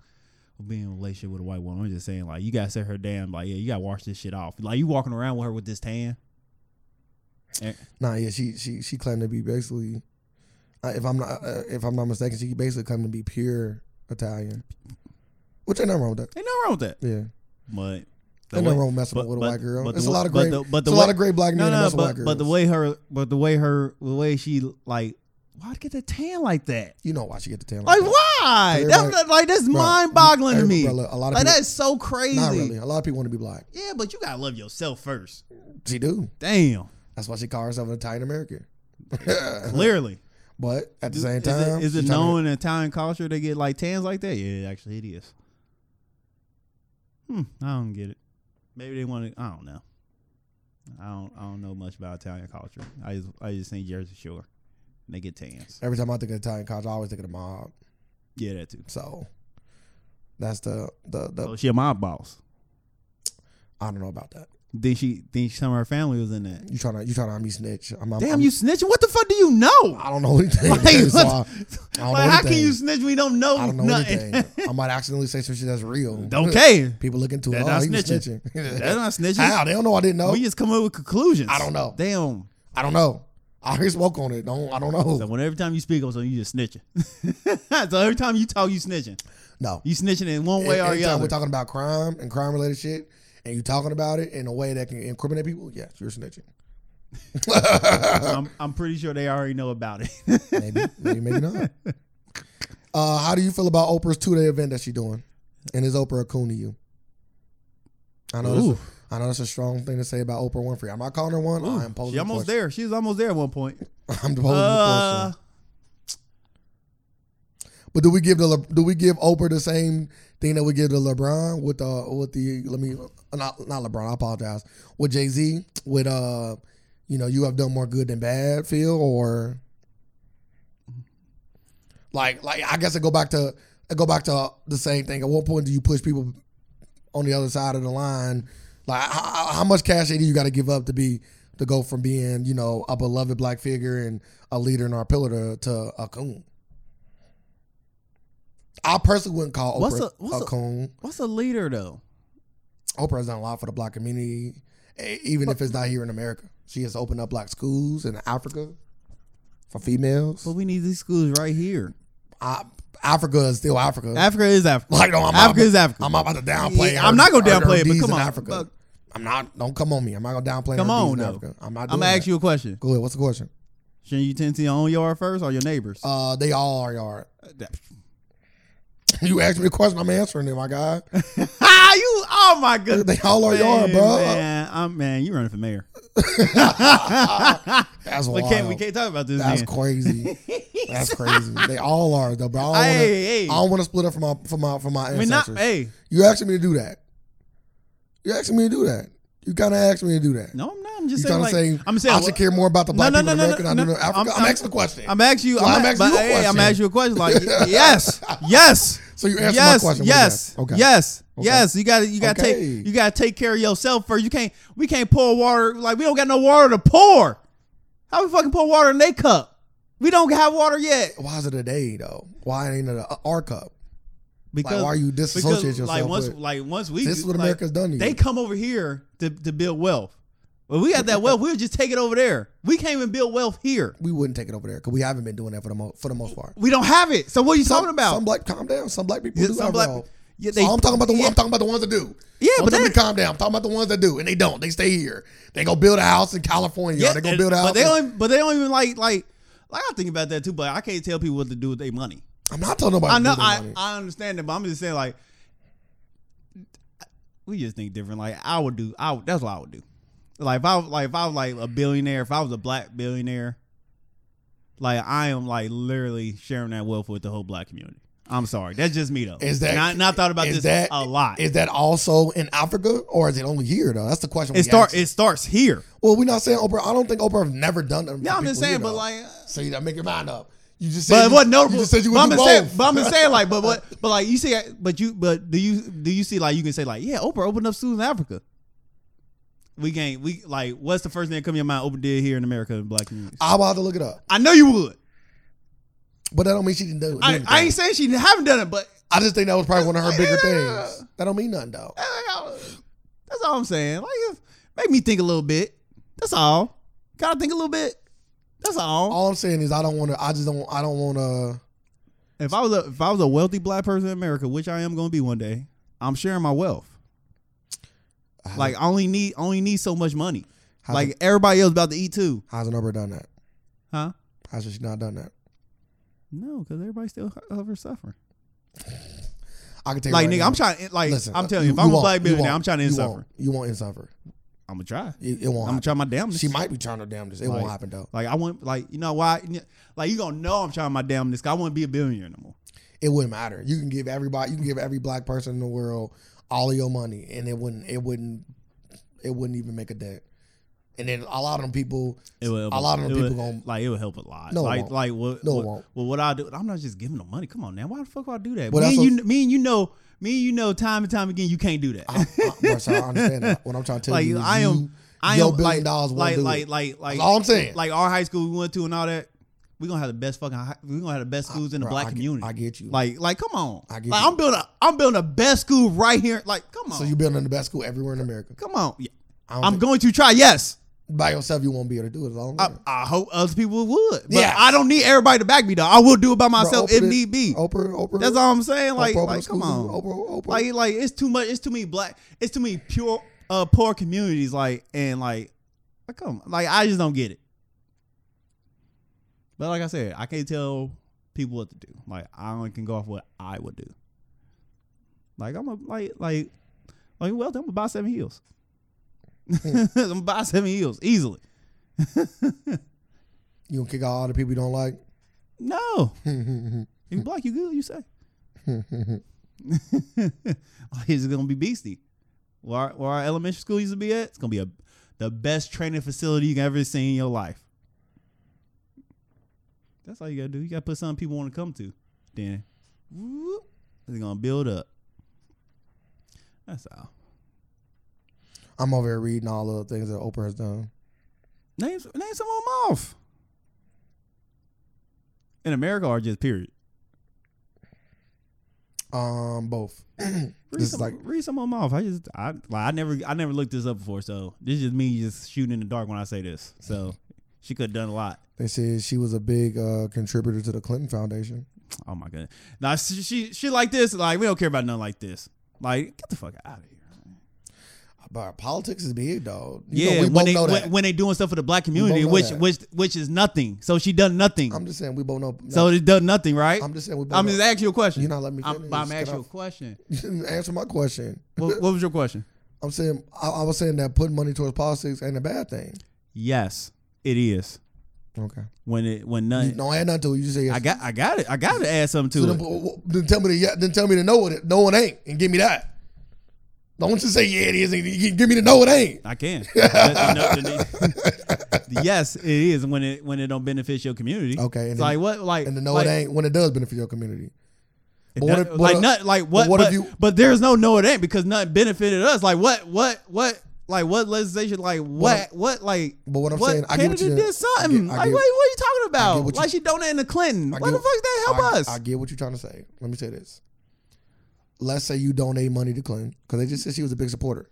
Speaker 1: with being in a relationship with a white woman. I'm just saying, like, you gotta set her damn, like, yeah, you gotta wash this shit off. Like, you walking around with her with this tan.
Speaker 2: Nah, yeah, she she she claimed to be basically, uh, if I'm not uh, if I'm not mistaken, she basically claimed to be pure Italian, which ain't nothing wrong with that.
Speaker 1: Ain't nothing wrong with that.
Speaker 2: Yeah,
Speaker 1: But the
Speaker 2: ain't nothing
Speaker 1: way-
Speaker 2: wrong with messing
Speaker 1: but-
Speaker 2: with a
Speaker 1: but-
Speaker 2: white girl.
Speaker 1: but the
Speaker 2: it's a
Speaker 1: wa-
Speaker 2: lot of
Speaker 1: but
Speaker 2: great,
Speaker 1: the- but the
Speaker 2: it's a lot
Speaker 1: wa-
Speaker 2: of great black men
Speaker 1: no,
Speaker 2: that
Speaker 1: no,
Speaker 2: mess with white
Speaker 1: but,
Speaker 2: girls.
Speaker 1: but the way her, but the way her, the way she like, why'd get the tan like that?
Speaker 2: you know why she get the tan
Speaker 1: Like,
Speaker 2: that.
Speaker 1: why? That's
Speaker 2: Everybody-
Speaker 1: like that's
Speaker 2: Bro,
Speaker 1: mind boggling to
Speaker 2: every-
Speaker 1: me.
Speaker 2: bro, look, a lot of
Speaker 1: Like,
Speaker 2: people,
Speaker 1: that's so crazy.
Speaker 2: not really. A lot of people want to be black.
Speaker 1: Yeah, but you gotta love yourself first.
Speaker 2: She do.
Speaker 1: Damn,
Speaker 2: That's why she calls herself an Italian American.
Speaker 1: clearly.
Speaker 2: but at the same
Speaker 1: Is it-
Speaker 2: time,
Speaker 1: is
Speaker 2: she
Speaker 1: it
Speaker 2: tryna-
Speaker 1: known in Italian culture they get like tans like that? Yeah, actually it is. Hmm, I don't get it. Maybe they want to. I don't know. I don't. I don't know much about Italian culture. I just I just think Jersey Shore. And they get tans.
Speaker 2: Every time I think of Italian culture, I always think of the mob.
Speaker 1: Yeah, that too.
Speaker 2: So that's the the, the
Speaker 1: So she my boss.
Speaker 2: I don't know about that.
Speaker 1: Then she then some of her family was in that.
Speaker 2: You trying to you trying to have me snitch? I'm, I'm,
Speaker 1: Damn,
Speaker 2: I'm-
Speaker 1: you snitching? What the fuck do you know?
Speaker 2: I don't know anything.
Speaker 1: Like,
Speaker 2: so I,
Speaker 1: what-
Speaker 2: I don't
Speaker 1: like
Speaker 2: know
Speaker 1: how can
Speaker 2: anything.
Speaker 1: you snitch? We don't know,
Speaker 2: I don't know
Speaker 1: nothing.
Speaker 2: anything. I might accidentally say some shit that's real.
Speaker 1: don't care.
Speaker 2: People look into it.
Speaker 1: That's
Speaker 2: Oh,
Speaker 1: not
Speaker 2: he was
Speaker 1: snitching.
Speaker 2: snitching.
Speaker 1: That's not snitching.
Speaker 2: How they don't know I didn't know.
Speaker 1: We just come up with conclusions.
Speaker 2: I don't know.
Speaker 1: Damn.
Speaker 2: I don't know. I hear smoke on it. Don't I don't know.
Speaker 1: So when every time you speak up, so you just snitching. so every time you talk, you snitching.
Speaker 2: no.
Speaker 1: You snitching in one way
Speaker 2: Any-
Speaker 1: or the
Speaker 2: anytime
Speaker 1: other.
Speaker 2: we're talking about crime and crime related shit, and you talking about it in a way that can incriminate people, yes, you're snitching.
Speaker 1: I'm, I'm pretty sure they already know about it.
Speaker 2: maybe, maybe, maybe not. Uh, how do you feel about Oprah's two day event that she's doing? And is Oprah a coon to you? I know,
Speaker 1: Ooh.
Speaker 2: that's a, I know that's a strong thing to say about Oprah Winfrey. I'm not calling her one. I'm posing.
Speaker 1: she
Speaker 2: a
Speaker 1: almost
Speaker 2: question.
Speaker 1: there. She was almost there at one point.
Speaker 2: I'm posing the
Speaker 1: Uh,
Speaker 2: question. But do we give the Le- do we give Oprah the same thing that we give to LeBron with the with the let me uh, not not LeBron I apologize with Jay Z with uh you know you have done more good than bad feel or like like I guess I go back to I go back to the same thing. At what point do you push people on the other side of the line? Like how, how much cash do you got to give up to be to go from being you know a beloved black figure and a leader and our pillar to, to a coon? I personally wouldn't call Oprah
Speaker 1: What's a-
Speaker 2: a,
Speaker 1: what's a-
Speaker 2: coon.
Speaker 1: What's a leader though?
Speaker 2: Oprah's done a lot for the black community, e- even if it's not here in America. She has opened up black schools in Africa for females.
Speaker 1: But we need these schools right here.
Speaker 2: I, Africa is still Africa.
Speaker 1: Africa is Africa.
Speaker 2: like, no, Uh, I'm
Speaker 1: Africa
Speaker 2: not,
Speaker 1: is Africa.
Speaker 2: I'm not about to downplay.
Speaker 1: Yeah, I'm not gonna
Speaker 2: her- her
Speaker 1: downplay it, but
Speaker 2: deeds
Speaker 1: come
Speaker 2: in
Speaker 1: on,
Speaker 2: Africa.
Speaker 1: but-
Speaker 2: I'm not. Don't come on me. I'm not gonna downplay.
Speaker 1: Come
Speaker 2: her deeds
Speaker 1: on,
Speaker 2: in
Speaker 1: though.
Speaker 2: Africa. I'm not.
Speaker 1: I'm
Speaker 2: doing
Speaker 1: gonna ask
Speaker 2: that.
Speaker 1: you a question.
Speaker 2: Go ahead. What's the question?
Speaker 1: Shouldn't you tend to your own yard first or your neighbors?
Speaker 2: Uh, they all are yard. You asked me a question. I'm answering it, my guy.
Speaker 1: Ah, you! Oh my goodness!
Speaker 2: They all are
Speaker 1: Man,
Speaker 2: yard, bro.
Speaker 1: Man, I'm man. You running for mayor?
Speaker 2: That's
Speaker 1: we
Speaker 2: wild.
Speaker 1: can't. We can't talk about this.
Speaker 2: That's
Speaker 1: then.
Speaker 2: crazy. That's crazy. They all are though, but I don't wanna,
Speaker 1: Hey, hey.
Speaker 2: I don't want to split up from my from my from my
Speaker 1: I mean, not.
Speaker 2: ancestors.
Speaker 1: Hey,
Speaker 2: you asking me to do that? You asking me to do that? You kind of asked me to do that.
Speaker 1: no, I'm not. I'm just
Speaker 2: you
Speaker 1: saying.
Speaker 2: trying
Speaker 1: Like,
Speaker 2: to say
Speaker 1: I'm saying.
Speaker 2: I should care more about the
Speaker 1: No,
Speaker 2: black
Speaker 1: no,
Speaker 2: people in
Speaker 1: no, no,
Speaker 2: America than I
Speaker 1: no,
Speaker 2: do in
Speaker 1: no.
Speaker 2: Africa?
Speaker 1: I'm-
Speaker 2: I'm,
Speaker 1: I'm-
Speaker 2: asking a question.
Speaker 1: I'm asking you.
Speaker 2: So I'm asking
Speaker 1: but,
Speaker 2: you a
Speaker 1: hey, I'm
Speaker 2: question.
Speaker 1: asking you a question. Like, yes, yes,
Speaker 2: so you answered
Speaker 1: yes,
Speaker 2: my question. What is
Speaker 1: yes,
Speaker 2: that? Okay.
Speaker 1: yes, yes. You got to, you got to
Speaker 2: Okay.
Speaker 1: take, you got to take care of yourself first. You can't, we can't pour water. Like, we don't got no water to pour. How we fucking pour water in their cup? We don't have water yet
Speaker 2: Why is it a day though? Why ain't it a R cup?
Speaker 1: because
Speaker 2: Like why you
Speaker 1: because,
Speaker 2: disassociate yourself?
Speaker 1: like once,
Speaker 2: with,
Speaker 1: like once we,
Speaker 2: this is what
Speaker 1: like,
Speaker 2: America's done to you.
Speaker 1: They come over here to to build wealth. But we got that wealth. We'll just take it over there. We can't even build wealth here.
Speaker 2: we wouldn't take it over there because we haven't been doing that for the most for the most part.
Speaker 1: We don't have it. So what are you talking about?
Speaker 2: Some black, calm down. Some black people
Speaker 1: Yeah,
Speaker 2: do
Speaker 1: some
Speaker 2: have
Speaker 1: black-
Speaker 2: wealth.
Speaker 1: yeah,
Speaker 2: So
Speaker 1: they-
Speaker 2: Oh, I'm talking about the one.
Speaker 1: yeah.
Speaker 2: I'm talking about the ones that do.
Speaker 1: Yeah,
Speaker 2: I'm
Speaker 1: but
Speaker 2: telling them
Speaker 1: they-
Speaker 2: to calm down. I'm talking about the ones that do, and they don't. They stay here. They gonna build a house in California. Yeah, they gonna
Speaker 1: and-
Speaker 2: build a house.
Speaker 1: But they
Speaker 2: in-
Speaker 1: don't. But they don't even like like. Like I think about that too, but I can't tell people what to do with their money.
Speaker 2: I'm not telling nobody.
Speaker 1: I know.
Speaker 2: to do their
Speaker 1: I,
Speaker 2: money.
Speaker 1: I understand that, but I'm just saying like. We just think different. Like I would do. I would, that's what I would do. Like if I was like if I was like a billionaire, if I was a black billionaire, like I am like literally sharing that wealth with the whole black community. I'm sorry, that's just me though.
Speaker 2: Is that-
Speaker 1: and I, and I thought about
Speaker 2: is
Speaker 1: this
Speaker 2: that-
Speaker 1: a lot?
Speaker 2: Is that also in Africa or is it only here though? That's the question.
Speaker 1: It
Speaker 2: we
Speaker 1: start.
Speaker 2: asking.
Speaker 1: It starts here.
Speaker 2: Well, we're not saying Oprah. I don't think Oprah have never done that.
Speaker 1: Yeah, I'm just saying, but like. uh,
Speaker 2: so you gotta make your mind up. You just said
Speaker 1: But
Speaker 2: you,
Speaker 1: what notable?
Speaker 2: You just said you
Speaker 1: but,
Speaker 2: would
Speaker 1: I'm
Speaker 2: do
Speaker 1: just
Speaker 2: both.
Speaker 1: saying, but I'm just saying, like, but what? But like, you see, but you, but do you, do you see, like, you can say, like, yeah, Oprah opened up schools in Africa. We can't. We like, what's the first thing that come to your mind? Oprah did here in America in black communities.
Speaker 2: I'm about to look it up,
Speaker 1: I know you would.
Speaker 2: but that don't mean she didn't do it.
Speaker 1: I, I ain't saying she haven't done it, but
Speaker 2: I just think that was probably one of her bigger
Speaker 1: Yeah.
Speaker 2: things. That don't mean nothing though.
Speaker 1: eh, that's all I'm saying. Like, it's- make me think a little bit. That's all. Gotta think a little bit. That's all.
Speaker 2: All I'm saying is I don't want to. I just don't. I don't want to.
Speaker 1: If I was a if I was a wealthy black person in America, which I am going to be one day, I'm sharing my wealth. Like I only need only need so much money.
Speaker 2: How
Speaker 1: like everybody else about to eat too,
Speaker 2: How's Oprah done that?
Speaker 1: huh?
Speaker 2: How should she not done that?
Speaker 1: No, because everybody's still over suffering.
Speaker 2: I can tell.
Speaker 1: Like
Speaker 2: you right
Speaker 1: nigga,
Speaker 2: now.
Speaker 1: I'm trying. Like
Speaker 2: Listen,
Speaker 1: I'm
Speaker 2: uh,
Speaker 1: telling you, if I'm a
Speaker 2: won't-
Speaker 1: black billionaire,
Speaker 2: won't-
Speaker 1: I'm trying to
Speaker 2: you
Speaker 1: end
Speaker 2: won't-
Speaker 1: suffering.
Speaker 2: You won't end suffer.
Speaker 1: I'm gonna try.
Speaker 2: It, it won't.
Speaker 1: I'm gonna
Speaker 2: Happen.
Speaker 1: try my damnness.
Speaker 2: She might be trying her damnedest. It won't
Speaker 1: Like-
Speaker 2: happen though.
Speaker 1: Like I want. Like you know why? Like you gonna know I'm trying my damnness. 'cause I want to be a billionaire no more.
Speaker 2: It wouldn't matter. You can give everybody. You can give every black person in the world all of your money, and it wouldn't. It wouldn't. It wouldn't even make a dent. And then a lot of them people.
Speaker 1: It will.
Speaker 2: a lot of them
Speaker 1: it
Speaker 2: people
Speaker 1: will-
Speaker 2: gonna.
Speaker 1: like it would help a lot.
Speaker 2: No, it
Speaker 1: like
Speaker 2: won't.
Speaker 1: like what?
Speaker 2: No, it
Speaker 1: what,
Speaker 2: won't.
Speaker 1: well, what I do? I'm not just giving them money. Come on now, why the fuck would I do that?
Speaker 2: Well,
Speaker 1: me
Speaker 2: that's
Speaker 1: and
Speaker 2: what-
Speaker 1: you, me and you know, me and you know, time and time again, you can't do that.
Speaker 2: I, I, bro, so I understand that. What I'm trying to tell
Speaker 1: like
Speaker 2: you. is
Speaker 1: I
Speaker 2: you-
Speaker 1: am, I
Speaker 2: your
Speaker 1: am
Speaker 2: billion
Speaker 1: like
Speaker 2: dollars won't
Speaker 1: like
Speaker 2: do
Speaker 1: like
Speaker 2: it.
Speaker 1: like like
Speaker 2: That's all I'm saying.
Speaker 1: like our high school we went to and all that. We gonna have the best fucking. High, we gonna have the best schools in the
Speaker 2: Bro,
Speaker 1: black
Speaker 2: I get-
Speaker 1: community.
Speaker 2: I get you.
Speaker 1: Like like come on.
Speaker 2: I get
Speaker 1: like
Speaker 2: you.
Speaker 1: I'm building. A, I'm building the best school right here. Like come on.
Speaker 2: so you building the best school everywhere in America.
Speaker 1: come on. Yeah.
Speaker 2: I don't
Speaker 1: I'm
Speaker 2: think-
Speaker 1: going to try. Yes.
Speaker 2: by yourself, you won't be able to do it. Is all I'm
Speaker 1: I,
Speaker 2: saying.
Speaker 1: I hope other people would. But
Speaker 2: Yes.
Speaker 1: I don't need everybody to back me though. I will do it by
Speaker 2: Bro,
Speaker 1: myself
Speaker 2: Oprah
Speaker 1: if
Speaker 2: did-
Speaker 1: need be.
Speaker 2: Oprah, Oprah.
Speaker 1: That's all I'm saying. Like,
Speaker 2: Oprah,
Speaker 1: like
Speaker 2: Oprah,
Speaker 1: come on.
Speaker 2: Oprah, Oprah, Oprah.
Speaker 1: Like, like it's too much. It's too many black. It's too many pure, uh, poor communities. Like, and like, like come, on. like I just don't get it. But like I said, I can't tell people what to do. Like I only can go off what I would do. Like I'm a like like like well, I'm gonna buy seven heels. I'm gonna buy seven heels easily.
Speaker 2: You gonna kick out all the people you don't like?
Speaker 1: No. If you black, you good, you say. like, it's gonna be beastie. Where our, where our elementary school used to be at, it's gonna be a the best training facility you can ever see in your life. That's all you gotta do. You gotta put something people want to come to. Then whoop, it's gonna build up. That's all.
Speaker 2: I'm over here reading all of the things that Oprah has done.
Speaker 1: Name some- name some of them off. In America or just period.
Speaker 2: Um, both.
Speaker 1: Read
Speaker 2: This is
Speaker 1: some,
Speaker 2: like-
Speaker 1: read some of them off. I just I like I never I never looked this up before, so this is me just shooting in the dark when I say this. So she could have done a lot.
Speaker 2: They said she was a big uh, contributor to the Clinton Foundation.
Speaker 1: Oh my god. Now she, she she like this. Like we don't care about nothing like this. Like get the fuck out of here.
Speaker 2: But politics is big, dog. You
Speaker 1: yeah,
Speaker 2: know, we
Speaker 1: when
Speaker 2: both
Speaker 1: they
Speaker 2: know that.
Speaker 1: when, when they doing stuff for the black community,
Speaker 2: know
Speaker 1: which
Speaker 2: that.
Speaker 1: which which is nothing. So she done nothing.
Speaker 2: I'm just saying we both know.
Speaker 1: so it done nothing, right?
Speaker 2: I'm just saying we both.
Speaker 1: I'm
Speaker 2: know.
Speaker 1: just asking you a question.
Speaker 2: You're not letting me finish.
Speaker 1: I'm, I'm
Speaker 2: Get
Speaker 1: asking you a
Speaker 2: off.
Speaker 1: question.
Speaker 2: You didn't answer my question.
Speaker 1: what, what was your question?
Speaker 2: I'm saying I, I was saying that putting money towards politics ain't a bad thing.
Speaker 1: Yes, it is.
Speaker 2: Okay.
Speaker 1: When it when nothing.
Speaker 2: No, I had nothing to it. You just say yes.
Speaker 1: I got I got it. I got to add something
Speaker 2: So
Speaker 1: to
Speaker 2: then,
Speaker 1: it.
Speaker 2: w- w- then tell me the yeah, then tell me to know it. No, it ain't, and give me that. Don't just say yeah, it is. And you give me the no, it ain't.
Speaker 1: I can. That's enough to need- yes, it is when it when it don't benefit your community.
Speaker 2: Okay,
Speaker 1: It's
Speaker 2: and
Speaker 1: like what like
Speaker 2: And the no,
Speaker 1: like,
Speaker 2: it ain't when it does benefit your community.
Speaker 1: Not-
Speaker 2: But what if- what
Speaker 1: like
Speaker 2: if-
Speaker 1: not like what,
Speaker 2: what
Speaker 1: but,
Speaker 2: if you-
Speaker 1: but there's no no it ain't because nothing benefited us. Like what what what like what legislation like what what,
Speaker 2: if-
Speaker 1: like
Speaker 2: But what I'm
Speaker 1: what
Speaker 2: saying, I get what
Speaker 1: Canada
Speaker 2: you
Speaker 1: did something.
Speaker 2: I get- I
Speaker 1: like what,
Speaker 2: get-
Speaker 1: what are you talking
Speaker 2: get
Speaker 1: about?
Speaker 2: what you-
Speaker 1: like she donated to Clinton. What the
Speaker 2: get
Speaker 1: fuck
Speaker 2: what-
Speaker 1: does that help
Speaker 2: I,
Speaker 1: us?
Speaker 2: I get what you're trying to say. Let me say this. Let's say you donate money to Clinton because they just said she was a big supporter.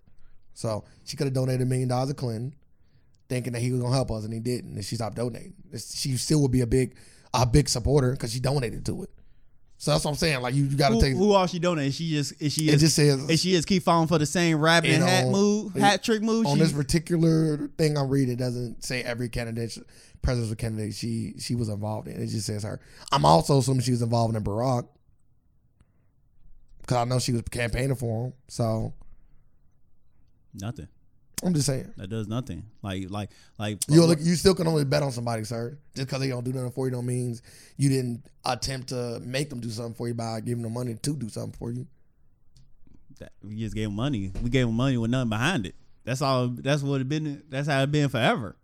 Speaker 2: So she could have donated a million dollars to Clinton, thinking that he was gonna help us, and he didn't. And she stopped donating. It's- She still would be a big, a big supporter because she donated to it. So that's what I'm saying. Like you, you gotta
Speaker 1: who,
Speaker 2: take.
Speaker 1: who all she donated? She just is she
Speaker 2: it
Speaker 1: is,
Speaker 2: just says
Speaker 1: is she just keep falling for the same rabbit
Speaker 2: And
Speaker 1: and hat
Speaker 2: on-
Speaker 1: move, hat trick move.
Speaker 2: on
Speaker 1: She,
Speaker 2: this particular thing I'm reading, it doesn't say every candidate, presidential candidate she she was involved in. It just says her. I'm also assuming she was involved in Barack because I know she was campaigning for him. So
Speaker 1: nothing.
Speaker 2: I'm just saying,
Speaker 1: That does nothing. Like like like
Speaker 2: you look, you still can only bet on somebody, sir. Just because they don't do nothing for you, don't means you didn't attempt to make them do something for you by giving them money to do something for you.
Speaker 1: that- we just gave 'em money. We gave 'em money with nothing behind it. That's all. That's what it been. That's how it been forever.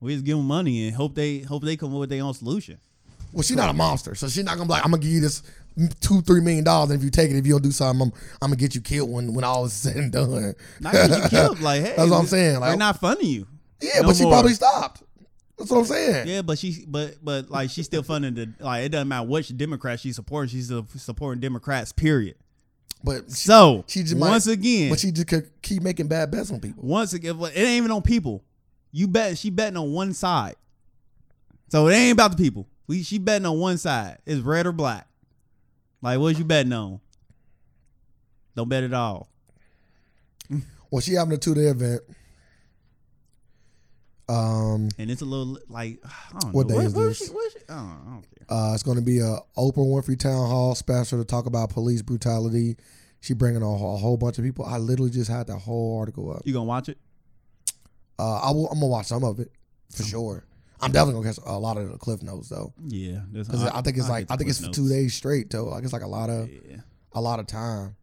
Speaker 1: We just give 'em money and hope they hope they come up with their own solution.
Speaker 2: Well, she's not a monster, so she's not gonna be like, I'm gonna give you this two, three million dollars, and if you take it, if you don't do something, I'm, I'm gonna get you killed when when all is said and done.
Speaker 1: Not get you killed. Like hey,
Speaker 2: That's what I'm saying,
Speaker 1: Like,
Speaker 2: like-
Speaker 1: we're not funding you.
Speaker 2: Yeah,
Speaker 1: No
Speaker 2: but she
Speaker 1: more.
Speaker 2: probably stopped. That's what I'm saying.
Speaker 1: Yeah, but she but but like she's still funding the like it doesn't matter which Democrat she supports. She's uh, supporting Democrats. Period.
Speaker 2: But she,
Speaker 1: So
Speaker 2: she just might-
Speaker 1: once again,
Speaker 2: but she just could keep making bad bets on people.
Speaker 1: once again, but it ain't even on people. You bet she betting on one side. So it ain't about the people. We she betting on one side. It's red or black. Like what you betting on? Don't bet at all.
Speaker 2: Well, she having a two day event. Um,
Speaker 1: And it's a little like I don't
Speaker 2: What
Speaker 1: know.
Speaker 2: day is
Speaker 1: what she,
Speaker 2: this?
Speaker 1: what she, I, don't, I don't care.
Speaker 2: uh, it's going to be a Oprah Winfrey town hall special to talk about police brutality. She bringing a, whole- a whole bunch of people. I literally just had that whole article up.
Speaker 1: You gonna watch it?
Speaker 2: Uh, I will, I'm gonna watch some of it for sure. I'm definitely gonna catch a lot of the cliff notes though,
Speaker 1: Yeah, that's-
Speaker 2: because I, think it's
Speaker 1: I'll
Speaker 2: like
Speaker 1: get
Speaker 2: I think
Speaker 1: the
Speaker 2: it's for
Speaker 1: quick
Speaker 2: two
Speaker 1: notes.
Speaker 2: days straight though. Like it's like a lot of
Speaker 1: Yeah.
Speaker 2: a lot of time.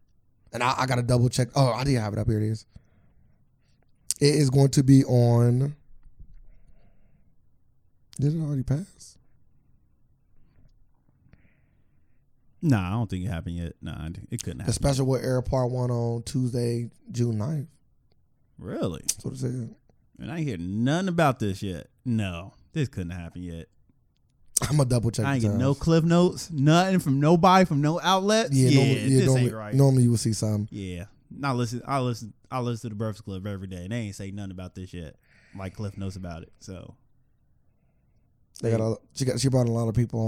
Speaker 2: And I, I got to double check. Oh, I did have it up. Here it is. It is going to be on. Did it already pass?
Speaker 1: Nah, I don't think it happened yet. Nah, it couldn't
Speaker 2: The
Speaker 1: happen.
Speaker 2: special with Air Part 1 on Tuesday, June 9th.
Speaker 1: Really?
Speaker 2: That's what it said.
Speaker 1: And I ain't hear nothing about this yet. No, this couldn't happen yet.
Speaker 2: I'm going to double check.
Speaker 1: I ain't
Speaker 2: the
Speaker 1: get
Speaker 2: times.
Speaker 1: no cliff notes, nothing from nobody, from no outlets.
Speaker 2: Yeah,
Speaker 1: Yeah,
Speaker 2: normally, yeah,
Speaker 1: this
Speaker 2: normally,
Speaker 1: ain't right.
Speaker 2: normally you will see some.
Speaker 1: Yeah, I listen. I listen. I listen to the Breakfast Club every day, and they ain't say nothing about this yet. Like Cliff knows about it, so
Speaker 2: They got a, she got she brought a lot of people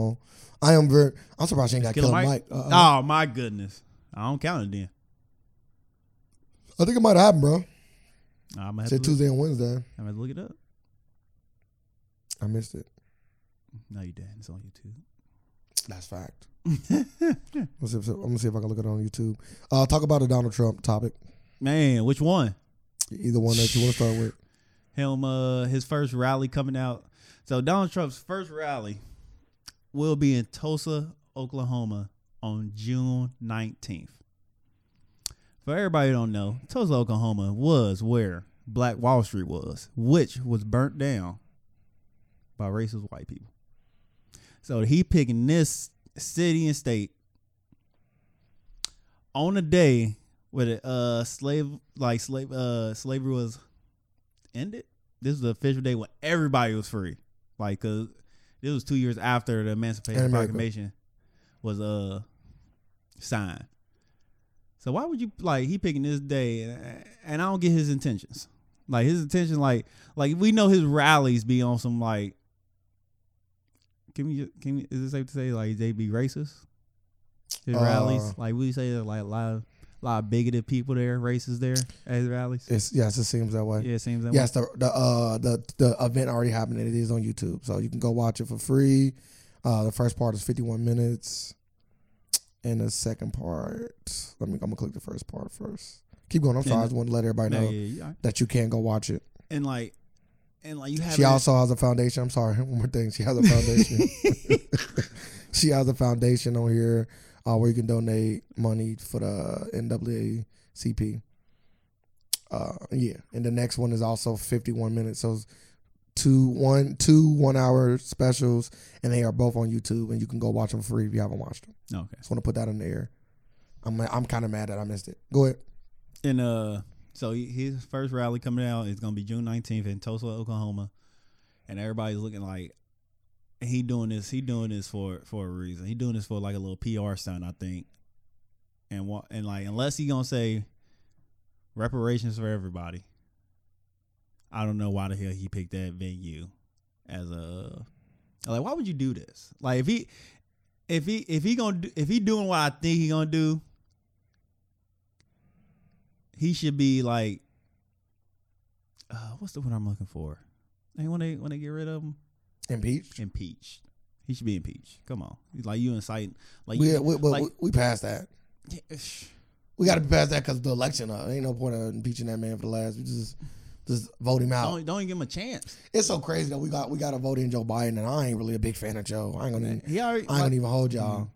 Speaker 2: on. I am very. I'm surprised she ain't got
Speaker 1: Killer
Speaker 2: Killer
Speaker 1: Mike?
Speaker 2: Mike. Uh,
Speaker 1: oh my goodness, I don't count it
Speaker 2: I think it might happen, bro.
Speaker 1: then. I'm gonna have, to
Speaker 2: Said
Speaker 1: look,
Speaker 2: Tuesday and Wednesday.
Speaker 1: I'm gonna look it up.
Speaker 2: I missed it.
Speaker 1: No, you didn't. It's on YouTube.
Speaker 2: That's fact. Let's see if, I'm gonna see if I can look it on YouTube. Uh, talk about a Donald Trump topic.
Speaker 1: Man, which one?
Speaker 2: Either one that you want to start with.
Speaker 1: him uh, his first rally coming out. So Donald Trump's first rally will be in Tulsa, Oklahoma on June 19th. For everybody who don't know, Tulsa, Oklahoma was where Black Wall Street was, which was burnt down by racist white people. So he picking this city and state on a day where the uh, slave like slave uh, slavery was ended. This was the official day when everybody was free. Like, uh, cause this was two years after the Emancipation
Speaker 2: In America.
Speaker 1: Proclamation was uh sign. So why would you like he picking this day and, and I don't get his intentions. Like his intention, like like we know his rallies be on some like. Can we can we, is it safe to say like they be racist? His
Speaker 2: Uh,
Speaker 1: rallies, like we say, there's, like a lot of lot of bigoted people there, racists there at his rallies.
Speaker 2: It's yes, it seems that way.
Speaker 1: Yeah, it seems that way.
Speaker 2: Yes, the the uh the the event already happened and it is on YouTube, so you can go watch it for free. Uh, the first part is 51 minutes, and the second part. Let me. I'm gonna click the first part first. Keep going. I'm sorry. I just want to let everybody
Speaker 1: No,
Speaker 2: know
Speaker 1: yeah, yeah, yeah.
Speaker 2: that you can go watch it.
Speaker 1: and like and like you have
Speaker 2: She also has a foundation. I'm sorry. One more thing. She has a foundation. she has a foundation on here uh, where you can donate money for the NAACP. Uh, yeah, and the next one is also 51 minutes. So it's two one two one hour specials, and they are both on YouTube, and you can go watch them free if you haven't watched them.
Speaker 1: okay.
Speaker 2: Just want to put that in the air. I'm I'm kind of mad that I missed it. Go ahead.
Speaker 1: And uh, so he- his first rally coming out is gonna be June nineteenth in Tulsa, Oklahoma, and everybody's looking like he doing this. He doing this for for a reason. He doing this for like a little PR stunt, I think. And wa- and like unless he gonna say reparations for everybody, I don't know why the hell he picked that venue as a like. Why would you do this? Like if he if he if he gonna do, if he doing what I think he gonna do, he should be like, uh, what's the word I'm looking for? And when they when they get rid of him,
Speaker 2: Impeached.
Speaker 1: impeached. He should be impeached. Come on, He's like you inciting, like
Speaker 2: We
Speaker 1: you,
Speaker 2: we, we,
Speaker 1: like-
Speaker 2: we we passed that.
Speaker 1: Yeah, ish.
Speaker 2: We got to pass that because the election. Uh, ain't no point in impeaching that man for the last. We just just vote him out.
Speaker 1: don't don't even give him a chance.
Speaker 2: It's so crazy that we got we got to vote in Joe Biden, and I ain't really a big fan of Joe. I ain't gonna
Speaker 1: He already
Speaker 2: I ain't
Speaker 1: like,
Speaker 2: gonna even hold y'all.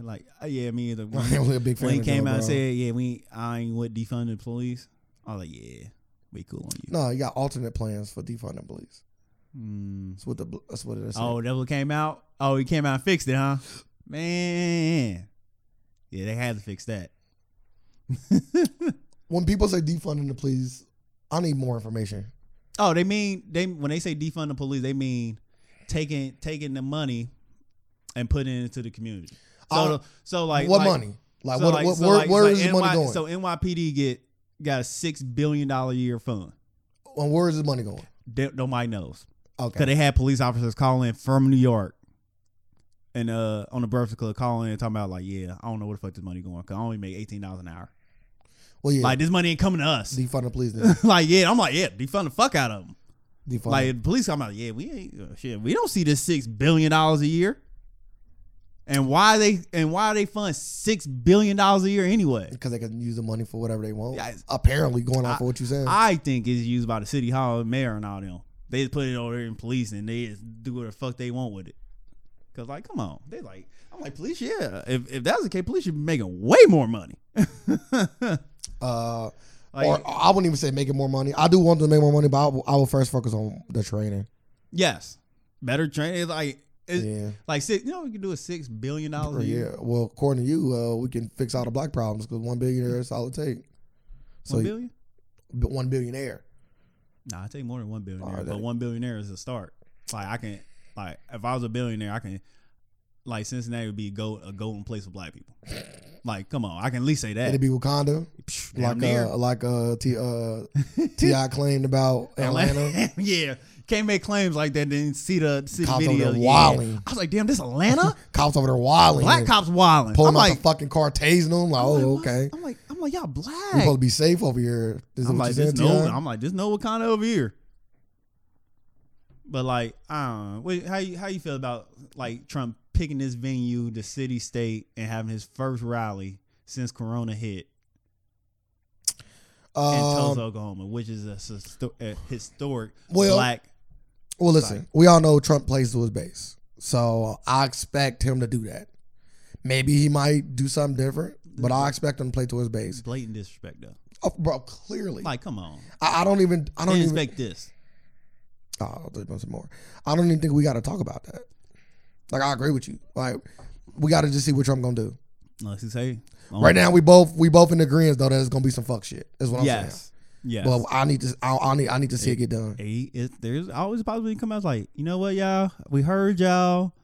Speaker 1: like, uh, yeah, me either.
Speaker 2: I ain't really a big fan.
Speaker 1: When he
Speaker 2: of
Speaker 1: came
Speaker 2: Joe,
Speaker 1: out and
Speaker 2: bro.
Speaker 1: said, yeah, we ain't- I ain't with defunded police. I was like, yeah, we cool on you.
Speaker 2: no, you got alternate plans for defunding police.
Speaker 1: Mm.
Speaker 2: That's what the that's what it is.
Speaker 1: Oh, that what came out. Oh, he came out and fixed it, huh? Man, yeah, they had to fix that.
Speaker 2: When people say defunding the police, I need more information.
Speaker 1: Oh, they mean they when they say defund the police, they mean taking taking the money and putting it into the community. So
Speaker 2: I-
Speaker 1: so like
Speaker 2: Uh, what
Speaker 1: like-
Speaker 2: money? Like
Speaker 1: so
Speaker 2: what?
Speaker 1: like-
Speaker 2: what
Speaker 1: so
Speaker 2: where
Speaker 1: like-
Speaker 2: where
Speaker 1: like
Speaker 2: is the money
Speaker 1: NY
Speaker 2: going?
Speaker 1: So NYPD get got a six billion dollar a year fund.
Speaker 2: and where is the money going?
Speaker 1: They, nobody knows because
Speaker 2: Okay,
Speaker 1: they had police officers calling from New York and uh on the Breakfast Club calling and talking about like yeah I don't know where the fuck this money going because I only make eighteen dollars an hour.
Speaker 2: well yeah,
Speaker 1: Like this money ain't coming to us.
Speaker 2: defund the police. Then.
Speaker 1: like yeah, I'm like yeah defund the fuck out of them.
Speaker 2: Defund.
Speaker 1: Like the police come out, yeah, we ain't uh, shit. We don't see this six billion dollars a year. And why they and why they fund six billion dollars a year anyway?
Speaker 2: because they can use the money for whatever they want.
Speaker 1: Yeah, it's-
Speaker 2: Apparently, going off of what you saying.
Speaker 1: I think it's used by the city hall and mayor and all them. They just put it over there in police and they just do whatever the fuck they want with it. Cause like, come on, they like, I'm like police. Yeah, if if that's the case, police should be making way more money.
Speaker 2: uh,
Speaker 1: Like-
Speaker 2: or I wouldn't even say making more money. I do want them to make more money, but I will, I will first focus on the training.
Speaker 1: yes, better training. Like, it's,
Speaker 2: Yeah,
Speaker 1: like six. You know, we can do a six billion dollars
Speaker 2: Or
Speaker 1: a year.
Speaker 2: yeah. Well, according to you, uh, we can fix all the black problems because one billionaire is all it take. So
Speaker 1: One
Speaker 2: you-
Speaker 1: billion?
Speaker 2: but one billionaire.
Speaker 1: Nah, I take more than one billionaire,
Speaker 2: Alright,
Speaker 1: but
Speaker 2: that-
Speaker 1: one billionaire is a start. Like I can, like if I was a billionaire, I can, like Cincinnati would be gold, a golden place for black people. Like, come on, I can at least say that.
Speaker 2: It'd be Wakanda,
Speaker 1: Psh, damn
Speaker 2: like
Speaker 1: near.
Speaker 2: uh, like uh, T, uh, Ti claimed about Atlanta.
Speaker 1: yeah, can't make claims like that. Then see the see the
Speaker 2: Cops over
Speaker 1: video.
Speaker 2: there
Speaker 1: Yeah.
Speaker 2: wilding.
Speaker 1: I was like, damn, this Atlanta,
Speaker 2: Cops over there wilding,
Speaker 1: black
Speaker 2: black
Speaker 1: cops wilding. I'm
Speaker 2: pulling out
Speaker 1: like,
Speaker 2: the fucking car, tasing them. Like,
Speaker 1: I'm like,
Speaker 2: oh,
Speaker 1: what?
Speaker 2: okay.
Speaker 1: I'm like, I'm like, y'all
Speaker 2: We
Speaker 1: black.
Speaker 2: supposed to be safe over here. Is
Speaker 1: I'm
Speaker 2: what
Speaker 1: like,
Speaker 2: you
Speaker 1: this
Speaker 2: said,
Speaker 1: no,
Speaker 2: T.I.?
Speaker 1: I'm like, this no Wakanda over here. But like, I don't know. Wait, how you how you feel about like Trump picking this venue, the city, state, and having his first rally since Corona hit in
Speaker 2: Um,
Speaker 1: Tulsa, Oklahoma, which is a, histo- a historic
Speaker 2: Well-
Speaker 1: black.
Speaker 2: Well, listen, we all know Trump plays to his base, so I expect him to do that. Maybe he might do something different, but I expect him to play to his base.
Speaker 1: Blatant disrespect, though.
Speaker 2: Oh, bro, clearly,
Speaker 1: Like, come on,
Speaker 2: I, I don't even. I don't
Speaker 1: didn't
Speaker 2: even.
Speaker 1: expect this.
Speaker 2: Oh, there's been some more. I don't even think we got to talk about that. Like, I agree with you. Like, we got to just see what Trump gonna do.
Speaker 1: Unless um, you say
Speaker 2: Right now, we both we both in agreement though that it's gonna be some fuck shit. Is what I'm
Speaker 1: yes, yes.
Speaker 2: saying. Well, I need to. I, I need. I need to see it get done.
Speaker 1: Hey, it, there's always a possibility to come out like, you know what, y'all? We heard y'all,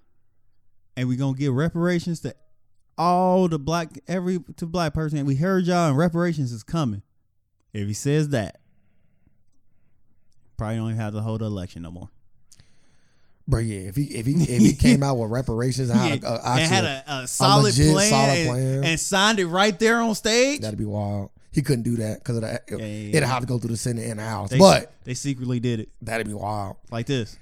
Speaker 1: and we gonna give reparations to all the black every to black person. And we heard y'all and reparations is coming. If he says that, probably don't even have to hold the election no more.
Speaker 2: Bro, yeah. If he if he if he came out with reparations, I had a,
Speaker 1: Yeah,
Speaker 2: a, actual-
Speaker 1: and had a, a solid,
Speaker 2: legit
Speaker 1: plan
Speaker 2: solid
Speaker 1: and,
Speaker 2: plan.
Speaker 1: and signed it right there on stage.
Speaker 2: that'd be wild. He couldn't do that because it, it,
Speaker 1: yeah, yeah.
Speaker 2: would have to go through the Senate and the House.
Speaker 1: They,
Speaker 2: but
Speaker 1: they secretly did it
Speaker 2: that'd be wild.
Speaker 1: like this.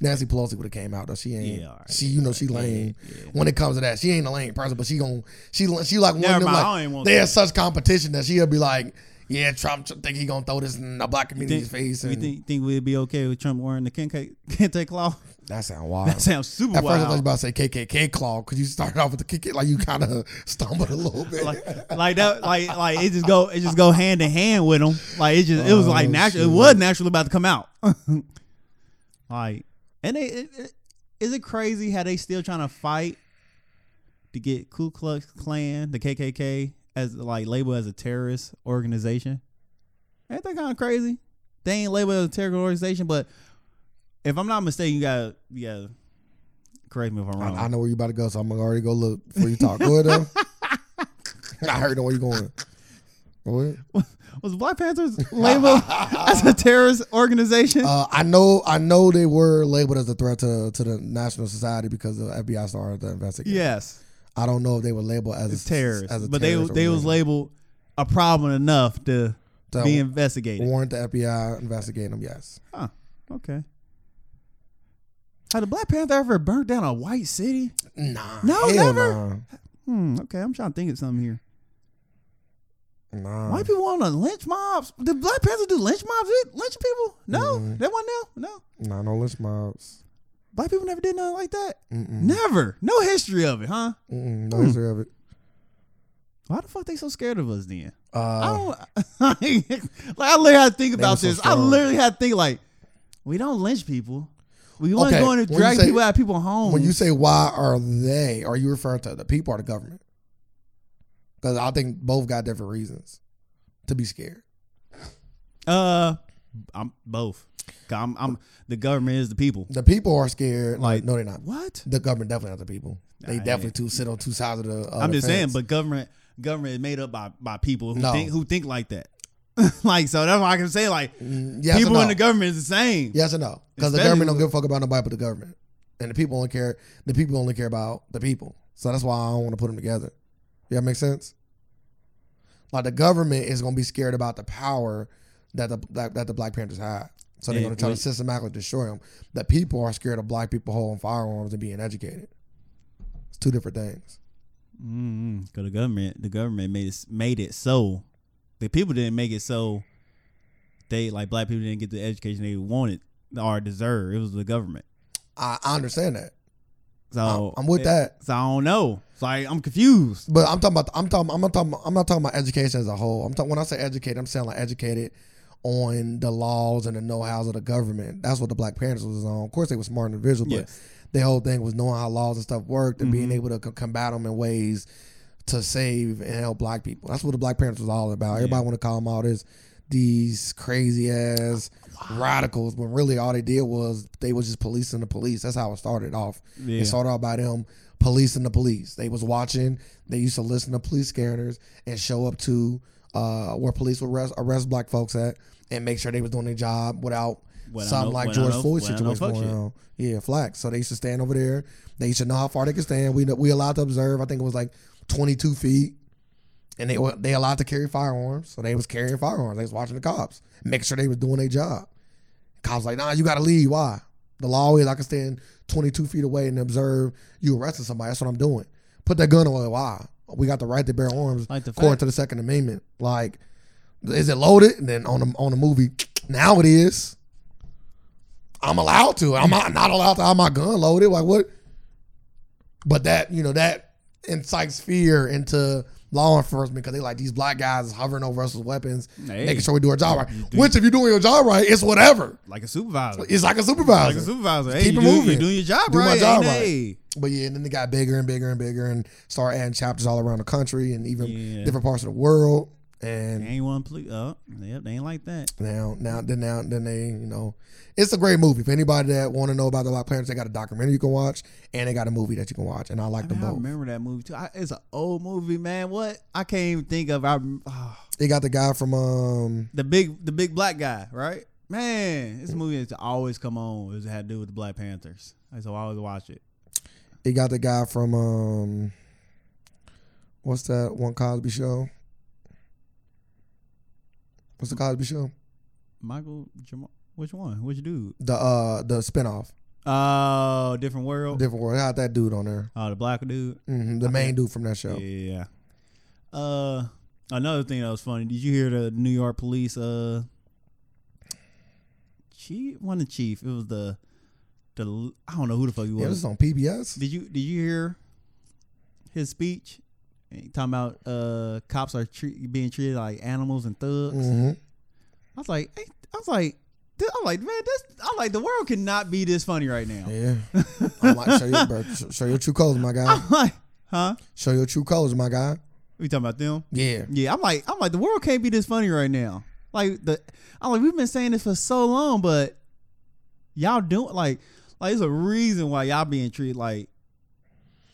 Speaker 2: Nancy Pelosi would have came out though. She ain't.
Speaker 1: Yeah, all right.
Speaker 2: she you know she lame.
Speaker 1: yeah, yeah.
Speaker 2: When it comes to that, she ain't a lame person, but she gon' she she like one
Speaker 1: Never
Speaker 2: of them
Speaker 1: mind, I don't even
Speaker 2: like
Speaker 1: want
Speaker 2: they
Speaker 1: to-
Speaker 2: have such competition that she'll be like, yeah, Trump think he gonna throw this in the black
Speaker 1: Think,
Speaker 2: community's face.
Speaker 1: you
Speaker 2: And
Speaker 1: think, think we'd be okay with Trump wearing the kente, kente claw?
Speaker 2: that sound wild.
Speaker 1: That sounds super
Speaker 2: At first, I was
Speaker 1: wild.
Speaker 2: about to say KKK claw because you started off with the kick it like you kind of stumbled a little bit.
Speaker 1: like, like that, like like it just go it just go hand in hand with him. Like it just it was like
Speaker 2: Oh,
Speaker 1: natural. It
Speaker 2: shit.
Speaker 1: was naturally about to come out. like, and they, it, it, is it crazy how they still trying to fight to get Ku Klux Klan, the KKK, as like labeled as a terrorist organization? Ain't that kind of crazy? They ain't labeled as a terrorist organization, but if I'm not mistaken, you got you got correct me if I'm
Speaker 2: I,
Speaker 1: wrong.
Speaker 2: I know where you about to go, so I'm gonna already go look before you talk. Go ahead. though. I already know where you going. Go ahead.
Speaker 1: Was Black Panthers labeled as a terrorist organization?
Speaker 2: Uh, I know, I know they were labeled as a threat to to the national society because the FBI started the investigation.
Speaker 1: Yes,
Speaker 2: I don't know if they were labeled as
Speaker 1: it's
Speaker 2: a
Speaker 1: terrorist.
Speaker 2: as a
Speaker 1: but
Speaker 2: terrorist
Speaker 1: they they was
Speaker 2: organization.
Speaker 1: labeled a problem enough to
Speaker 2: To
Speaker 1: be investigated.
Speaker 2: warrant the FBI investigating them. Yes,
Speaker 1: Huh. Okay. Had the Black Panther ever burnt down a white city?
Speaker 2: nah,
Speaker 1: No,
Speaker 2: hell
Speaker 1: never. Hmm. Okay, I'm trying to think of something here.
Speaker 2: Nah, nah.
Speaker 1: White people want to lynch mobs. Did Black Panther do lynch mobs? Did Lynch people? No,
Speaker 2: Mhm.
Speaker 1: that one no, no.
Speaker 2: nah, no lynch mobs.
Speaker 1: Black people never did nothing like that.
Speaker 2: Mm-mm.
Speaker 1: Never. No history of it, huh?
Speaker 2: Mm-mm,
Speaker 1: Hmm.
Speaker 2: no history of it.
Speaker 1: Why the fuck they so scared of us then? I
Speaker 2: Uh,
Speaker 1: don't like. I literally had to think about
Speaker 2: so
Speaker 1: this. I
Speaker 2: strong.
Speaker 1: literally had to think like, we don't lynch people. We want to
Speaker 2: Okay,
Speaker 1: go in and
Speaker 2: when you
Speaker 1: drag
Speaker 2: say-
Speaker 1: people out of people's homes.
Speaker 2: when you say why are they, are you referring to the people or the government? Because I think both got different reasons to be scared.
Speaker 1: uh, I'm both. 'Cause I'm, I'm the government is the people.
Speaker 2: The people are scared. Like,
Speaker 1: Like-
Speaker 2: no, they're not.
Speaker 1: What?
Speaker 2: The government definitely not the people. They
Speaker 1: Nah,
Speaker 2: definitely
Speaker 1: yeah.
Speaker 2: two sit on two sides of the. of
Speaker 1: I'm
Speaker 2: the
Speaker 1: just saying,
Speaker 2: fence.
Speaker 1: but government government is made up by by people who
Speaker 2: No.
Speaker 1: think who think like that. like so that's why I can say like
Speaker 2: Mm, yes
Speaker 1: people
Speaker 2: and no.
Speaker 1: in the government is the same.
Speaker 2: yes and no, because the
Speaker 1: Especially
Speaker 2: government don't
Speaker 1: with-
Speaker 2: give a fuck about nobody but the government, and the people only care. The people only care about the people, so that's why I don't want to put them together. Yeah, make sense. Like the government is gonna be scared about the power that the that, that the Black Panthers had, so they're
Speaker 1: Yeah,
Speaker 2: gonna try
Speaker 1: we-
Speaker 2: to systematically destroy them. The people are scared of black people holding firearms and being educated. It's two different things.
Speaker 1: mm Cause the government, the government made it made it so the people didn't make it so they like black people didn't get the education they wanted or deserved. It was the government.
Speaker 2: I, I understand that.
Speaker 1: So
Speaker 2: I'm with
Speaker 1: it-
Speaker 2: that.
Speaker 1: So I don't know. It's like I'm confused.
Speaker 2: But I'm talking about I'm talking I'm not talking I'm not talking about education as a whole. I'm talking when I say educated, I'm saying like educated on the laws and the know hows of the government. That's what the Black Panthers was on. Of course, they were smart individuals, but
Speaker 1: Yes.
Speaker 2: their whole thing was knowing how laws and stuff worked and
Speaker 1: Mm-hmm.
Speaker 2: being able to co- combat them in ways to save and help black people. That's what the Black Panthers was all about. Everybody want to call them all this these crazy ass radicals, when really all they did was they was just policing the police. That's how it started off.
Speaker 1: Yeah.
Speaker 2: It started off by them policing the police. They was watching. They used to listen to police scanners and show up to uh, where police would arrest, arrest black folks at and make sure they was doing their job without
Speaker 1: Without
Speaker 2: something
Speaker 1: no-
Speaker 2: like
Speaker 1: without
Speaker 2: George
Speaker 1: no-
Speaker 2: Floyd
Speaker 1: without no
Speaker 2: situation
Speaker 1: fuck
Speaker 2: going
Speaker 1: shit.
Speaker 2: on. Yeah, flax. So they used to stand over there. They used to know how far they could stand. We we allowed to observe. I think it was like twenty two feet, and they were they allowed to carry firearms. So they was carrying firearms. They was watching the cops, making sure they was doing their job. Cops like, nah, you gotta leave. Why? The law is I can stand twenty two feet away and observe you arresting somebody. That's what I'm doing. Put that gun away. Why? We got the right to bear arms
Speaker 1: Like the
Speaker 2: according
Speaker 1: fact-
Speaker 2: to the Second Amendment. Like, is it loaded? And then on the on the movie, now it is. I'm allowed to. I'm not, not allowed to have my gun loaded. Like what? But that you know that incites fear into law enforcement because they like these black guys hovering over us with weapons,
Speaker 1: Hey.
Speaker 2: making sure we do our job right. Which if you're doing your job right, it's whatever.
Speaker 1: Like a supervisor.
Speaker 2: It's like a supervisor.
Speaker 1: Like a supervisor. Hey,
Speaker 2: keep
Speaker 1: you
Speaker 2: it
Speaker 1: do,
Speaker 2: moving.
Speaker 1: You're doing your job
Speaker 2: Do my
Speaker 1: right.
Speaker 2: job
Speaker 1: ain't
Speaker 2: right.
Speaker 1: they?
Speaker 2: But yeah, and then they got bigger and bigger and bigger and started adding chapters all around the country and even
Speaker 1: Yeah.
Speaker 2: different parts of the world.
Speaker 1: They
Speaker 2: And
Speaker 1: ain't one plea. Uh, yep, they ain't like that.
Speaker 2: now, now, then, now, then they, you know, it's a great movie. If anybody that want to know about the Black Panthers, they got a documentary you can watch, and they got a movie that you can watch, and I like
Speaker 1: I, mean, I
Speaker 2: them both.
Speaker 1: remember that movie too. I, it's an old movie, man. What I can't even think of. I ah.
Speaker 2: They got the guy from um,
Speaker 1: the big the big black guy, right? Man, this movie used to always come on. It was- had to do with the Black Panthers. I so I always watch it.
Speaker 2: they got the guy from um, what's that one Cosby show? What's the Cosby show?
Speaker 1: Michael Jamal. Which one? Which dude?
Speaker 2: The uh, the spinoff,
Speaker 1: Oh, different world.
Speaker 2: different world. How'd that dude on there?
Speaker 1: Oh, the black dude.
Speaker 2: hmm the main dude from that show.
Speaker 1: Yeah. Uh, another thing that was funny. Did you hear the New York police? Uh, chief, one the chief. It was the the I don't know who the fuck he
Speaker 2: Yeah, this
Speaker 1: was.
Speaker 2: is on PBS.
Speaker 1: Did you did you hear his speech? He Talking about uh cops are treat, being treated like animals and thugs.
Speaker 2: hmm
Speaker 1: I was like, ain't- I was like, th- I'm like, man, this I'm like the world cannot be this funny right now.
Speaker 2: Yeah, I'm like, show your, bro, sh- show your true colors, my guy.
Speaker 1: I'm like, huh?
Speaker 2: Show your true colors, my guy.
Speaker 1: We talking about them?
Speaker 2: Yeah,
Speaker 1: Yeah, I'm like, I'm like, the world can't be this funny right now. Like the, I'm like, we've been saying this for so long, but y'all doing like, like there's a reason why y'all being treated like,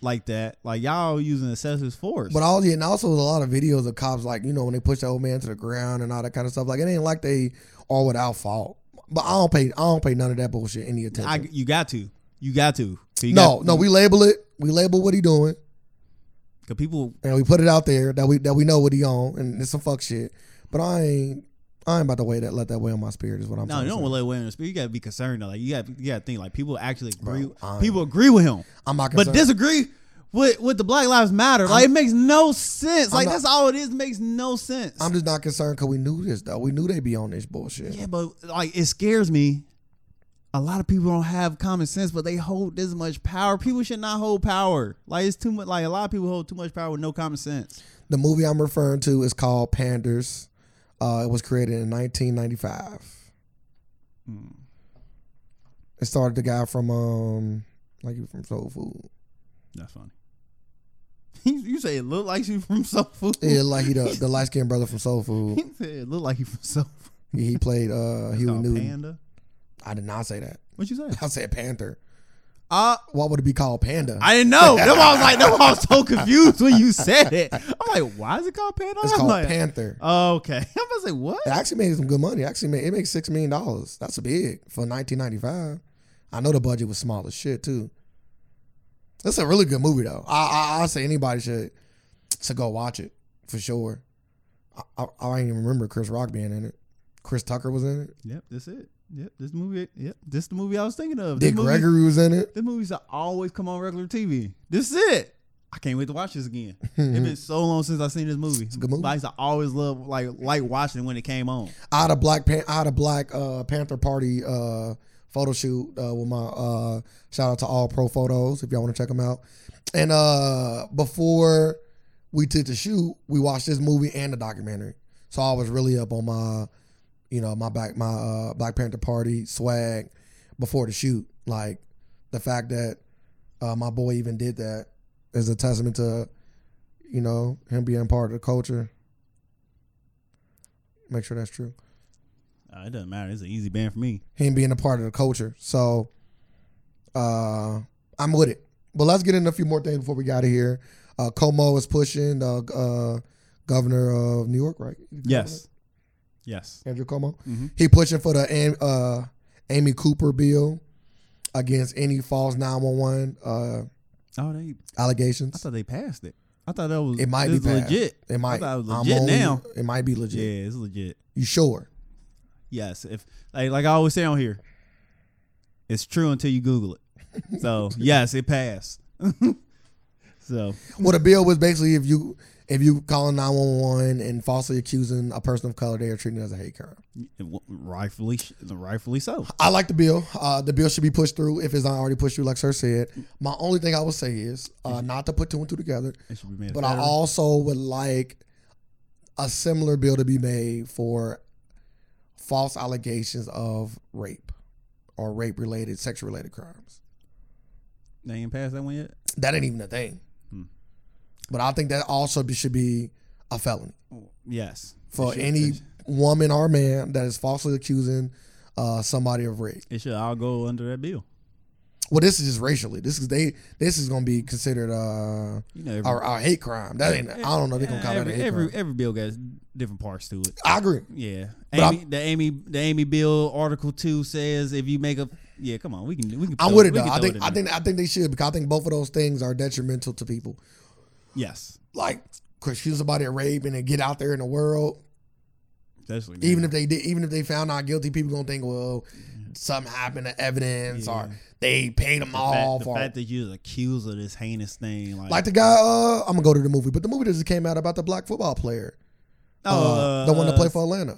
Speaker 1: like that. Like y'all using excessive force.
Speaker 2: But all yeah, and also there's a lot of videos of cops like you know when they push the old man to the ground and all that kind of stuff. Like it ain't like they all without fault. But I don't pay I don't pay none of that bullshit any attention.
Speaker 1: I, you got to, you got to. So you
Speaker 2: no,
Speaker 1: got-
Speaker 2: no, we label it. We label what he doing,
Speaker 1: 'cause people,
Speaker 2: and we put it out there that we that we know what he on, and it's some fuck shit. But I ain't I ain't about to wait that let that weigh on my spirit is what I'm.
Speaker 1: no,
Speaker 2: No,
Speaker 1: you don't
Speaker 2: no,
Speaker 1: want to let women speak. You got to be concerned though. Like you got, you got to think like people actually agree.
Speaker 2: Bro, I-
Speaker 1: people agree with him,
Speaker 2: I'm not
Speaker 1: but
Speaker 2: concerned.
Speaker 1: disagree. With, with the Black Lives Matter, like it makes no sense. Like
Speaker 2: not-
Speaker 1: that's all it is. Makes no sense.
Speaker 2: I'm just not concerned because we knew this though. We knew they be on this bullshit.
Speaker 1: Yeah, but like it scares me. A lot of people don't have common sense, but they hold this much power. People should not hold power. Like it's too much. Like a lot of people hold too much power with no common sense.
Speaker 2: The movie I'm referring to is called Panders. Uh, it was created in 1995.
Speaker 1: Hmm.
Speaker 2: It started the guy from um, like you from Soul Food.
Speaker 1: That's funny. you, you say it look like you from Soul Food.
Speaker 2: Yeah, like he the, the light skinned brother from Soul Food.
Speaker 1: you say it look like you from Soul Food.
Speaker 2: He, he played uh Huey
Speaker 1: Called
Speaker 2: Newton.
Speaker 1: Panda.
Speaker 2: I did not say that.
Speaker 1: What you say?
Speaker 2: I said Panther.
Speaker 1: Uh,
Speaker 2: What would it be called? Panda.
Speaker 1: I didn't know. That's why I was like, that's why I was so confused when you said it. I'm like, why is it called Panda?
Speaker 2: it's
Speaker 1: I'm
Speaker 2: called
Speaker 1: like,
Speaker 2: Panther.
Speaker 1: Okay. I'm about to say what?
Speaker 2: It actually made some good money. Actually, made, it makes six million dollars. That's big for 1995. I know the budget was small as shit too. That's a really good movie though. I I, I say anybody should to go watch it for sure. I, I I don't even remember Chris Rock being in it. Chris Tucker was in it.
Speaker 1: Yep, that's it. Yep, this movie. Yep, this the movie I was thinking of.
Speaker 2: Dick
Speaker 1: this movie,
Speaker 2: Gregory was in it.
Speaker 1: This movie's to always come on regular TV. This is it. I can't wait to watch this again. it's been so long since I seen this movie. Mm-hmm. It's
Speaker 2: a good movie.
Speaker 1: I used to always love like like watching it when it came on.
Speaker 2: I had a black pan, I had a black uh, Panther party uh, photo shoot uh, with my uh, shout out to all pro photos if y'all want to check them out. And uh, before we took the shoot, we watched this movie and the documentary. So I was really up on my, you know, my back my uh, Black Panther party swag before the shoot. Like the fact that uh, my boy even did that is a testament to, you know, him being part of the culture. Make sure that's true
Speaker 1: Uh, it doesn't matter. It's an easy band for me.
Speaker 2: him being a part of the culture. So uh I'm with it. But let's get into a few more things before we got out of here. Uh Como is pushing the uh, governor of New York, right?
Speaker 1: Yes, yes.
Speaker 2: Andrew Como.
Speaker 1: Mhm.
Speaker 2: He pushing for the Am- uh Amy Cooper bill against any false 911 uh
Speaker 1: Oh, they. I
Speaker 2: allegations.
Speaker 1: thought they passed it. I thought that was
Speaker 2: It might
Speaker 1: this
Speaker 2: be
Speaker 1: is
Speaker 2: passed.
Speaker 1: legit.
Speaker 2: It might
Speaker 1: thought it was
Speaker 2: I'm
Speaker 1: legit
Speaker 2: only-
Speaker 1: now.
Speaker 2: It might be legit.
Speaker 1: Yeah, it's legit.
Speaker 2: You sure?
Speaker 1: Yes, if like like I always say on here, it's true until you Google it. So yes, it passed. so
Speaker 2: Well, the bill was basically if you if you calling 911 and falsely accusing a person of color, they are treating it as a hate crime.
Speaker 1: rightfully, rightfully so.
Speaker 2: I like the bill. Uh, the bill should be pushed through if it's not already pushed through, like Sir said. My only thing I would say is uh,
Speaker 1: Mm-hmm.
Speaker 2: not to put two and two together,
Speaker 1: It should be made.
Speaker 2: but I
Speaker 1: federal.
Speaker 2: also would like a similar bill to be made for false allegations of rape or rape related, sexual related crimes.
Speaker 1: They ain't passed that one yet.
Speaker 2: That ain't even a thing.
Speaker 1: Hmm.
Speaker 2: But I think that also be- should be a felony
Speaker 1: Yes.
Speaker 2: for
Speaker 1: It should-
Speaker 2: any
Speaker 1: it should-
Speaker 2: woman or man that is falsely accusing uh, somebody of rape.
Speaker 1: It should all go under that bill.
Speaker 2: Well, this is just racially. This is they. This is going to be considered uh,
Speaker 1: You know, every,
Speaker 2: our, our hate crime. That ain't. I don't know. They're going to call
Speaker 1: every,
Speaker 2: that a hate
Speaker 1: every,
Speaker 2: crime.
Speaker 1: every bill has different parts to it.
Speaker 2: I agree.
Speaker 1: Yeah,
Speaker 2: But
Speaker 1: Amy, the Amy the Amy Bill Article Two says if you make a yeah, come on, we can we can.
Speaker 2: I'm
Speaker 1: throw-
Speaker 2: with it
Speaker 1: we
Speaker 2: though.
Speaker 1: can
Speaker 2: I
Speaker 1: throw
Speaker 2: think.
Speaker 1: in
Speaker 2: I
Speaker 1: there.
Speaker 2: think. I think they should because I think both of those things are detrimental to people.
Speaker 1: yes,
Speaker 2: Like, cause accuse somebody of rape and then get out there in the world.
Speaker 1: especially now.
Speaker 2: Even if they did, even if they found not guilty, people gonna think, well, something happened to evidence or they paid them
Speaker 1: the fact,
Speaker 2: off
Speaker 1: the
Speaker 2: or
Speaker 1: fact that you're accused of this heinous thing, like,
Speaker 2: Like the guy, uh, I'm gonna go to the movie, but the movie that just came out about the black football player,
Speaker 1: oh,
Speaker 2: uh, the one that
Speaker 1: uh,
Speaker 2: played for Atlanta.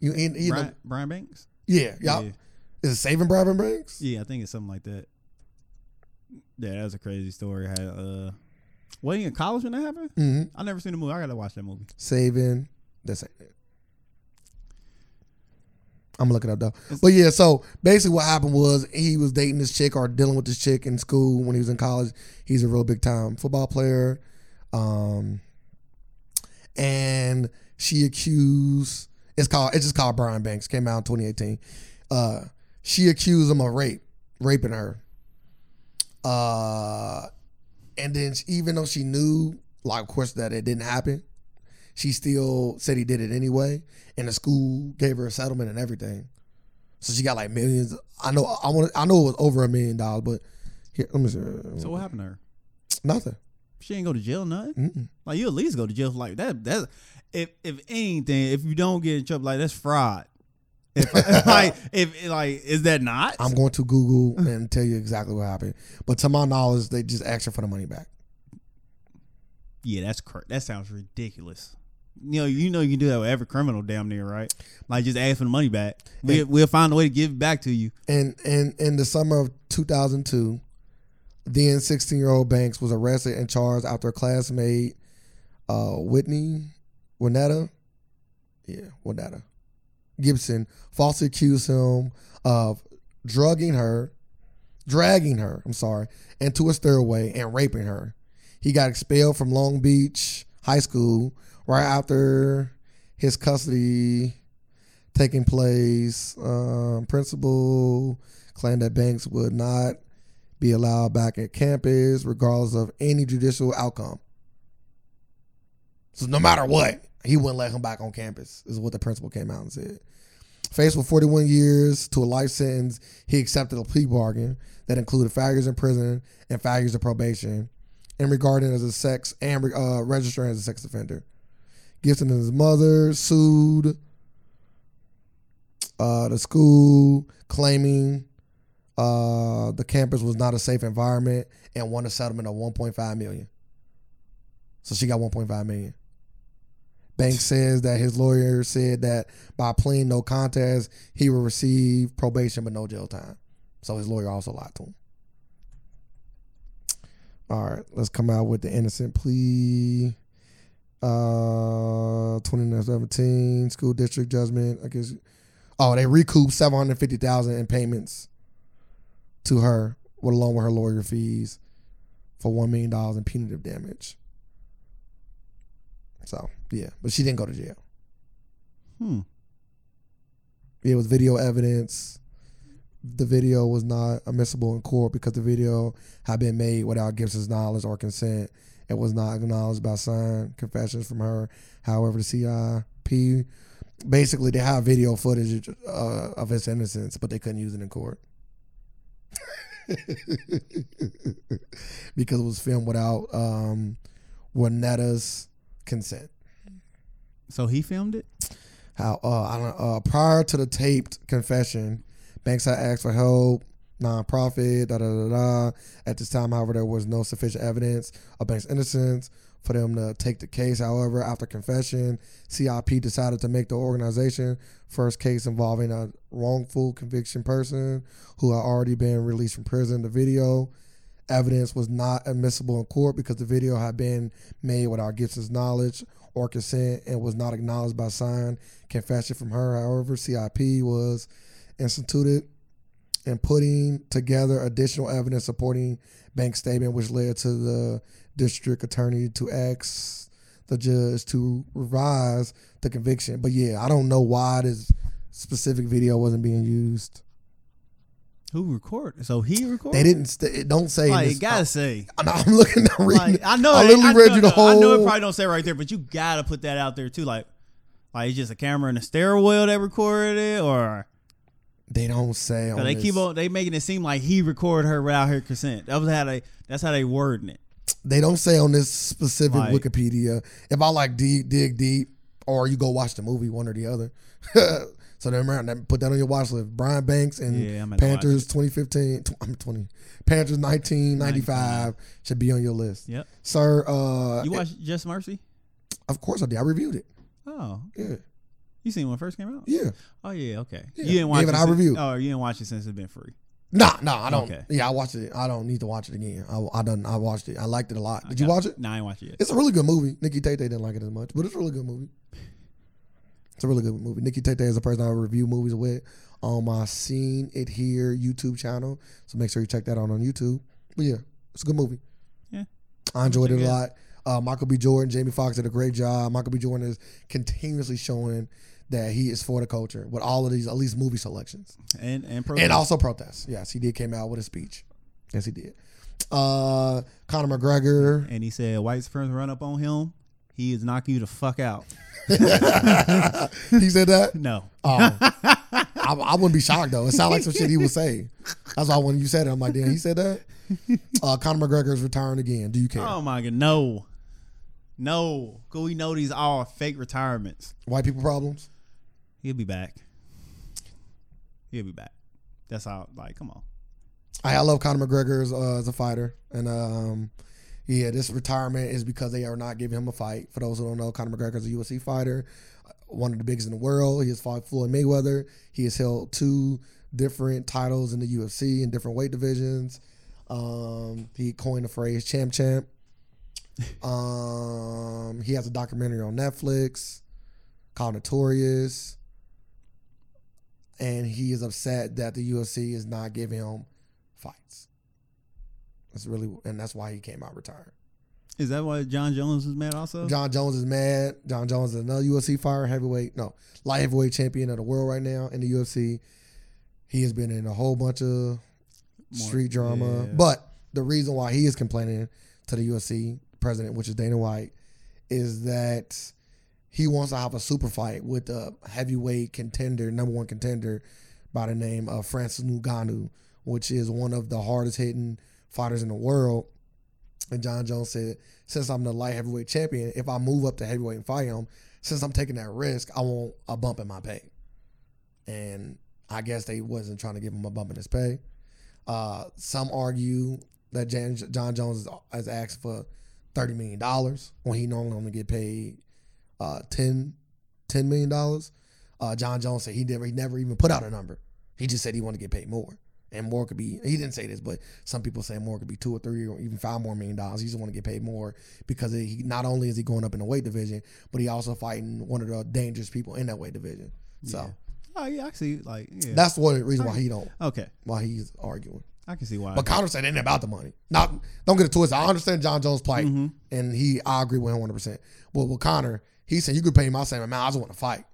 Speaker 2: You, in, you know,
Speaker 1: Brian, Brian Banks.
Speaker 2: yeah, yeah,
Speaker 1: yeah,
Speaker 2: Is it Saving Brian Banks?
Speaker 1: Yeah, I think it's something like that. Yeah, that was a crazy story. I had, uh, what in college when that happened?
Speaker 2: hmm
Speaker 1: I never seen the movie. I gotta watch that movie.
Speaker 2: Saving. That's it. I'm gonna look it up though. But yeah, so basically what happened was he was dating this chick or dealing with this chick in school when he was in college. He's a real big time football player. Um and she accused it's called it's just called Brian Banks, came out in 2018. Uh she accused him of rape, raping her. Uh and then she- even though she knew, like of course, that it didn't happen, she still said he did it anyway, and the school gave her a settlement and everything. So she got like millions. I know. I want. I know it was over a million dollars, but here, let me see.
Speaker 1: So what happened to her?
Speaker 2: Nothing.
Speaker 1: She ain't go to jail, nothing.
Speaker 2: Mm-mm.
Speaker 1: Like you at least go to jail for like that. That's if if anything, if you don't get in trouble, like that's fraud. If like if like is that not?
Speaker 2: I'm going to Google and tell you exactly what happened. But to my knowledge, they just asked her for the money back.
Speaker 1: yeah, that's cr- that sounds ridiculous. You know, you know, you can do that with every criminal, damn near, right? Like just ask for the money back. We we'll find a way to give it back to you.
Speaker 2: And and in the summer of 2002, then 16 year old Banks was arrested and charged after a classmate, uh, Whitney Winetta, yeah, Winetta Gibson falsely accused him of drugging her, dragging her, I'm sorry, into a stairway and raping her. He got expelled from Long Beach High School right after his custody taking place. Um, principal claimed that Banks would not be allowed back at campus, regardless of any judicial outcome. So no matter what, he wouldn't let him back on campus. Is what the principal came out and said. Faced with 41 years to a life sentence, he accepted a plea bargain that included five years in prison and five years of probation, and regarding as a sex and uh, registering as a sex offender. Gibson and his mother sued uh, the school claiming uh, the campus was not a safe environment and won a settlement of 1.5 million. So she got 1.5 million. Banks says that his lawyer said that by pleading no contest, he will receive probation but no jail time. So his lawyer also lied to him. All right, let's come out with the innocent plea. Uh, 2017 school district judgment. I guess Oh, they recouped seven hundred fifty thousand in payments to her, with along with her lawyer fees for one million dollars in punitive damage. So yeah, but she didn't go to jail.
Speaker 1: Hmm.
Speaker 2: It was video evidence. The video was not admissible in court because the video had been made without Gibson's knowledge or consent. It was not acknowledged by signed confessions from her. However, the CIP basically they have video footage uh, of his innocence, but they couldn't use it in court because it was filmed without um, Juanetta's consent.
Speaker 1: So he filmed it.
Speaker 2: How uh, I don't, uh, prior to the taped confession, Banks had asked for help, nonprofit, da da da da. At this time, however, there was no sufficient evidence of Banks' innocence for them to take the case. However, after confession, CIP decided to make the organization first case involving a wrongful conviction person who had already been released from prison. The video evidence was not admissible in court because the video had been made without Gibson's knowledge or consent and was not acknowledged by signed confession from her. However, CIP was instituted and putting together additional evidence supporting Banks' statement, which led to the district attorney to ask the judge to revise the conviction. But yeah, I don't know why this specific video wasn't being used.
Speaker 1: Who recorded? So he recorded.
Speaker 2: They didn't. St- it don't say.
Speaker 1: Like,
Speaker 2: this-
Speaker 1: gotta say.
Speaker 2: I, am looking. I'm reading.
Speaker 1: Like, I know.
Speaker 2: I
Speaker 1: it-
Speaker 2: literally
Speaker 1: I
Speaker 2: read
Speaker 1: know-
Speaker 2: you the whole.
Speaker 1: I know it probably don't say right there, but you gotta put that out there too. Like, like it's just a camera in a stairwell that recorded it, or
Speaker 2: they don't say. On
Speaker 1: or they
Speaker 2: this.
Speaker 1: keep on they making it seem like he recorded her without her consent. That was how they. That's how they wording it.
Speaker 2: They don't say on this specific
Speaker 1: Like-
Speaker 2: Wikipedia. If I like deep, dig deep, or you go watch the movie, one or the other. so then around, then put that on your watch list. Brian Banks and
Speaker 1: Yeah, I'm gonna
Speaker 2: Panthers 2015. Tw- I'm 20. Panthers 1995 should be on your list,
Speaker 1: Yep.
Speaker 2: sir. Uh,
Speaker 1: You watched Just Mercy?
Speaker 2: Of course I did. I reviewed it.
Speaker 1: Oh,
Speaker 2: Yeah,
Speaker 1: you seen when it first came out?
Speaker 2: yeah.
Speaker 1: Oh yeah, okay.
Speaker 2: Yeah.
Speaker 1: You didn't watch
Speaker 2: Even
Speaker 1: it.
Speaker 2: I
Speaker 1: since-
Speaker 2: reviewed.
Speaker 1: Oh, you didn't watch it since it's been free.
Speaker 2: Nah, nah. I don't.
Speaker 1: Okay.
Speaker 2: Yeah, I watched it. I don't need to watch it again. I, I done. I watched it. I liked it a lot. Did you
Speaker 1: Got-
Speaker 2: watch it?
Speaker 1: No, I didn't watch it yet.
Speaker 2: It's a really good movie. Nikki Tate didn't like it as much, but it's a really good movie. It's a really good movie. Nikki Tate is the person I review movies with on my Seen It Here YouTube channel. So make sure you check that out on YouTube. But yeah, it's a good movie.
Speaker 1: Yeah.
Speaker 2: I enjoyed
Speaker 1: check
Speaker 2: it a
Speaker 1: it out.
Speaker 2: lot. Uh, Michael B. Jordan, Jamie Foxx did a great job. Michael B. Jordan is continuously showing that he is for the culture with all of these, at least movie selections
Speaker 1: And and pro.
Speaker 2: and also protests. Yes, he did came out with a speech. Yes, he did. Uh, Conor McGregor.
Speaker 1: and he said white supremacists run up on him. He is knocking you the fuck out.
Speaker 2: he said that.
Speaker 1: No.
Speaker 2: Oh, I, I wouldn't be shocked though. It sounded like some shit he would say. That's why when you said it, I'm like, damn, he said that. Uh, Conor McGregor is retiring again. Do you care?
Speaker 1: Oh my god, no, no. Cause we know these all fake retirements.
Speaker 2: White people problems.
Speaker 1: He'll be back. He'll be back. That's how. Like, come on.
Speaker 2: I, I love Conor McGregor as, uh, as a fighter, and um, yeah, this retirement is because they are not giving him a fight. For those who don't know, Conor McGregor is a UFC fighter, uh, one of the biggest in the world. He has fought Floyd Mayweather. He has held two different titles in the UFC in different weight divisions. Um, he coined the phrase "champ champ." Um, he has a documentary on Netflix called Notorious. And he is upset that the UFC is not giving him fights. That's really, and that's why he came out retired.
Speaker 1: Is that why John Jones was mad? Also,
Speaker 2: John Jones is mad. John Jones is another UFC fire heavyweight, no, light heavyweight champion of the world right now in the UFC. He has been in a whole bunch of
Speaker 1: More-
Speaker 2: street drama.
Speaker 1: yeah.
Speaker 2: But the reason why he is complaining to the UFC president, which is Dana White, is that he wants to have a super fight with a heavyweight contender, number one contender, by the name of Francis Ngannou, which is one of the hardest hitting fighters in the world. And John Jones said, since I'm the light heavyweight champion, if I move up to heavyweight and fight him, since I'm taking that risk, I want a bump in my pay. And I guess they wasn't trying to give him a bump in his pay. Uh, some argue that Jan, John Jones is- has asked for thirty million dollars when he normally only get paid uh, 10, 10 million dollars. Uh, John Jones said he never he never even put out a number. He just said he wanted to get paid more, and more could be. He didn't say this, but some people say more could be two or three or even five more million dollars. He just want to get paid more because he not only is he going up in the weight division, but he also fighting one of the dangerous people in that weight division. So
Speaker 1: oh yeah, I see. Like, yeah.
Speaker 2: that's one of the reason why he don't
Speaker 1: okay.
Speaker 2: why he's arguing.
Speaker 1: I can see why.
Speaker 2: But Connor said it ain't about the money. Not don't get it twisted. I understand John Jones' plight,
Speaker 1: Mm-hmm.
Speaker 2: and he I agree with him one hundred percent. But with Connor, he said you could pay my same amount. I just want to fight.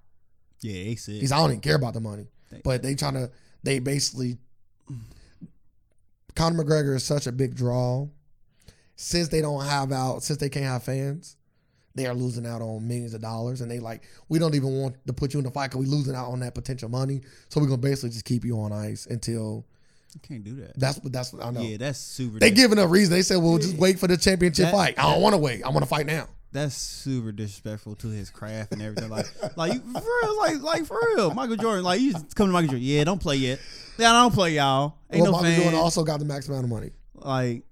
Speaker 1: yeah, he said.
Speaker 2: He said I don't even care about the money.
Speaker 1: Thank- Mm.
Speaker 2: But they trying to they basically Conor McGregor is such a big draw. Since they don't have out, since they can't have fans, they are losing out on millions of dollars. And they like, we don't even want to put you in the fight because we losing out on that potential money. So we're gonna basically just keep you on ice until
Speaker 1: You can't do that.
Speaker 2: that's what that's what I know.
Speaker 1: Yeah, that's super.
Speaker 2: They
Speaker 1: dis-
Speaker 2: giving a reason. They said, "Well, just wait for the championship
Speaker 1: That-
Speaker 2: fight." I don't want to wait. I want to fight now.
Speaker 1: that's super disrespectful to his craft and everything. Like, like you, for real, like, like for real, Michael Jordan. Like, you just come to Michael Jordan. Yeah, don't play yet. Yeah, I don't play y'all. Ain't
Speaker 2: well,
Speaker 1: no
Speaker 2: Michael
Speaker 1: fan.
Speaker 2: Jordan also got the max amount of money.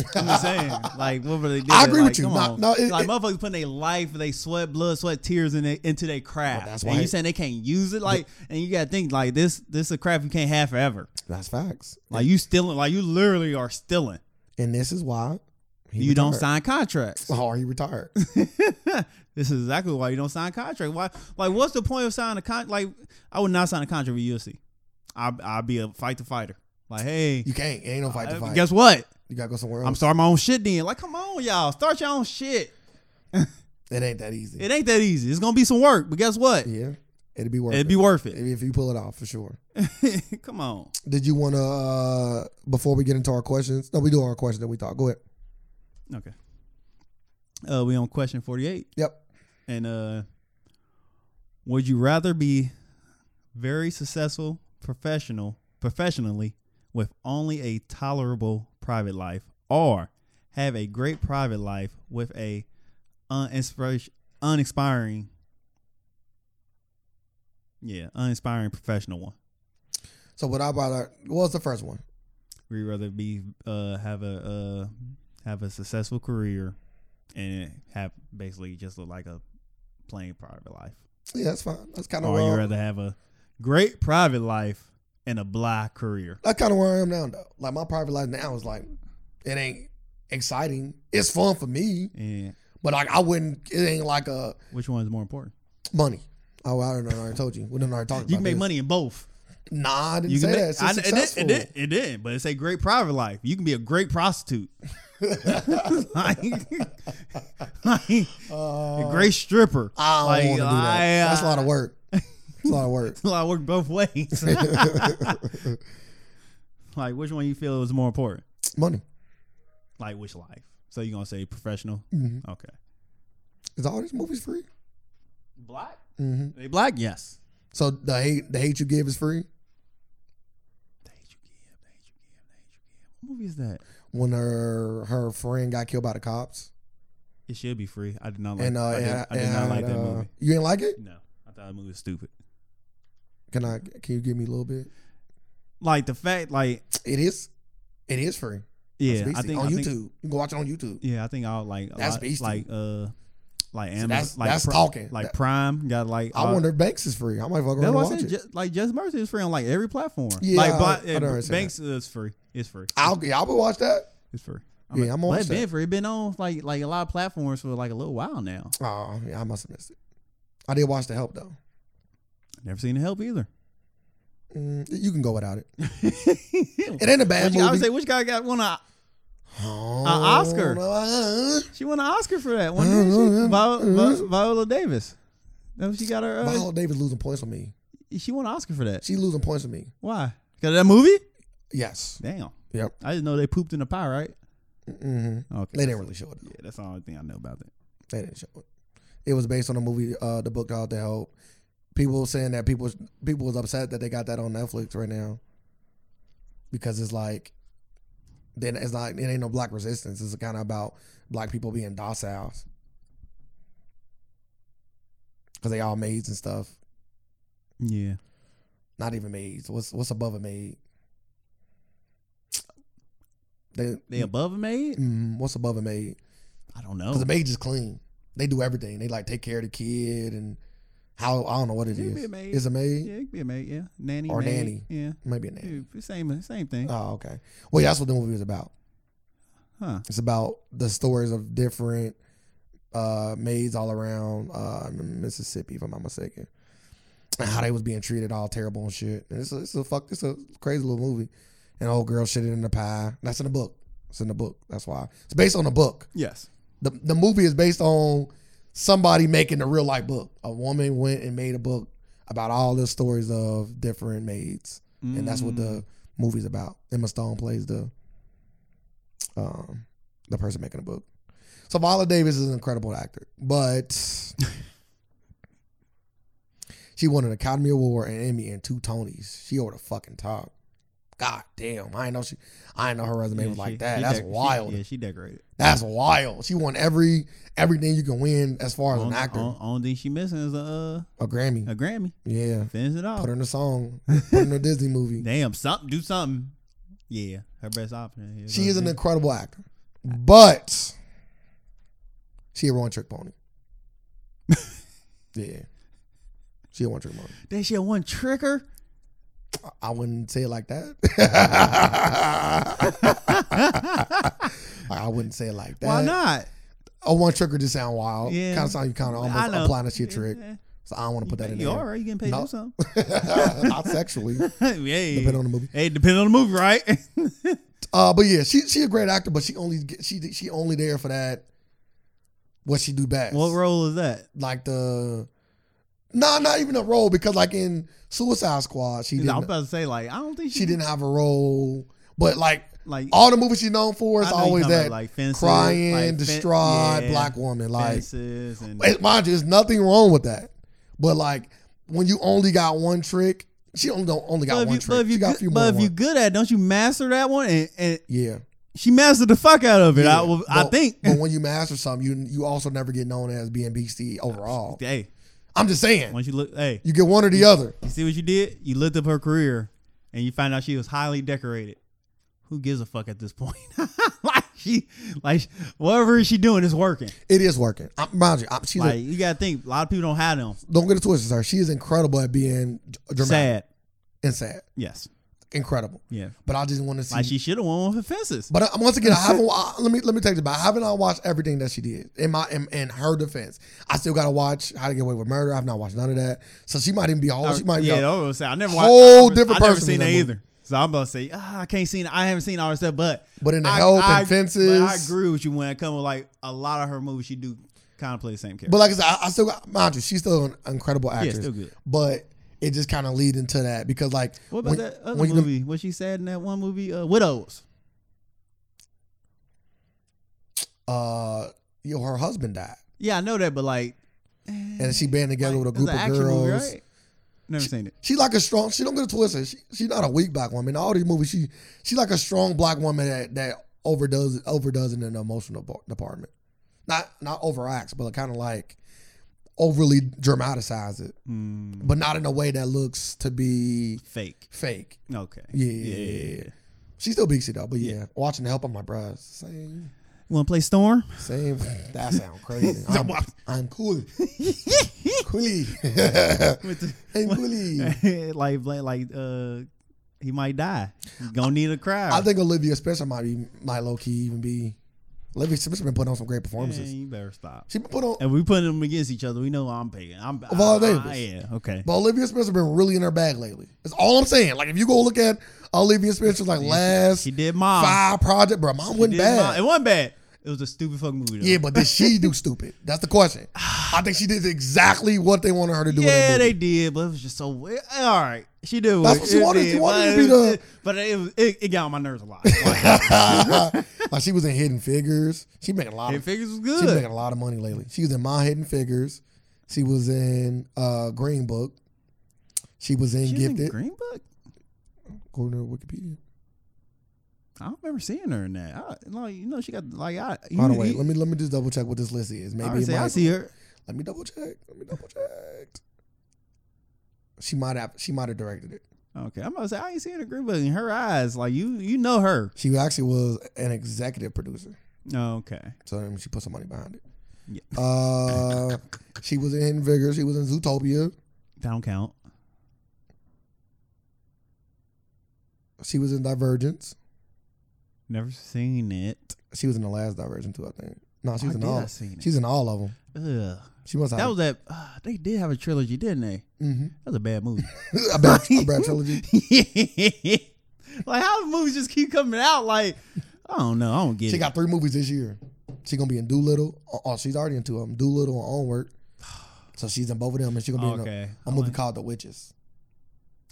Speaker 1: Like, I'm just saying. Like, what were they doing?
Speaker 2: I agree
Speaker 1: Like,
Speaker 2: with you.
Speaker 1: come
Speaker 2: No-
Speaker 1: on.
Speaker 2: no, it-
Speaker 1: like,
Speaker 2: it-
Speaker 1: motherfuckers putting their life, they sweat, blood, sweat, tears in they, into their craft.
Speaker 2: Well, that's
Speaker 1: And
Speaker 2: why-
Speaker 1: you saying they can't use it? Like, and you gotta think like this. This is a craft you can't have forever.
Speaker 2: That's facts.
Speaker 1: Like you stealing. Like you literally are stealing.
Speaker 2: And this is why he
Speaker 1: you don't
Speaker 2: retired.
Speaker 1: sign contracts.
Speaker 2: Or he retired.
Speaker 1: this is exactly why you don't sign a contract. Why? Like, what's the point of signing a contract? Like, I would not sign a contract with UFC. I I'll be a fight to fighter. Like, hey,
Speaker 2: You can't. It ain't no fight to
Speaker 1: uh,
Speaker 2: fight.
Speaker 1: guess what?
Speaker 2: you gotta go somewhere
Speaker 1: I'm
Speaker 2: else.
Speaker 1: starting my own shit. Then, like, come on, y'all, start your own shit.
Speaker 2: It ain't that easy.
Speaker 1: It ain't that easy. It's gonna be some work, but guess what?
Speaker 2: yeah, it'd be worth
Speaker 1: It'd
Speaker 2: it.
Speaker 1: be worth it.
Speaker 2: if you pull it off for sure.
Speaker 1: Come on.
Speaker 2: Did you want to? uh Before we get into our questions, no, we do our question that we thought. Go ahead.
Speaker 1: Okay. Uh, we on question forty eight.
Speaker 2: Yep.
Speaker 1: And uh would you rather be very successful professional professionally with only a tolerable private life or have a great private life with a uninspiration uninspiring yeah, uninspiring professional one.
Speaker 2: So what I brought? What's the first one?
Speaker 1: Would you rather be uh have a uh have a successful career and have basically just look like a plain private life?
Speaker 2: Yeah, that's fine. That's kind of
Speaker 1: Or you
Speaker 2: where. I'm-
Speaker 1: rather have a great private life and a blah career.
Speaker 2: That's kind of where I am now, though. Like my private life now is like, it ain't exciting. It's fun for me,
Speaker 1: And
Speaker 2: but like I wouldn't. It ain't like a
Speaker 1: which one is more important?
Speaker 2: money. Oh, I don't know. I already told you. We done already talked
Speaker 1: You
Speaker 2: about
Speaker 1: can make
Speaker 2: this.
Speaker 1: money in both.
Speaker 2: Nah, I didn't
Speaker 1: You
Speaker 2: say
Speaker 1: can make,
Speaker 2: that. It's
Speaker 1: I-
Speaker 2: just
Speaker 1: it, did,
Speaker 2: successful.
Speaker 1: it, did, it did, but it's a great private life. You can be a great prostitute, like, like, a
Speaker 2: Uh,
Speaker 1: great stripper.
Speaker 2: I don't
Speaker 1: Like,
Speaker 2: want to do that.
Speaker 1: I, uh,
Speaker 2: That's a lot of work. It's a lot of work.
Speaker 1: I work both ways. like, which one you feel is more important?
Speaker 2: Money.
Speaker 1: Like, which life? So you gonna say professional?
Speaker 2: Mhm.
Speaker 1: Okay.
Speaker 2: Is all these movies free?
Speaker 1: Black?
Speaker 2: hmm
Speaker 1: They black? Yes.
Speaker 2: So the hate, the hate you give is free.
Speaker 1: The hate you give, the hate you give, the hate you give. What movie is that?
Speaker 2: When her her friend got killed by the cops,
Speaker 1: It should be free. I did not like.
Speaker 2: and uh,
Speaker 1: I did,
Speaker 2: and-
Speaker 1: I did not
Speaker 2: and,
Speaker 1: like that
Speaker 2: uh,
Speaker 1: movie.
Speaker 2: You didn't like it?
Speaker 1: No, I thought that movie was stupid.
Speaker 2: Can I? Can you give me a little bit?
Speaker 1: Like the fact, like
Speaker 2: It is, it is free.
Speaker 1: yeah,
Speaker 2: It's
Speaker 1: I
Speaker 2: beastie
Speaker 1: think
Speaker 2: on
Speaker 1: I
Speaker 2: YouTube.
Speaker 1: think
Speaker 2: you can go watch it on YouTube.
Speaker 1: yeah, I think I would like a
Speaker 2: That's
Speaker 1: lot-
Speaker 2: beastie.
Speaker 1: like uh like Amazon,
Speaker 2: that's-
Speaker 1: like
Speaker 2: that's
Speaker 1: Pri-
Speaker 2: talking.
Speaker 1: like
Speaker 2: That-
Speaker 1: Prime got like
Speaker 2: I
Speaker 1: uh,
Speaker 2: wonder if Banks is free. I might fuck around
Speaker 1: That's
Speaker 2: and
Speaker 1: why I
Speaker 2: watch
Speaker 1: said
Speaker 2: it.
Speaker 1: just, like Just Mercy is free on like every platform.
Speaker 2: Yeah,
Speaker 1: like
Speaker 2: I-
Speaker 1: but,
Speaker 2: I never seen
Speaker 1: Banks is free. It's free.
Speaker 2: I'll yeah, I would watch that.
Speaker 1: it's free.
Speaker 2: Yeah, I'm on
Speaker 1: but it's
Speaker 2: that.
Speaker 1: been free. It's been on like like a lot of platforms for like a little while now.
Speaker 2: Oh, yeah, I must have missed it. I did watch the help though.
Speaker 1: Never seen the help either.
Speaker 2: Mm, you can go without it. It
Speaker 1: it
Speaker 2: ain't a bad movie.
Speaker 1: I would say which guy got one of
Speaker 2: Oh,
Speaker 1: Oscar.
Speaker 2: uh,
Speaker 1: She won an Oscar for that one,
Speaker 2: I don't
Speaker 1: didn't she?
Speaker 2: know, yeah.
Speaker 1: Viola, Vi-
Speaker 2: Mhm.
Speaker 1: Viola Davis. That's what she got her. Uh,
Speaker 2: Viola Davis losing points on me.
Speaker 1: she won an Oscar for that.
Speaker 2: She losing points on me.
Speaker 1: Why? Because of that movie?
Speaker 2: Yes.
Speaker 1: Damn.
Speaker 2: Yep.
Speaker 1: I just know they pooped in the pie, right?
Speaker 2: hmm
Speaker 1: Okay.
Speaker 2: They didn't really show it.
Speaker 1: Yeah, that's the only thing I know about that.
Speaker 2: They didn't show it. It was based on a movie, uh, the book out the help. People were saying that people people was upset that they got that on Netflix right now because it's like then it's like it ain't no black resistance. It's kind of about black people being docile because they all maids and stuff.
Speaker 1: Yeah.
Speaker 2: Not even maids. What's what's above a maid? They,
Speaker 1: They above a maid?
Speaker 2: mm, what's above a maid?
Speaker 1: I don't know.
Speaker 2: Because the maid is clean. They do everything. They like take care of the kid and how I don't know what it
Speaker 1: It could
Speaker 2: is.
Speaker 1: be a maid.
Speaker 2: It's a maid,
Speaker 1: yeah, it could be a maid, yeah. Nanny.
Speaker 2: Or
Speaker 1: maid,
Speaker 2: nanny.
Speaker 1: Yeah.
Speaker 2: maybe a nanny.
Speaker 1: Yeah, Same same thing.
Speaker 2: Oh, okay. Well, yeah, that's what the movie was about.
Speaker 1: huh.
Speaker 2: It's about the stories of different uh, maids all around uh, Mississippi, if I'm not mistaken, and how they was being treated all terrible and shit. And it's a, it's a fuck, it's a crazy little movie. And old girl shit in the pie. That's in the book. It's in the book. That's why it's based on a book.
Speaker 1: Yes.
Speaker 2: the the movie is based on somebody making a real life book. A woman went and made a book about all the stories of different maids, and that's what
Speaker 1: Mm.
Speaker 2: the movie's about. Emma Stone plays the um the person making the book. So Viola Davis is an incredible actor, but she won an Academy Award and Emmy and two Tonys. She over the fucking top. God damn, I didn't know she, I didn't know her
Speaker 1: Mm-hmm.
Speaker 2: resume
Speaker 1: Yeah,
Speaker 2: was like
Speaker 1: she-
Speaker 2: that.
Speaker 1: she
Speaker 2: That's
Speaker 1: dec- she-
Speaker 2: wild.
Speaker 1: yeah, she decorated.
Speaker 2: That's wild. She won every everything you can win as far as an
Speaker 1: Only-
Speaker 2: actor.
Speaker 1: on- Only thing she missing is a
Speaker 2: a Grammy.
Speaker 1: uh, oh. a Grammy.
Speaker 2: yeah.
Speaker 1: Finish it off.
Speaker 2: Put her in a song. Put her in a Disney movie.
Speaker 1: Damn, something do something. Yeah, her best option. is
Speaker 2: She is an
Speaker 1: gonna
Speaker 2: incredible actor. But she a one trick pony. yeah. She a one trick pony.
Speaker 1: be- That shit one tricker.
Speaker 2: I- I wouldn't say it like that. I wouldn't say it like that.
Speaker 1: Why not?
Speaker 2: A one tricker just sound wild.
Speaker 1: Yeah.
Speaker 2: Kind of sound you kind of
Speaker 1: I
Speaker 2: almost
Speaker 1: know.
Speaker 2: applying that shit trick.
Speaker 1: Yeah.
Speaker 2: So I don't want to put that in
Speaker 1: you all
Speaker 2: there.
Speaker 1: right? You getting paid to
Speaker 2: No.
Speaker 1: do something?
Speaker 2: Not sexually.
Speaker 1: yeah.
Speaker 2: Depending on the movie.
Speaker 1: hey, depending on the movie, right?
Speaker 2: Uh, but yeah, she she a great actor, but she only get- she she only there for that what she do best.
Speaker 1: What role is that?
Speaker 2: Like the no, not even a role because like in Suicide Squad, she
Speaker 1: I'm
Speaker 2: didn't
Speaker 1: about to say like I don't think she,
Speaker 2: she didn't have a role, but like
Speaker 1: like
Speaker 2: all the movies she's known for is
Speaker 1: I know you
Speaker 2: always
Speaker 1: talking about,
Speaker 2: that
Speaker 1: like fences,
Speaker 2: crying,
Speaker 1: like, fen-
Speaker 2: distraught
Speaker 1: yeah,
Speaker 2: black woman. Like
Speaker 1: fences and
Speaker 2: it- mind you, there's nothing wrong with that, but like when you only got one trick, she only don't- only got
Speaker 1: but if
Speaker 2: one
Speaker 1: you,
Speaker 2: trick.
Speaker 1: but if you
Speaker 2: she got
Speaker 1: good-
Speaker 2: a few
Speaker 1: but
Speaker 2: more.
Speaker 1: if
Speaker 2: than
Speaker 1: you
Speaker 2: one.
Speaker 1: good at, it, don't you master that one? And, and
Speaker 2: yeah,
Speaker 1: she mastered the fuck out of it. I,
Speaker 2: yeah.
Speaker 1: well, I
Speaker 2: But-
Speaker 1: think.
Speaker 2: But when you master something, you you also never get known as being BC overall.
Speaker 1: hey,
Speaker 2: I'm just saying,
Speaker 1: once you look, hey,
Speaker 2: you get one or the other.
Speaker 1: you see what you did? You looked up her career, and you find out she was highly decorated. Who gives a fuck at this point? like she, like whatever she doing is working.
Speaker 2: It is working. I, mind you, I, she's a
Speaker 1: Like you gotta think, a lot of people don't have them.
Speaker 2: don't get it twisted, sir. She is incredible at being d-
Speaker 1: Sad,
Speaker 2: dramatic and sad.
Speaker 1: yes,
Speaker 2: Incredible.
Speaker 1: yeah.
Speaker 2: But I just want to see.
Speaker 1: Like she should have won with her fences.
Speaker 2: but I, once again, I haven't. I, let me let me take this back. I haven't I watched everything that she did in my in, in her defense. I still got to watch How to Get Away with Murder. I've not watched none of that, so she might even be a whole. She might
Speaker 1: Oh, yeah,
Speaker 2: be.
Speaker 1: that was sad. I never
Speaker 2: whole
Speaker 1: watched, I never,
Speaker 2: different
Speaker 1: I never
Speaker 2: person
Speaker 1: seen
Speaker 2: in
Speaker 1: that
Speaker 2: that movie.
Speaker 1: either. So I'm about to say, ah, I can't see. I haven't seen all this stuff, but
Speaker 2: but in the
Speaker 1: I,
Speaker 2: help
Speaker 1: I-
Speaker 2: and fences.
Speaker 1: But I agree with you when it comes to like a lot of her movies. She do kind of play the same character.
Speaker 2: But like I said, I, I still got mind you, she's still an incredible
Speaker 1: yeah,
Speaker 2: actress.
Speaker 1: still good.
Speaker 2: But it just kind of lead into that because like
Speaker 1: What about
Speaker 2: when-
Speaker 1: that other
Speaker 2: when you-
Speaker 1: movie? What she said in that one movie, uh, Widows.
Speaker 2: uh, you know, her husband died
Speaker 1: Yeah, I know that, but like,
Speaker 2: and she been together
Speaker 1: like,
Speaker 2: with
Speaker 1: it's
Speaker 2: a group
Speaker 1: an
Speaker 2: of
Speaker 1: action
Speaker 2: girls.
Speaker 1: movie, right? Never seen it.
Speaker 2: She like a strong. She don't get it twisted. She she not a weak black woman. All these movies, she she like a strong black woman that that overdoes overdoes it in the emotional par- department. Not not overacts, but kind of like overly dramatizes it,
Speaker 1: Mm,
Speaker 2: but not in a way that looks to be
Speaker 1: fake.
Speaker 2: fake.
Speaker 1: Okay.
Speaker 2: Yeah.
Speaker 1: Yeah.
Speaker 2: She's still Beaksy though, but yeah, watching the help on my bruh, it's the same
Speaker 1: Want to play Storm?
Speaker 2: same. That sound crazy. I'm, I'm cool, coolie,
Speaker 1: With the,
Speaker 2: I'm coolie.
Speaker 1: like, like, like, uh, he might die. He's gonna need a crowd.
Speaker 2: I think Olivia Spencer might be might low key even be. Olivia Spencer been putting on some great performances.
Speaker 1: Man, you better stop.
Speaker 2: She been put on,
Speaker 1: And we putting them against each other. We know I'm picking. I'm
Speaker 2: Viola
Speaker 1: I- I-
Speaker 2: Davis.
Speaker 1: Yeah. Okay.
Speaker 2: but Olivia Spencer been really in her bag lately. That's all I'm saying. Like if you go look at Olivia Spencer's like last
Speaker 1: She did mom.
Speaker 2: five project, bro, mom wasn't
Speaker 1: She did mom.
Speaker 2: bad.
Speaker 1: It wasn't bad. It was a stupid fucking movie. Though.
Speaker 2: Yeah, but did she do stupid? That's the question. I think she did exactly what they wanted her to do.
Speaker 1: Yeah,
Speaker 2: in that
Speaker 1: they
Speaker 2: movie.
Speaker 1: did, but it was just so weird. All right, she did.
Speaker 2: That's
Speaker 1: it.
Speaker 2: what she
Speaker 1: It
Speaker 2: wanted.
Speaker 1: did,
Speaker 2: She wanted
Speaker 1: but
Speaker 2: to be
Speaker 1: it was-
Speaker 2: the-
Speaker 1: But it, was- it, it got on my nerves a lot. Like,
Speaker 2: like she was in Hidden Figures. She making a lot
Speaker 1: it
Speaker 2: of
Speaker 1: figures was
Speaker 2: She's
Speaker 1: good.
Speaker 2: making a lot of money lately. She was in My Hidden Figures. She was in uh, Green Book. She was in
Speaker 1: She was in
Speaker 2: Gifted,
Speaker 1: Green Book.
Speaker 2: according to Wikipedia.
Speaker 1: I don't remember seeing her in that. I, like, you know, she got like I. You,
Speaker 2: By the way,
Speaker 1: you-
Speaker 2: let me let me just double check what this list is.
Speaker 1: I,
Speaker 2: Maybe
Speaker 1: already
Speaker 2: it
Speaker 1: say, I
Speaker 2: might,
Speaker 1: see her.
Speaker 2: let me double check. Let me double check. She might have she might have directed it.
Speaker 1: Okay, I'm gonna say I ain't seen her in Green Book in her eyes. Like you, you know her.
Speaker 2: She actually was an executive producer,
Speaker 1: Okay.
Speaker 2: so I mean, she put some money behind it.
Speaker 1: Yeah.
Speaker 2: Uh, she was in Hidden Figures. She was in Zootopia.
Speaker 1: That don't count.
Speaker 2: She was in Divergence.
Speaker 1: Never seen it.
Speaker 2: She was in the last Divergent too, I think. No, she
Speaker 1: Why
Speaker 2: was in
Speaker 1: did
Speaker 2: all.
Speaker 1: I seen it?
Speaker 2: She's in all of them.
Speaker 1: Ugh.
Speaker 2: She must have.
Speaker 1: That was that. Uh, they did have a trilogy, didn't they?
Speaker 2: hmm
Speaker 1: That was a bad movie.
Speaker 2: a, bad, a bad trilogy.
Speaker 1: like how the movies just keep coming out. Like I don't know. I don't get
Speaker 2: She
Speaker 1: it.
Speaker 2: got three movies this year. She gonna be in Doolittle. Oh, Oh, she's already in two of them. Doolittle and Onward. So she's in both of them, and she's gonna be in
Speaker 1: okay.
Speaker 2: a, a movie called The Witches.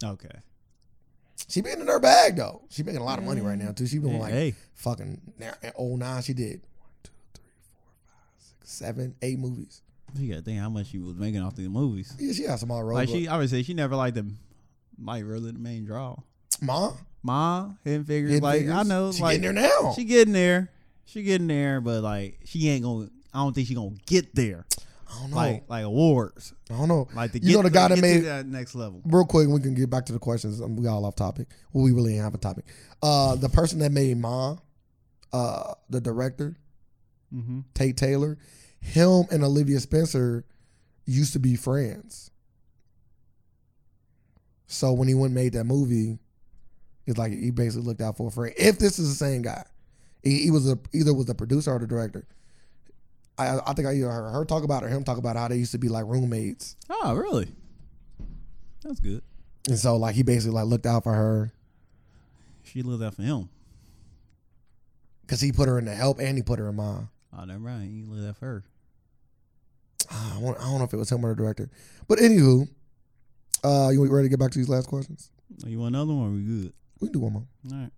Speaker 1: Okay.
Speaker 2: She been in her bag though. She making a lot of money
Speaker 1: Mm.
Speaker 2: right now too. She been
Speaker 1: Hey,
Speaker 2: like
Speaker 1: hey,
Speaker 2: fucking oh nine. She did one, two, three, four, five, six, seven, eight movies.
Speaker 1: you gotta think how much she was making off these movies.
Speaker 2: Yeah, she had some all road.
Speaker 1: Like she, I would say she never liked the, like really the main draw.
Speaker 2: ma,
Speaker 1: Ma, hidden figures.
Speaker 2: Hidden
Speaker 1: like I
Speaker 2: Figures.
Speaker 1: know,
Speaker 2: she
Speaker 1: like
Speaker 2: getting there now.
Speaker 1: she getting there. She getting there, but like she ain't gonna. I don't think she gonna get there.
Speaker 2: I don't know.
Speaker 1: Like like awards.
Speaker 2: I don't know.
Speaker 1: Like to
Speaker 2: You
Speaker 1: get
Speaker 2: know the
Speaker 1: to-
Speaker 2: guy that
Speaker 1: get
Speaker 2: made-
Speaker 1: to that next level.
Speaker 2: real quick, we can get back to the questions. Um, We all off topic. Well, we really ain't have a topic. Uh, the person that made Ma, uh, the director
Speaker 1: Mm-hmm.
Speaker 2: Tate Taylor, him and Olivia Spencer used to be friends. So when he went and made that movie, it's like he basically looked out for a friend. If this is the same guy, he, he was a, either was the producer or the director. I, I think I either heard her talk about it or him talk about how they used to be like roommates.
Speaker 1: Oh really? That's good.
Speaker 2: And so like he basically like looked out for her.
Speaker 1: She lived out for him.
Speaker 2: Cause he put her in the help and he put her in mine.
Speaker 1: Oh, never mind. You live that for her.
Speaker 2: Ah, I don't I don't know if it was him or the director, but anywho, uh, you ready to get back to these last questions?
Speaker 1: You want another one? We good.
Speaker 2: We can do one more.
Speaker 1: All right.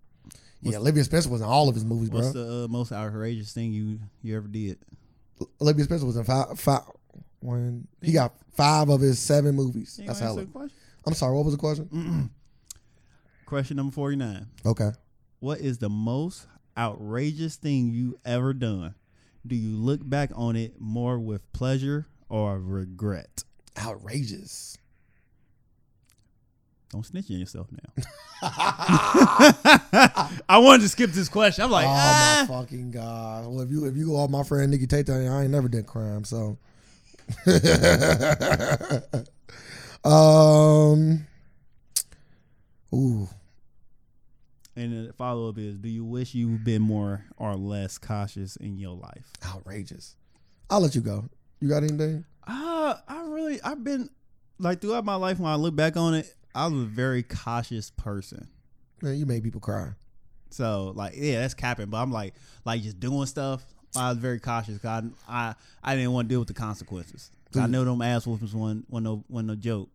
Speaker 2: yeah, Olivia Spencer was in all of his movies,
Speaker 1: What's
Speaker 2: bro.
Speaker 1: the uh, most outrageous thing you you ever did?
Speaker 2: Olivia Spencer was in five, five, one. He got five of his seven movies. That's hella. I'm sorry. What was the question?
Speaker 1: question. question number forty nine.
Speaker 2: Okay.
Speaker 1: What is the most outrageous thing you ever done? Do you look back on it more with pleasure or regret?
Speaker 2: Outrageous.
Speaker 1: Don't snitch on yourself now. I wanted to skip this question. I'm like,
Speaker 2: oh
Speaker 1: ah.
Speaker 2: my fucking god! Well, if you if you go off my friend Nikki Tate, I ain't never done crime. So, um, ooh,
Speaker 1: And the follow up is, do you wish you've been more or less cautious in your life?
Speaker 2: outrageous. I'll let you go. You got anything?
Speaker 1: Uh, I really, I've been like throughout my life when I look back on it, I was a very cautious person.
Speaker 2: Man, you made people cry.
Speaker 1: So like, yeah, that's capping. But I'm like, like just doing stuff. I was very cautious. 'cause I, I, I didn't want to deal with the consequences. 'Cause I know them ass whoopings one, one no, one no joke.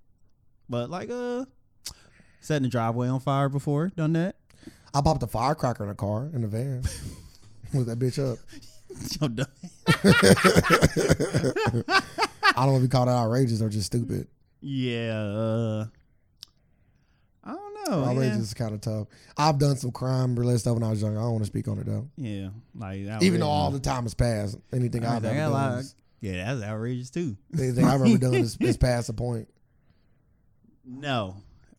Speaker 1: But like, uh, setting the driveway on fire before, done that.
Speaker 2: I popped a firecracker in a car in the van. With that bitch up.
Speaker 1: Yo, done.
Speaker 2: I don't know if you call that outrageous or just stupid.
Speaker 1: Yeah. Uh, I don't know.
Speaker 2: outrageous is kind of tough. I've done some crime related stuff when I was young. I don't want to speak on it though.
Speaker 1: Yeah. Oh, yeah. Like
Speaker 2: Even
Speaker 1: outrageous.
Speaker 2: though all the time has passed, anything
Speaker 1: I
Speaker 2: I've
Speaker 1: mean, I
Speaker 2: ever
Speaker 1: got a lot
Speaker 2: done,
Speaker 1: of-
Speaker 2: is-
Speaker 1: yeah, that's outrageous too.
Speaker 2: anything I've ever done is, is past the point.
Speaker 1: No.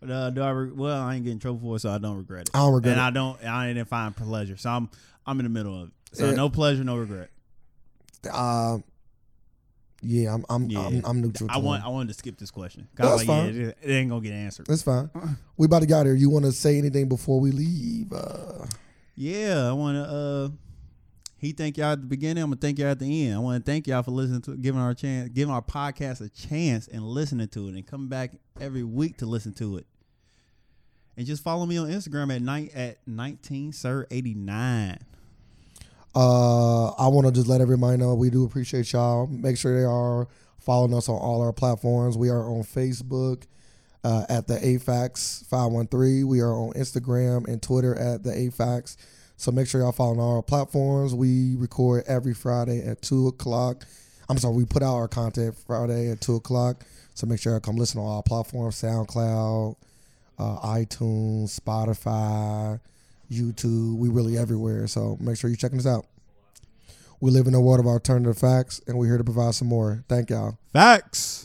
Speaker 1: Uh, do I re- well, I ain't getting in trouble for it, so I don't regret it.
Speaker 2: I don't regret
Speaker 1: and
Speaker 2: it.
Speaker 1: I don't. and I didn't find pleasure, so I'm I'm in the middle of it. So
Speaker 2: Yeah.
Speaker 1: no pleasure, no regret.
Speaker 2: Uh, yeah, I'm I'm,
Speaker 1: Yeah.
Speaker 2: I'm I'm neutral.
Speaker 1: I
Speaker 2: to
Speaker 1: want
Speaker 2: it.
Speaker 1: I wanted to skip this question. 'Cause
Speaker 2: That's
Speaker 1: I'm like,
Speaker 2: fine.
Speaker 1: yeah, it, it ain't gonna get answered.
Speaker 2: That's fine.
Speaker 1: Uh-uh.
Speaker 2: We about to get out of here. You want to say anything before we leave? Uh,
Speaker 1: Yeah, I want to. uh He thank y'all at the beginning. I'm gonna thank y'all at the end. I want to thank y'all for listening to, giving our chance, giving our podcast a chance, and listening to it, and come back every week to listen to it. And just follow me on Instagram at night at nineteen sir eighty nine.
Speaker 2: Uh, I want to just let everybody know we do appreciate y'all. Make sure they are following us on all our platforms. We are on Facebook uh, at the AFAX 513. We are on Instagram and Twitter at the AFAX. So make sure y'all following all our platforms. We record every Friday at 2 o'clock. I'm sorry, we put out our content Friday at 2 o'clock. So make sure y'all come listen on all platforms SoundCloud, uh, iTunes, Spotify, YouTube. We really everywhere. So make sure you're checking us out. We live in a world of alternative facts, and we're here to provide some more. Thank y'all.
Speaker 1: Facts.